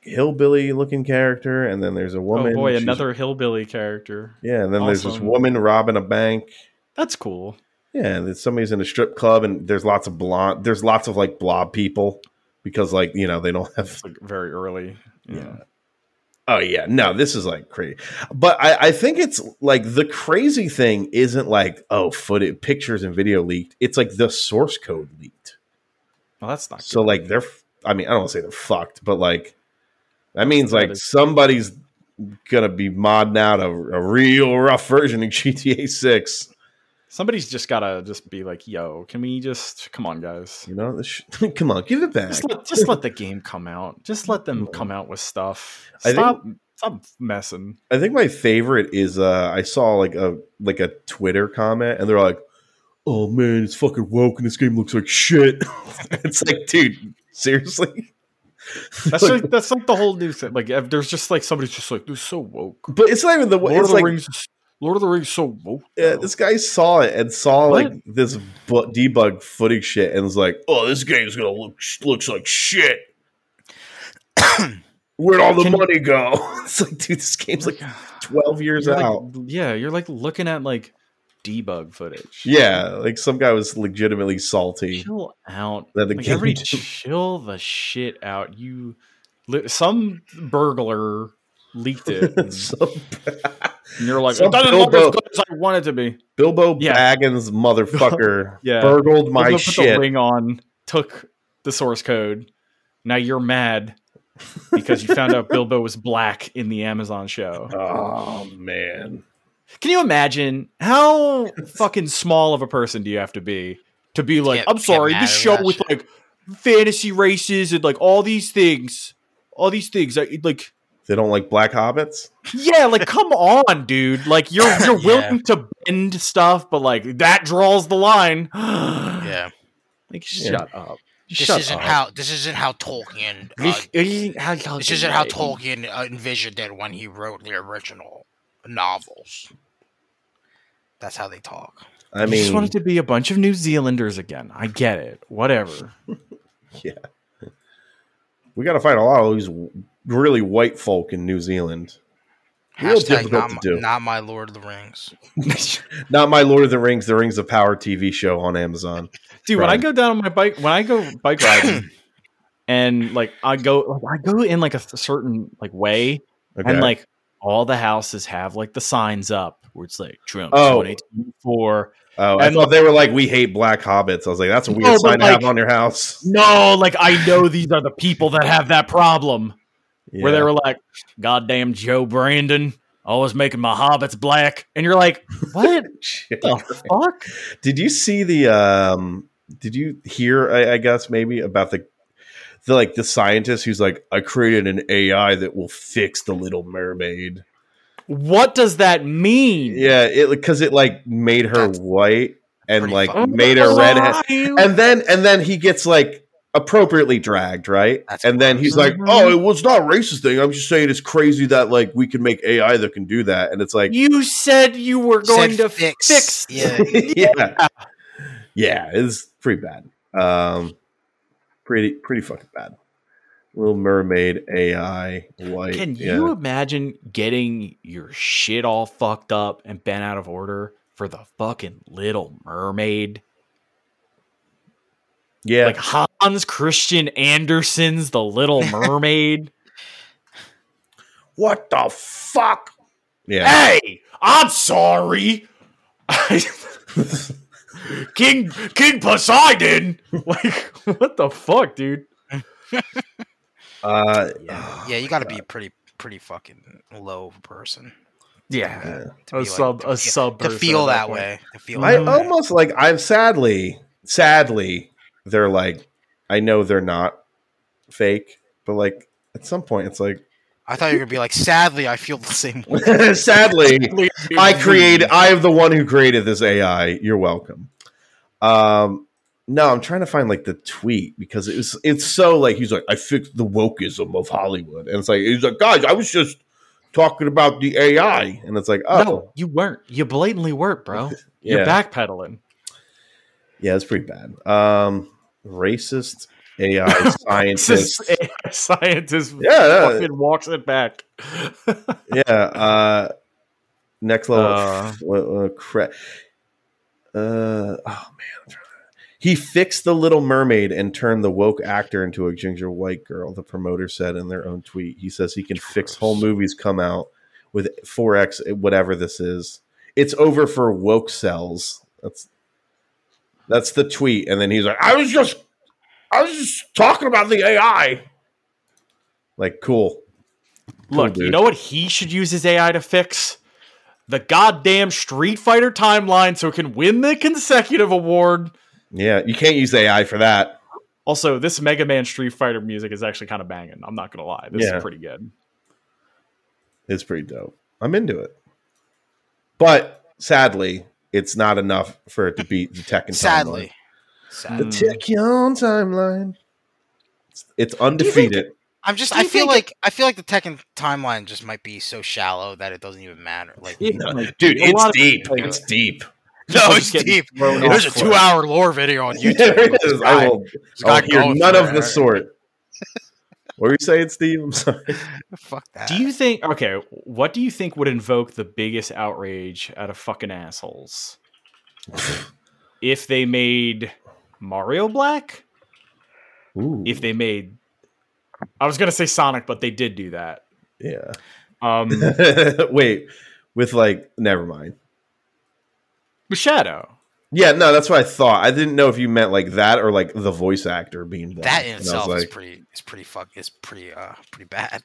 hillbilly looking character, and then there's a woman. oh boy, she's- another hillbilly character. Yeah, and then there's this Awesome. woman robbing a bank. That's cool. Yeah, and then somebody's in a strip club, and there's lots of blonde. There's lots of like blob people because like you know they don't have. <laughs> It's like very early. you Yeah. know. Oh yeah, no, this is like crazy. But I, I think it's like the crazy thing isn't like oh footage, pictures, and video leaked. It's like the source code leaked. Well, that's not So like they're. f- I mean, I don't want to say they're fucked, but like that means That like is- somebody's gonna be modding out a, a real rough version of GTA Six. Somebody's just gotta just be like, "Yo, can we just come on, guys? You know, this sh- <laughs> come on, give it back. Just let, just let the game come out. Just let them come out with stuff. I think- Stop, stop messing." I think my favorite is uh, I saw like a like a Twitter comment, and they're like, "Oh man, it's fucking woke, and this game looks like shit." <laughs> it's like, dude, seriously. That's Like, like, that's like the whole new thing. Like, if there's just like somebody's just like, "This is so woke." but it's not even the. Lord it's of the like Rings. is- Lord of the Rings is so woke. yeah, though. this guy saw it and saw What? like this bu- debug footage shit, and was like, "Oh, this game's gonna look looks like shit." <coughs> Where'd all the Can- money go? <laughs> it's like, dude, this game's like twelve years You're, like, out. yeah, you're like looking at like debug footage. yeah, like some guy was legitimately salty. chill out. that the Like, game everybody didn't- chill the shit out. You, li- some burglar <laughs> leaked it, and So- you're like, Some it doesn't look as Bilbo- good as I want it to be. Bilbo Yeah. Baggins, motherfucker, <laughs> Yeah. burgled Bilbo my put the shit. ring on, took the source code. Now you're mad <laughs> because you found out Bilbo was black in the Amazon show. Oh man, Can you imagine how fucking small of a person do you have to be to be like, Can't- I'm can't sorry, this matter show that with shit." like fantasy races and like all these things, all these things, I, like They don't like black hobbits. yeah, <laughs> like come on, dude, like you're you're Yeah. willing to bend stuff, but like that draws the line. <gasps> yeah, Yeah. like Yeah. shut up, This shut isn't up. how this isn't how Tolkien uh, this isn't how Tolkien uh, envisioned it when he wrote the original novels. That's how they talk. I I just mean, wanted to be a bunch of New Zealanders again. I get it. Whatever. <laughs> we got to fight a lot of these really white folk in New Zealand. Real Hashtag difficult not, to my, do. not my Lord of the Rings. Not my Lord of the Rings, the Rings of Power TV show on Amazon. Dude, when I Right. go down on my bike, when I go bike <clears throat> riding, and like I go, like, I go in like a th- certain like way, Okay. and like all the houses have like the signs up where it's like Trump Oh. 2024. oh, I and- thought they were like, we hate black hobbits. I was like, that's a weird No, but sign to have like- on your house. No, like I <laughs> know these are the people that have that problem where they Yeah. were like, "Goddamn Joe Brandon, always making my hobbits black," and you're like, <laughs> "What Shit. the fuck?" Did you see the? um Did you hear? I, I guess maybe about the. The, like the scientist who's like, I created an AI that will fix the Little Mermaid. What does that mean? Yeah, it because it like made her That's white and pretty like fucked made her redhead. And and then and then he gets like appropriately dragged, right? That's and then gross. he's like, Mhm. "Oh, it was not a racist thing. I'm just saying it's crazy that like we can make AI that can do that." And it's like, you said you were going Said to fix. <laughs> Yeah. <laughs> yeah, yeah, it's pretty bad. Um, pretty pretty fucking bad. Little Mermaid AI white. Can yeah. you imagine getting your shit all fucked up and bent out of order for the fucking Little Mermaid? Yeah, Like Hans Christian Andersen's The <laughs> Little Mermaid. what the fuck? Yeah, hey, I'm sorry. <laughs> King King Poseidon. <laughs> Like what the fuck, dude? uh, Yeah. Yeah, you got to be pretty pretty fucking low person. Yeah. to A be like- sub to a feel- sub to person feel at that point. way. To feel I that way. almost like I'm sadly, sadly, they're like, I know they're not fake, but like at some point it's like, <laughs> I thought you were gonna be like, sadly, I feel the same way. sadly, I created, I am the one who created this AI. You're welcome. Um, no, I'm trying to find like the tweet because it was, it's so like he's like, I fixed the wokeism of Hollywood, and it's like he's like, guys, I was just talking about the AI, and it's like, oh, No, you weren't. You blatantly weren't, <laughs> bro. You're yeah. backpedaling. Yeah, it's pretty bad. Um, racist <laughs> AI scientist. Scientist, <laughs> scientist Yeah, yeah, fucking walks it back. yeah. Uh, next level. Uh. f- uh, cra- uh, oh man, I'm trying to- he fixed the Little Mermaid and turned the woke actor into a ginger white girl. The promoter said in their own tweet. He says he can fix whole movies come out with four X eh, whatever this is. It's over for woke cells. That's that's the tweet. And then he's like, I was just I was just talking about the AI. Like cool. Look, you dude. know what he should use his AI to fix? The goddamn Street Fighter timeline so it can win the consecutive award. Yeah, you can't use AI for that. Also, this Mega Man Street Fighter music is actually kind of banging. I'm not going to lie. This Yeah. is pretty good. It's pretty dope. I'm into it. But sadly, it's not enough for it to beat the Tekken timeline. Sadly. timeline. The Sadly. Mm. Tekken timeline. It's undefeated. I'm just. Do you I feel think- like I feel like the Tekken timeline just might be so shallow that it doesn't even matter. Like, Like, Dude, a lot it's of deep. people- It's deep. <laughs> no, People it's just getting deep. thrown There's a off course. two-hour lore <laughs> video on YouTube. There <laughs> it is. I will This guy I'll hear going none for of it. the sort. What were you saying, Steve? I'm sorry. Fuck that. Do you think okay, what do you think would invoke the biggest outrage out of fucking assholes? if they made Mario Black? Ooh, If they made I was going to say Sonic, but they did do that. yeah. <laughs> Um Wait, with like, never mind. with Shadow. Yeah, no, that's what I thought. I didn't know if you meant like that or like the voice actor being done. that And I in was itself like, is pretty. Is pretty fuck. Is pretty. Uh, pretty bad.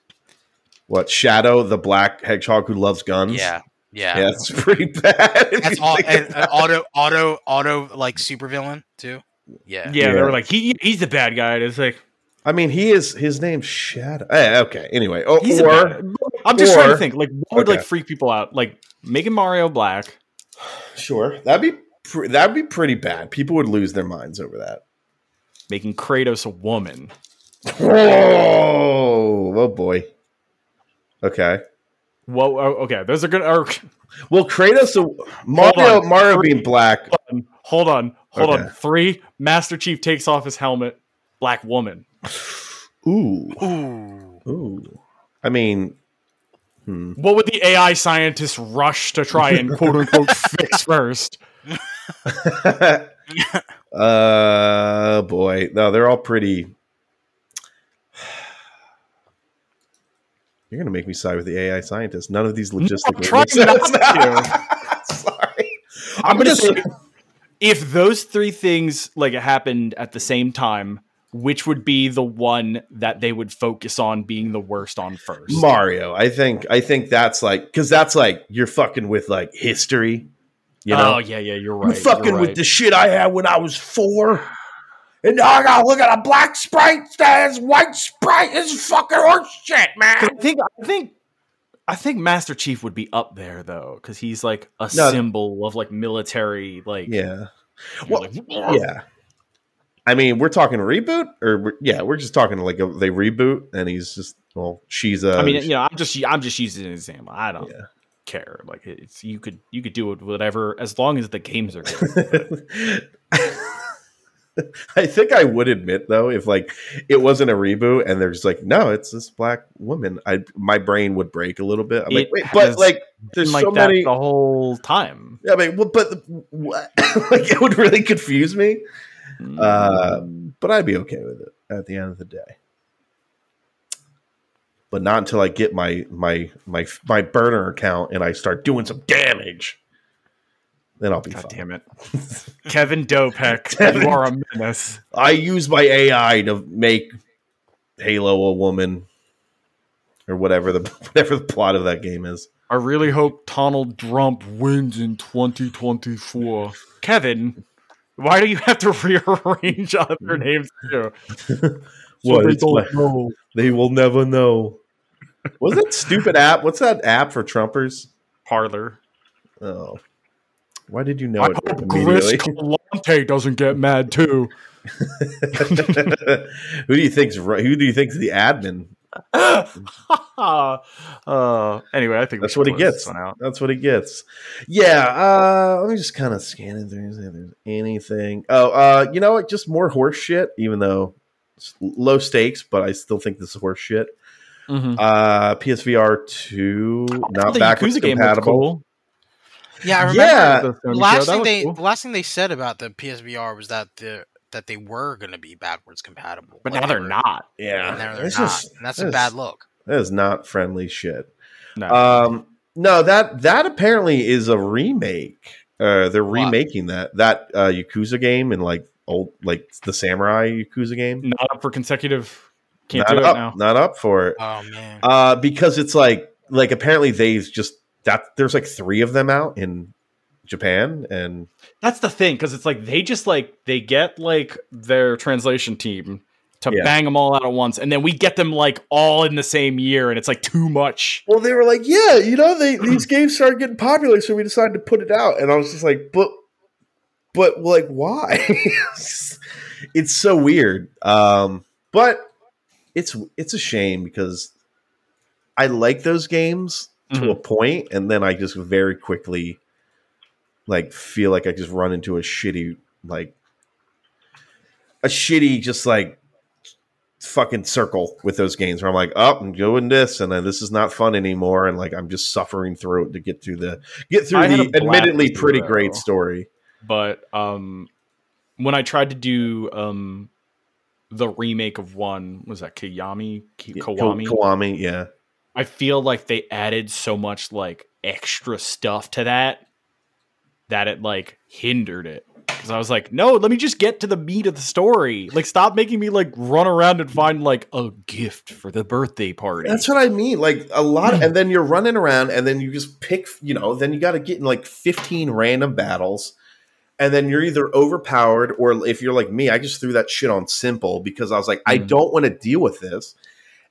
What Shadow, the black hedgehog who loves guns? Yeah. Yeah. Yeah, it's <laughs> pretty bad. if That's you <laughs> all think and, uh, about and auto auto auto like supervillain too. Yeah. Yeah, they Yeah. were like, he he's the bad guy. And it's like I mean, he is his name's Shadow. Eh, okay. Anyway, oh, he's a or bad guy. I'm just trying or- to think, like, what would okay. like freak people out? Like making Mario black. sure that'd be pr- that'd be pretty bad. People would lose their minds over that. <laughs> Making Kratos a woman. Oh, oh boy. Okay. Whoa, oh, okay, those are gonna. Or, <laughs> Well, Kratos, uh, Mario, on. Mario being black. hold on, hold on. Okay. Three. Master Chief takes off his helmet. Black woman. Ooh, Ooh. ooh. I mean, hmm. What would the AI scientists rush to try and quote <laughs> unquote fix first? <laughs> uh, boy. No, they're all pretty. <sighs> You're gonna make me side with the AI scientists. None of these logistical. trying <laughs> not to. Sorry. I'm, gonna just. say- If those three things like happened at the same time, which would be the one that they would focus on being the worst on first? Mario. I think I think that's like because that's like you're fucking with like history. You oh know, yeah, yeah, you're you're right. fucking you're with right. the shit I had when I was four. And now I gotta look at a black sprite that has white sprite. It's fucking horse shit, I man. think I think I think Master Chief would be up there though, because he's like a No. symbol of like military, like Yeah, you're well, like, yeah. I mean, we're talking reboot, or we're- yeah, we're just talking like a, they reboot, and he's just well, she's a. I mean, you know, I'm just I'm just using an example. I don't Yeah. care. Like it's you could you could do it whatever as long as <laughs> the games are good. uh, I think I would admit though, if like it wasn't a reboot and they're just like, no, it's this black woman, I my brain would break a little bit. I'm like, It wait, but has like there's Been like so that many. the whole time. I mean, well, but <laughs> what? like it would really confuse me. Uh, Mm, but I'd be okay with it at the end of the day. But not until I get my my my my burner account and I start doing some damage. Then I'll be God fine. <laughs> damn it. Kevin Dopek, Kevin- you are a menace. I use my AI to make Halo a woman or whatever the <laughs> whatever the plot of that game is. I really hope Donald Trump wins in 2024. Kevin, why do you have to <laughs> rearrange other names <laughs> too? What, they Mm. it's don't like- know. They will never know. Was that stupid app? What's that app for Trumpers? Parlor. Oh. Why did you know I it hope Chris immediately? Calante doesn't get mad too. <laughs> who do you think's ru- who do you think's the admin? <laughs> uh, anyway, I think we That's should what he close this gets. One out. That's what he gets. Yeah, uh let me just kind of scan it through and see if there's anything. Oh, uh you know what? Just more horse shit, even though it's low stakes, but I still think this is horse shit. Mm-hmm. Uh PSVR two not The backwards Yakuza game looked compatible. cool. Yeah, I remember yeah, The Sony the show, that last thing was they cool. the last thing they said about the PSVR was that the that they were gonna be backwards compatible. but Like, now they they're were- not. yeah. and now they're It's not. just and that's a it's- bad look. that is not friendly shit. No. Um, no, that that apparently is a remake. Uh, they're What? remaking that that uh, Yakuza game and like old like the samurai Yakuza game. not up for consecutive. Mm, Can't not do it up, now. Not up for it. Oh man. Uh, because it's like like apparently they've just that there's like three of them out in Japan and That's the thing, because it's like they just like they get like their translation team to Yeah. bang them all out at once, and then we get them like all in the same year, and it's like too much. well they were like yeah you know they these games started getting popular so we decided to put it out and I was just like but but like why <laughs> it's so weird um but it's it's a shame because i like those games Mm-hmm. to a point and then i just very quickly like feel like i just run into a shitty like a shitty just like fucking circle with those games where i'm like oh i'm doing this and then this is not fun anymore and like i'm just suffering through it to get through the get through I had the a blast admittedly through pretty that, great though. story But um, when I tried to do um, the remake of one, was that Kiyami Ki- Yeah, Ko- Kiwami? Kiwami, yeah. I feel like they added so much like extra stuff to that that it like hindered it. 'Cause because I was like, no, let me just get to the meat of the story. Like, stop making me like run around and find like a gift for the birthday party. That's what I mean. Like a lot, and then you're running around, and then you just pick. You know, then you got to get in like 15 random battles, and then you're either overpowered or if you're like me, I just threw that shit on simple because I was like, I Mhm. don't want to deal with this.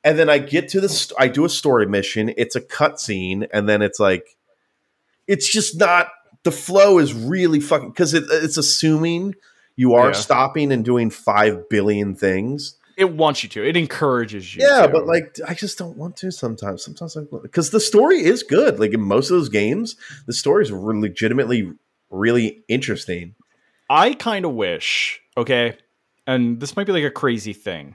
And then I get to this. I do a story mission. It's a cutscene, and then it's like, it's just not. The flow is really fucking because it, it's assuming you are Yeah. stopping and doing five billion things. it wants you to. It encourages you. Yeah, to. but like I just don't want to sometimes. Sometimes I because the story is good. Like in most of those games, the story is re- legitimately really interesting. I kind of wish, okay, and this might be like a crazy thing.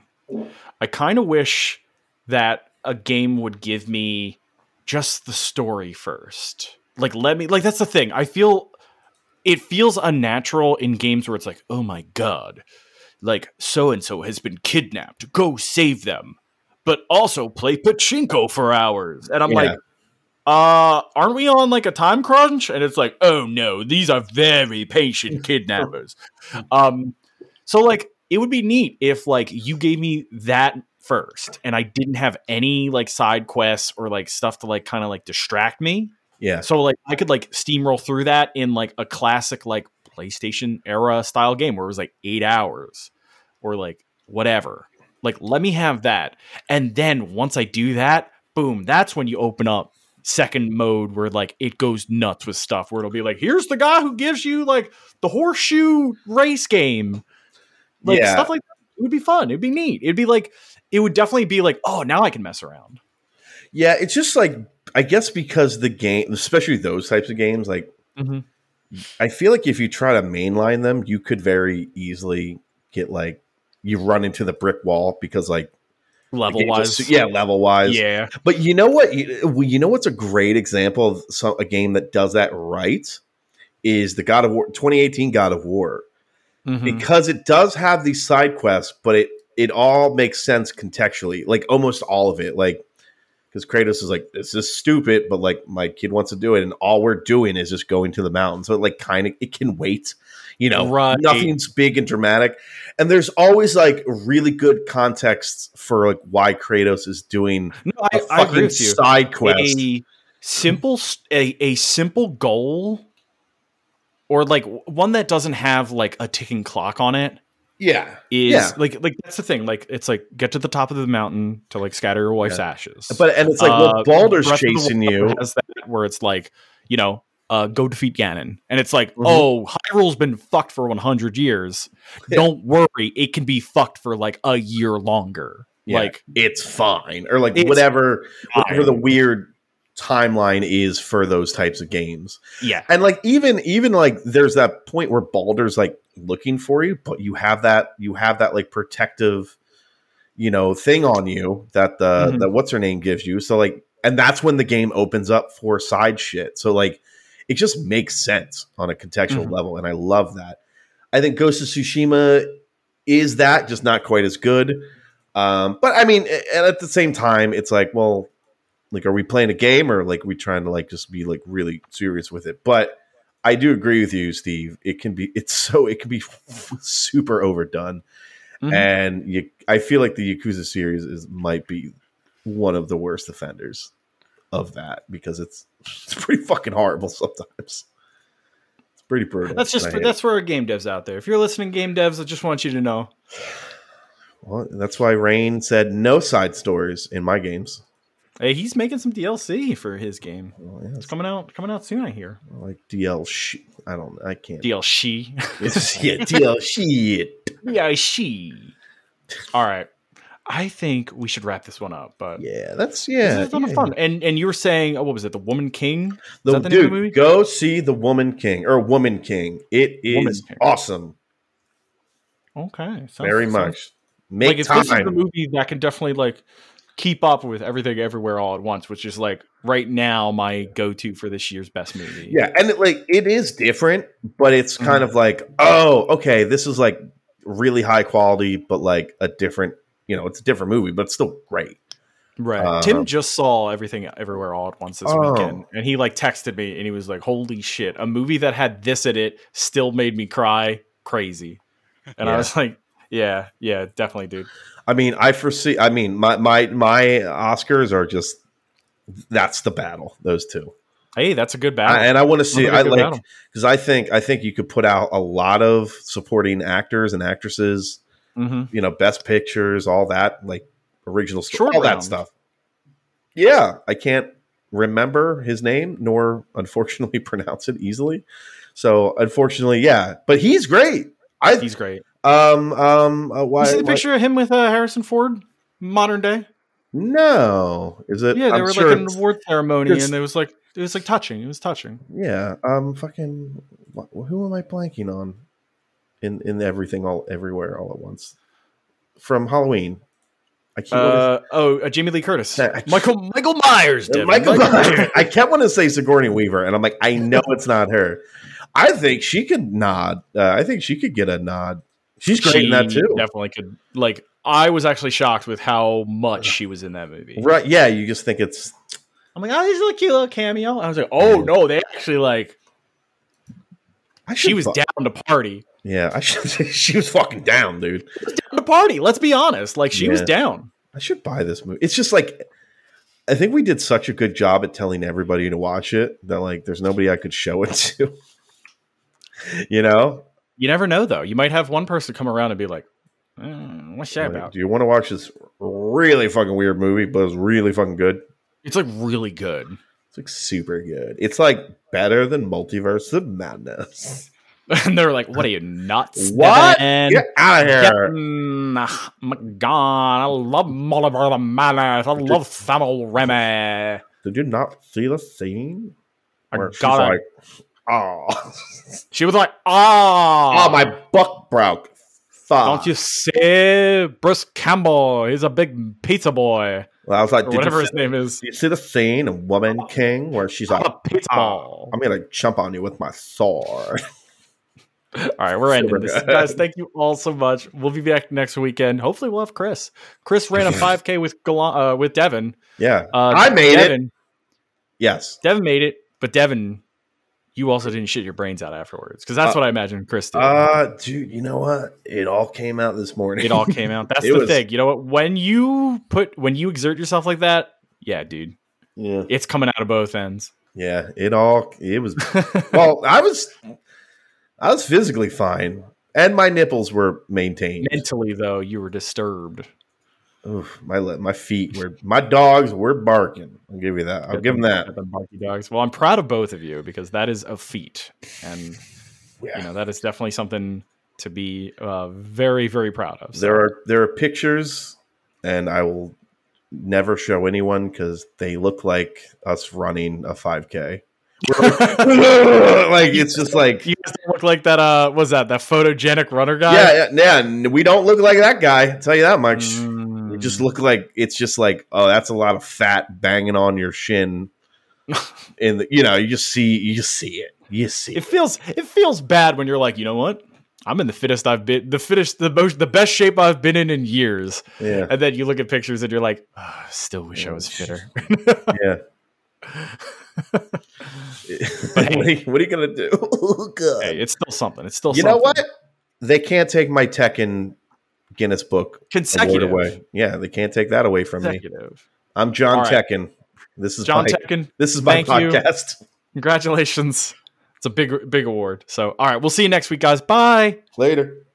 I kind of wish that a game would give me just the story first. Like, let me, like, that's the thing. I feel it feels unnatural in games where it's like, oh my God, like, so and so has been kidnapped. Go save them, but also play pachinko for hours. And I'm Yeah. like, uh, aren't we on like a time crunch? And it's like, oh no, these are very patient kidnappers. um, so like, it would be neat if like you gave me that first, and I didn't have any like side quests or like stuff to like kind of like distract me. Yeah, So like, I could like steamroll through that in like a classic like PlayStation era style game where it was like eight hours or like whatever. Like, let me have that, and then once I do that, boom, that's when you open up second mode where like it goes nuts with stuff where it'll be like here's the guy who gives you like the horseshoe race game like Yeah. stuff like that it would be fun it'd be neat it'd be like it would definitely be like oh now i can mess around yeah. It's just like I guess because the game, especially those types of games, like Mhm. I feel like if you try to mainline them, you could very easily get like you run into the brick wall because like the level game wise just- yeah, level wise, yeah But you know what? You, well, you know what's a great example of some, a game that does that right is the God of War 2018 God of War Mhm. because it does have these side quests, but it it all makes sense contextually, like almost all of it, like. Because Kratos is like, this is stupid, but like my kid wants to do it, and all we're doing is just going to the mountain. So it like kind of it can wait, you know. Right. Nothing's big and dramatic, and there's always like really good contexts for like why Kratos is doing no, a I, I fucking agree with you side quest. a simple s- a, a simple goal or like w- one that doesn't have like a ticking clock on it yeah, is Yeah. like like that's the thing like it's like get to the top of the mountain to like scatter your wife's ashes but and it's like Uh, well, Baldur's Breath of the chasing Wild you. has that where it's like you know uh, go defeat Ganon and it's like Mhm. oh Hyrule's been fucked for 100 years Yeah. don't worry it can be fucked for like a year longer Yeah. like It's fine, or like It's whatever whatever fine. the weird timeline is for those types of games. yeah And like even even like there's that point where Baldur's like looking for you, but you have that you have that like protective, you know, thing on you that the Mhm. that what's her name gives you. So like, and that's when the game opens up for side shit. So like, it just makes sense on a contextual Mhm. level, and I love that. I think Ghost of Tsushima is that, just not quite as good. Um, but I mean, a- and at the same time, it's like, well, like, are we playing a game or like we trying to like just be like really serious with it? But I do agree with you, Steve. It can be, it's so, it can be <laughs> super overdone, Mhm. and you, I feel like the Yakuza series is might be one of the worst offenders of that because it's <laughs> it's pretty fucking horrible sometimes. It's pretty brutal. that's just And I for, hate it. that's for our game devs out there if you're listening game devs I just want you to know Well, that's why Rain said no side stories in my games. hey he's making some DLC for his game Well, yeah, it's coming out coming out soon I hear it's like DL shit. I don't. I can't. <laughs> DLC <laughs> It's- yeah, DL shit. DLC all right I think we should wrap this one up but Yeah, that's This yeah. is a ton of yeah, fun. And and you were saying, oh, what was it? The Woman King. The, that the name of dude, the movie? go see the Woman King or Woman King. It is Woman King. awesome. Okay, sounds- very sounds- much. Make Like if time. this is the movie that can definitely like keep up with everything, everywhere, all at once, which is like right now my go-to for this year's best movie. yeah, and it, like it is different, but it's Mm-hmm. kind of like, oh, okay, this is like really high quality, but like a different. You know, it's a different movie, but it's still great. right. Um, Tim just saw everything, everywhere, all at once this Oh. weekend, and he like texted me, and he was like, "Holy shit! A movie that had this in it still made me cry. crazy. And I was like, yeah, yeah, definitely, dude. I mean, I foresee. I mean, my my my Oscars are just that's the battle. Those two, Hey, that's a good I, battle. and I want to see. Another I good like battle. because I think I think you could put out a lot of supporting actors and actresses. hmm You know, best pictures, all that, like original story, Short all that round. stuff. Yeah, I can't remember his name nor unfortunately <laughs> pronounce it easily. So unfortunately, yeah, but he's great. I He's great. um um uh, why, you see the why- picture of him with uh, Harrison Ford, modern day. No, is it? Yeah, they Uh, I'm were sure like at an it's- award ceremony, it's- and it was like it was like touching. It was touching. Yeah, um, fucking, wh- who am I blanking on? In in everything, all everywhere, all at once. From Halloween, I keep. wanting Uh, oh, uh, Jamie Lee Curtis, Yeah. Michael Michael Myers, to- Devin. Michael Myers. <laughs> I kept wanting to say Sigourney Weaver, and I'm like, I know it's not her. I think she could nod. Uh, I think she could get a nod. She's great in that She too, Definitely could. Like, I was actually shocked with how much she was in that movie. right? Yeah, you just think it's I'm like, oh, this is a cute little cameo. I was like, oh no, they actually like I she should was fu- down to party. Yeah, I should. <laughs> say She was fucking down, dude. Down to party. Let's be honest. Like, she was Yeah. down. I should buy this movie. It's just like I think we did such a good job at telling everybody to watch it that like there's nobody I could show it <laughs> to. you know? You never know though. You might have one person come around and be like, "Mm, what's that Like, about? Do you want to watch this really fucking weird movie, but it's really fucking good? It's like really good. <laughs> It's like super good. It's like better than Multiverse of Madness. and they're like, what are you nuts? What? And Get out of here. my God, I love Mulliver the Madness. I love Samuel Remy. Did you not see the scene? I Where she's gotta- like, <laughs> oh, She was like, ah, oh, my buck broke. Fuck. Don't you see Bruce Campbell? He's a big pizza boy. Well, I was like, Or did you whatever see his name is. Do you see the scene in Uh, Woman King where she's I'm like, a pizza "Ah, ball. I'm gonna jump on you with my sword. <laughs> All right, we're ending Super this. good. Guys, thank you all so much. We'll be back next weekend. Hopefully we'll have Chris. <laughs> Chris ran a 5K with Galan, uh, with Devin. Yeah. Uh, I made it. Devin, it. Yes. Devin made it, but Devin, you also didn't shit your brains out afterwards. Because that's Uh, what I imagine Chris did. Uh dude, you know what? It all came out this morning. it all came out. That's it the was- thing. You know what? When you put when you exert yourself like that, yeah, dude. <laughs> yeah. It's coming out of both ends. Yeah. It all it <laughs> was well, I was I was physically fine. And my nipples were maintained. Mentally, though, you were disturbed. Oof, my le- my feet were my dogs were barking. I'll give you that. I'll give them that. Them barky dogs. Well, I'm proud of both of you because that is a feat, and you Yeah. know that is definitely something to be uh, very, very proud of. So, There are there are pictures, and I will never show anyone because they look like us running a <laughs> 5K. <laughs> like it's just like you guys don't look like that. Uh, was that that photogenic runner guy? yeah, yeah, yeah. n- We don't look like that guy. I'll tell you that much. Mm. We just look like it's just like oh, that's a lot of fat banging on your <laughs> shin, and you know you just see you just see it. You see it it. feels it feels bad when you're like, you know what? I'm in the fittest I've been, the fittest, the most, the best shape I've been in in years. Yeah, And then you look at pictures and you're like, "Ah, still wish I <laughs> was fitter. <laughs> yeah. what, are you, what are you gonna do? <laughs> Oh, God. Hey, it's still something. It's still you something. know what? They can't take my Tekken Guinness Book award Consecutive. away. Yeah, they can't take that away from me. Consecutive. I'm John All right. Tekken. This is John my, Tekken, this is my thank you. podcast. congratulations. It's a big, big award. So, all right, we'll see you next week, guys. Bye. Later.